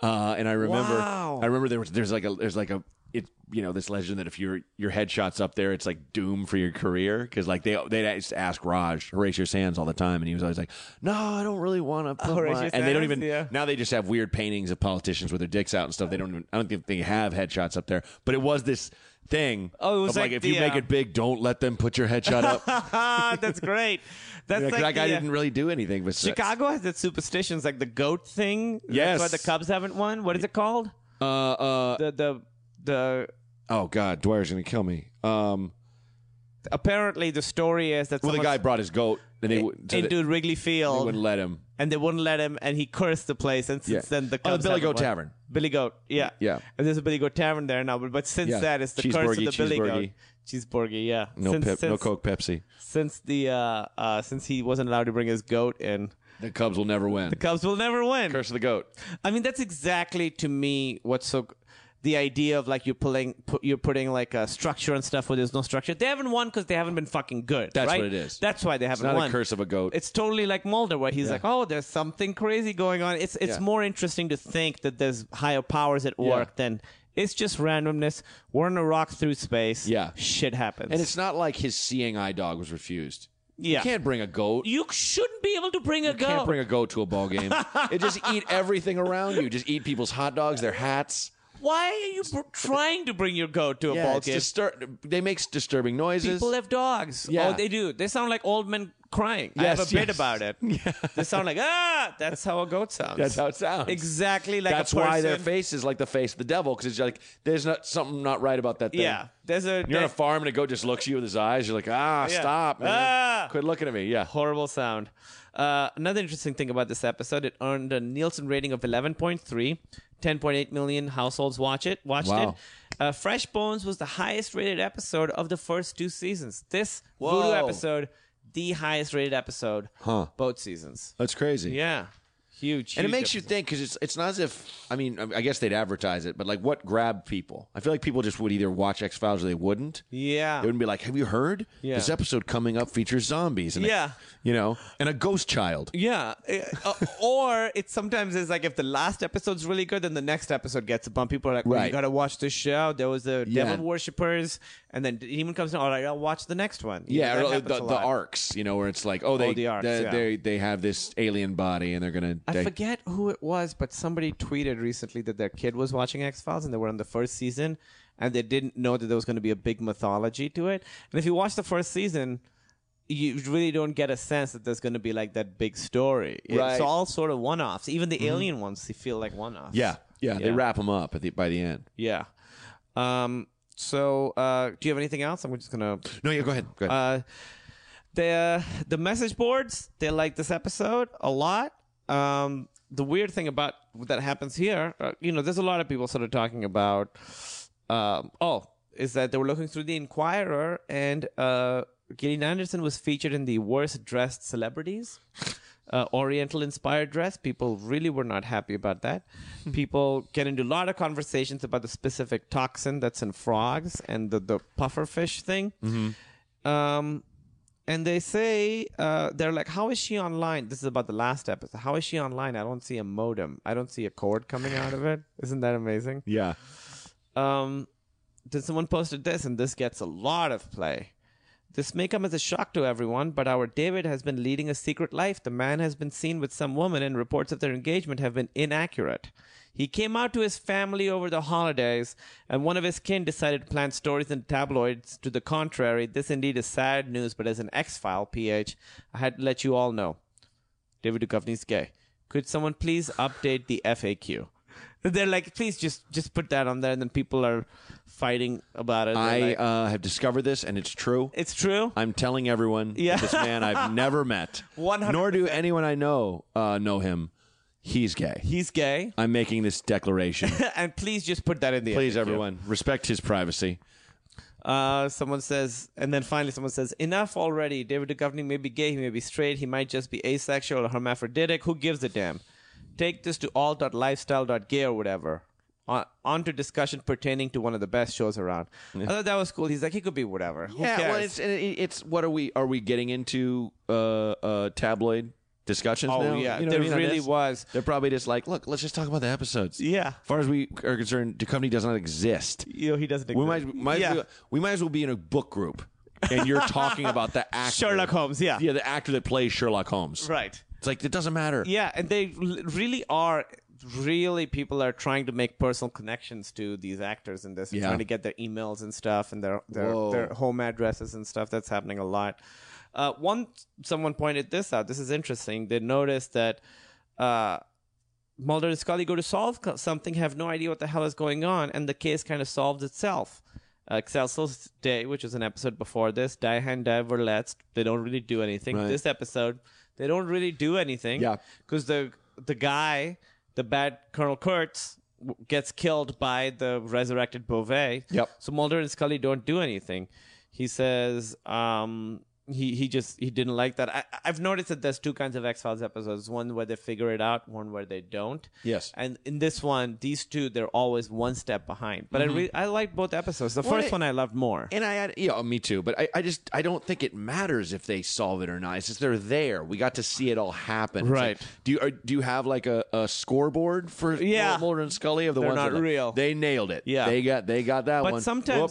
S7: Uh, and I remember,
S8: Wow.
S7: I remember there was there's like a there's like a it you know this legend that if your your headshot's up there, it's like doom for your career because like they they used to ask Raj Horatio Sands all the time, and he was always like, "No, I don't really want to." put
S8: Horatio
S7: my-" And they don't
S8: Oh, Sands,
S7: even
S8: yeah.
S7: now they just have weird paintings of politicians with their dicks out and stuff. They don't even I don't think they have headshots up there, but it was this thing.
S8: Oh, it was
S7: of like,
S8: like
S7: if
S8: the,
S7: you make
S8: uh,
S7: it big, don't let them put your headshot up. Yeah,
S8: [laughs]
S7: [laughs]
S8: that's great. That's
S7: 'cause
S8: like
S7: that guy
S8: the, uh,
S7: didn't really do anything. But
S8: Chicago has its superstitions, like the goat thing.
S7: Yes.
S8: that's why the Cubs haven't won. What is it called?
S7: uh, uh,
S8: The the the
S7: oh god, Dwyer's gonna kill me. Um.
S8: apparently the story is that
S7: Well, the
S8: someone
S7: guy brought his goat, and they, would- so they,
S8: into
S7: they
S8: Wrigley Field
S7: wouldn't let him.
S8: and they wouldn't let him, and he cursed the place. And since
S7: Yeah.
S8: then, the
S7: Oh, the
S8: Cubs
S7: Billy
S8: haven't
S7: Goat
S8: won.
S7: Tavern.
S8: Billy Goat, yeah,
S7: Yeah.
S8: And there's a Billy Goat Tavern there now, but, but since
S7: Yeah.
S8: that, it's the curse of
S7: Cheeseburgie,
S8: the Billy Goat.
S7: cheeseburgie.
S8: Cheeseburger, yeah.
S7: No,
S8: since,
S7: pep,
S8: since,
S7: no Coke, Pepsi.
S8: Since the uh, uh, since he wasn't allowed to bring his goat in,
S7: The Cubs will never win.
S8: Cubs will never win.
S7: curse of the goat.
S8: I mean, that's exactly to me what's so the idea of like you're pulling pu- you're putting like a structure and stuff where there's no structure. They haven't won because they haven't been fucking good.
S7: That's
S8: right?
S7: what it is.
S8: That's why they haven't
S7: not a
S8: won.
S7: curse of a goat.
S8: It's totally like Mulder, where he's like, "Oh, there's something crazy going on." It's it's
S7: Yeah.
S8: more interesting to think that there's higher powers at work than it's just randomness. We're in a rock through space.
S7: Yeah.
S8: shit happens.
S7: And it's not like his seeing eye dog was refused.
S8: Yeah.
S7: You can't bring a goat.
S8: you shouldn't be able to bring a
S7: You can't
S8: goat.
S7: bring a goat to a ball
S8: [laughs]
S7: game. it just eat everything around you. Just eat people's hot dogs, their hats.
S8: why are you br- trying to bring your goat to a ball
S7: it's
S8: game?
S7: distur- they make s- disturbing noises.
S8: People have dogs.
S7: Yeah.
S8: Oh, they do. They sound like old men crying. I have a
S7: Yes,
S8: bit
S7: yes.
S8: about
S7: [laughs]
S8: it. They sound like, ah, that's how a goat sounds.
S7: That's how it sounds.
S8: Exactly like
S7: That's
S8: a person.
S7: why their face is like the face of the devil because it's like there's not something not right about that thing.
S8: Yeah. There's a,
S7: You're on a
S8: there's-
S7: farm and a goat just looks at you with his eyes. You're like, ah,
S8: Yeah.
S7: stop, man.
S8: Ah.
S7: Quit looking at me. Yeah.
S8: horrible sound. Uh, another interesting thing about this episode, it earned a Nielsen rating of 11.3. 10.8 million households watch it. Watched
S7: Wow.
S8: it. Uh, Fresh Bones was the highest rated episode of the first two seasons. This
S7: Whoa.
S8: voodoo episode, the highest rated episode,
S7: Huh.
S8: both seasons.
S7: That's crazy.
S8: Yeah. Huge,
S7: and it
S8: huge
S7: makes you think because it's it's not as if I mean I I guess they'd advertise it, but like what grabbed people? I feel like people just would either watch X Files or they wouldn't.
S8: Yeah.
S7: They wouldn't be like, "Have you heard?
S8: Yeah.
S7: This episode coming up features zombies." And a-
S8: Yeah.
S7: you know, and a ghost child.
S8: Yeah, eh, uh, [laughs] or it sometimes is like if the last episode's really good, then the next episode gets a bump. People are like, well,
S7: Right.
S8: you gotta watch this show." There was the
S7: Yeah.
S8: devil worshippers, and then the demon comes in. All right, I'll watch the next one. You
S7: Yeah,
S8: know, that
S7: or uh,
S8: happens
S7: the,
S8: a
S7: the
S8: lot.
S7: arcs, you know, where it's like, oh, they
S8: the arcs,
S7: they,
S8: yeah.
S7: they they have this alien body and they're gonna.
S8: I
S7: they-
S8: forget who it was, but somebody tweeted recently that their kid was watching X Files and they were on the first season, and they didn't know that there was going to be a big mythology to it. And if you watch the first season, you really don't get a sense that there's going to be like that big story.
S7: Right. Mm-hmm.
S8: It's all sort of one offs. Even the alien ones, they feel like one offs.
S7: Yeah, yeah, they
S8: Yeah.
S7: wrap them up at the, by the end.
S8: Yeah. Um, so, uh, do you have anything else? I'm just gonna.
S7: No, yeah, go ahead. Go ahead.
S8: Uh, the the message boards they like this episode a lot. Um, the weird thing about that happens here, uh, you know, there's a lot of people sort of talking about. Um, oh, is that they were looking through the Inquirer and uh, Gillian Anderson was featured in the worst dressed celebrities. Uh, Oriental inspired dress. People really were not happy about that. People get into a lot of conversations about the specific toxin that's in frogs and the, the puffer fish thing. Um, and they say uh, they're like, "How is she online?" This is about the last episode. How is she online? I don't see a modem. I don't see a cord coming out of it. [laughs] Isn't that amazing?
S7: yeah,
S8: Um, then someone posted this, and this gets a lot of play. This may come as a shock to everyone, but our David has been leading a secret life. The man has been seen with some woman, and reports of their engagement have been inaccurate. He came out to his family over the holidays, and one of his kin decided to plant stories in tabloids to the contrary. This indeed is sad news, but as an X File PH, I had to let you all know. David Duchovny's gay. Could someone please update the FAQ? They're like, please just just put that on there, and then people are fighting about it. They're
S7: I
S8: like,
S7: uh, have discovered this, and it's true.
S8: it's true.
S7: I'm telling everyone
S8: Yeah.
S7: that this man [laughs] I've never met,
S8: 100%.
S7: nor do anyone I know uh, know him. He's gay.
S8: He's gay,
S7: I'm making this [laughs] declaration.
S8: [laughs] and please just put that in the
S7: Please,
S8: FAQ.
S7: everyone, respect his privacy.
S8: Uh, someone says, and then finally someone says, enough already. David Duchovny may be gay, he may be straight, he might just be asexual or hermaphroditic. Who gives a damn? Take this to all.lifestyle.gay or whatever. On, on to discussion pertaining to one of the best shows around. I thought that was cool. He's like, he could be whatever. Who
S7: Yeah,
S8: cares?
S7: well, it's it's what are we are we getting into uh, uh, tabloid discussions?
S8: Oh,
S7: now?
S8: yeah,
S7: You know what
S8: there
S7: I mean on
S8: really
S7: this?
S8: was.
S7: They're probably just like, look, let's just talk about the episodes.
S8: Yeah.
S7: As far as we are concerned, Duchovny does not exist.
S8: you know, he doesn't
S7: We might
S8: exist.
S7: might
S8: yeah.
S7: as well, we might as well be in a book group, and you're talking about
S8: [laughs]
S7: the actor
S8: Sherlock Holmes, yeah.
S7: yeah, the actor that plays Sherlock Holmes.
S8: Right.
S7: It's like it doesn't matter.
S8: Yeah, and they l- really are. Really, people are trying to make personal connections to these actors in this, and
S7: Yeah.
S8: trying to get their emails and stuff, and their their,
S7: Whoa.
S8: their home addresses and stuff. That's happening a lot. Uh, one someone pointed this out. This is interesting. They noticed that uh, Mulder and Scully go to solve co- something, have no idea what the hell is going on, and the case kind of solves itself. Uh, Excelsior's Day, which was an episode before this, Die Hand Die Verletzt, they don't really do anything.
S7: Right.
S8: This episode, they don't really do anything.
S7: Yeah.
S8: Because the, the guy, the bad Colonel Kurtz, w- gets killed by the resurrected Beauvais.
S7: Yep.
S8: So Mulder and Scully don't do anything. He says um, he he just he didn't like that. I, I've noticed that there's two kinds of X Files episodes: one where they figure it out, one where they don't.
S7: Yes.
S8: And in this one, these two they're always one step behind. But I re- I liked both episodes. The first
S7: Mm-hmm. it-
S8: one I loved more.
S7: And I had, yeah, me too. But I, I just, I don't think it matters if they solve it or not. It's just they're there. We got to see it all happen. It's like,
S8: Right.
S7: do you are, do you have like a, a scoreboard for
S8: Yeah.
S7: Mulder and Scully of the
S8: They're
S7: ones
S8: not
S7: that, like,
S8: real.
S7: They nailed it.
S8: Yeah.
S7: They got they got that
S8: But
S7: one.
S8: sometimes-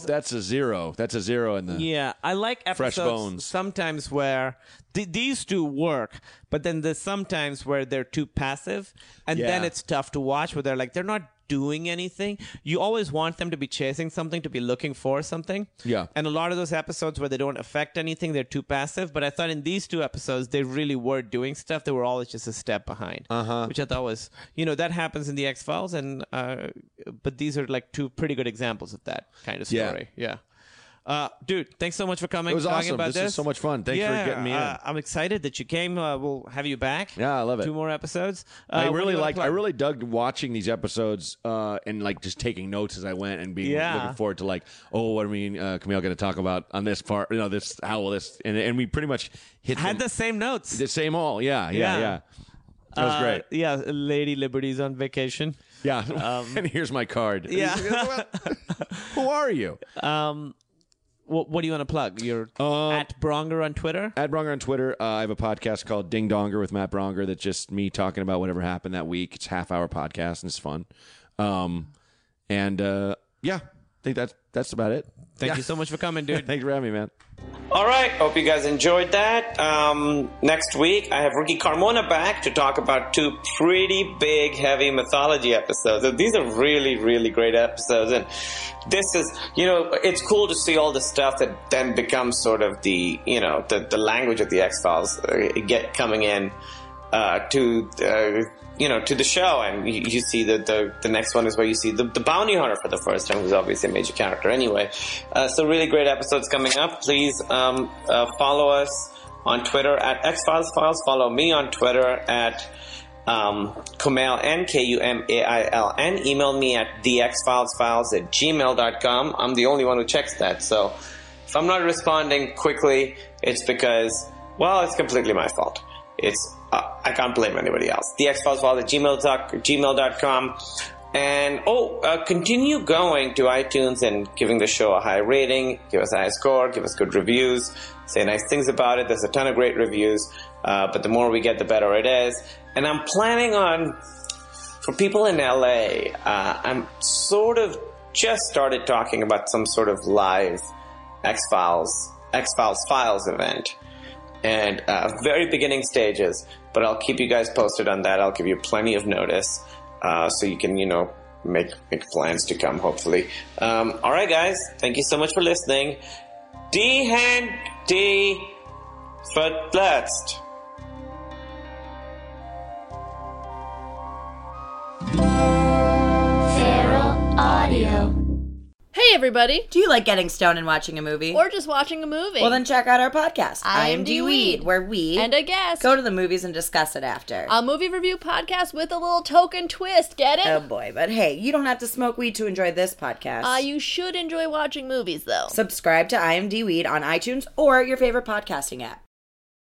S7: Whoop, that's a zero. That's a zero in the.
S8: Yeah, I like episodes
S7: Fresh bones.
S8: sometimes where th- these two work, but then there's sometimes where they're too passive, and then
S7: Yeah.
S8: it's tough to watch where they're like they're not doing anything. You always want them to be chasing something, to be looking for something.
S7: Yeah.
S8: And a lot of those episodes where they don't affect anything, they're too passive. But I thought in these two episodes, they really were doing stuff. They were always just a step behind, uh-huh. which I thought was, you know, that happens in the X Files, and uh, but these are like two pretty good examples of that kind of
S7: Yeah.
S8: story. Yeah. Uh, dude, thanks so much for coming.
S7: It was
S8: talking
S7: awesome.
S8: About
S7: This
S8: this,
S7: was so much fun. Thanks for
S8: Yeah,
S7: getting me in.
S8: uh, I'm excited that you came. Uh, we'll have you back.
S7: Yeah, I love it.
S8: Two more episodes. Uh,
S7: I
S8: what do
S7: really
S8: you wanna
S7: liked. I
S8: plug?
S7: really dug watching these episodes uh, and like just taking notes as I went and being
S8: Yeah.
S7: looking forward to like, oh, what are we uh, Camille going to talk about on this part? You know, this how will this and and we pretty much hit
S8: had
S7: them-
S8: the same notes.
S7: the same all. Yeah, yeah,
S8: Yeah. Uh,
S7: yeah. That was great.
S11: Yeah, Lady Liberty's on vacation.
S7: Yeah.
S8: [laughs] Um,
S7: [laughs] and here's my card.
S11: Yeah.
S7: [laughs] Who are you?
S11: um, what, what do you want to plug? You're
S7: Um,
S11: at Bronger on Twitter.
S7: At Bronger on Twitter, uh, I have a podcast called Ding Donger with Matt Bronger. That's just me talking about whatever happened that week. It's a half hour podcast and it's fun. Um, and uh, yeah, I think that's that's about it.
S11: Thank
S7: [laughs]
S11: you so much for coming, dude.
S7: Thanks for having me, man.
S8: All right. Hope you guys enjoyed that. Um, next week, I have Ricky Carmona back to talk about two pretty big, heavy mythology episodes. And these are really, really great episodes. And this is, you know, it's cool to see all the stuff that then becomes sort of the, you know, the, the language of the X Files uh, get coming in uh, to uh, you know to the show, and you, you see that the the next one is where you see the, the bounty hunter for the first time, who's obviously a major character anyway. Uh, so really great episodes coming up. Please um, uh, follow us on Twitter at X Files Files. Follow me on Twitter at. Um, Kumail, N K U M A I L N. Email me at thexfilesfiles at gmail.com. I'm the only one who checks that. So if I'm not responding quickly, it's because, well, it's completely my fault. It's uh, I can't blame anybody else. The X Files file at gmail doc, gmail.com. And oh, uh, continue going to iTunes and giving the show a high rating. Give us a high score. Give us good reviews. Say nice things about it. There's a ton of great reviews. Uh, but the more we get, the better it is. And I'm planning on for people in LA, uh, I'm sort of just started talking about some sort of live X Files X Files Files event, and uh, very beginning stages. But I'll keep you guys posted on that. I'll give you plenty of notice, uh, so you can you know make make plans to come. Hopefully. Um, all right, guys. Thank you so much for listening. D hand D for blessed.
S12: Feral Audio.
S4: Hey, everybody.
S3: Do you like getting stoned and watching a movie?
S4: Or just watching a movie.
S3: well, then check out our podcast,
S4: I am D.
S3: Weed, where we
S4: And a guest.
S3: go to the movies and discuss it after.
S4: a movie review podcast with a little token twist. Get it?
S3: oh boy! But hey, you don't have to smoke weed to enjoy this podcast.
S4: Uh, you should enjoy watching movies, though.
S3: Subscribe to IMD Weed on iTunes or your favorite podcasting app.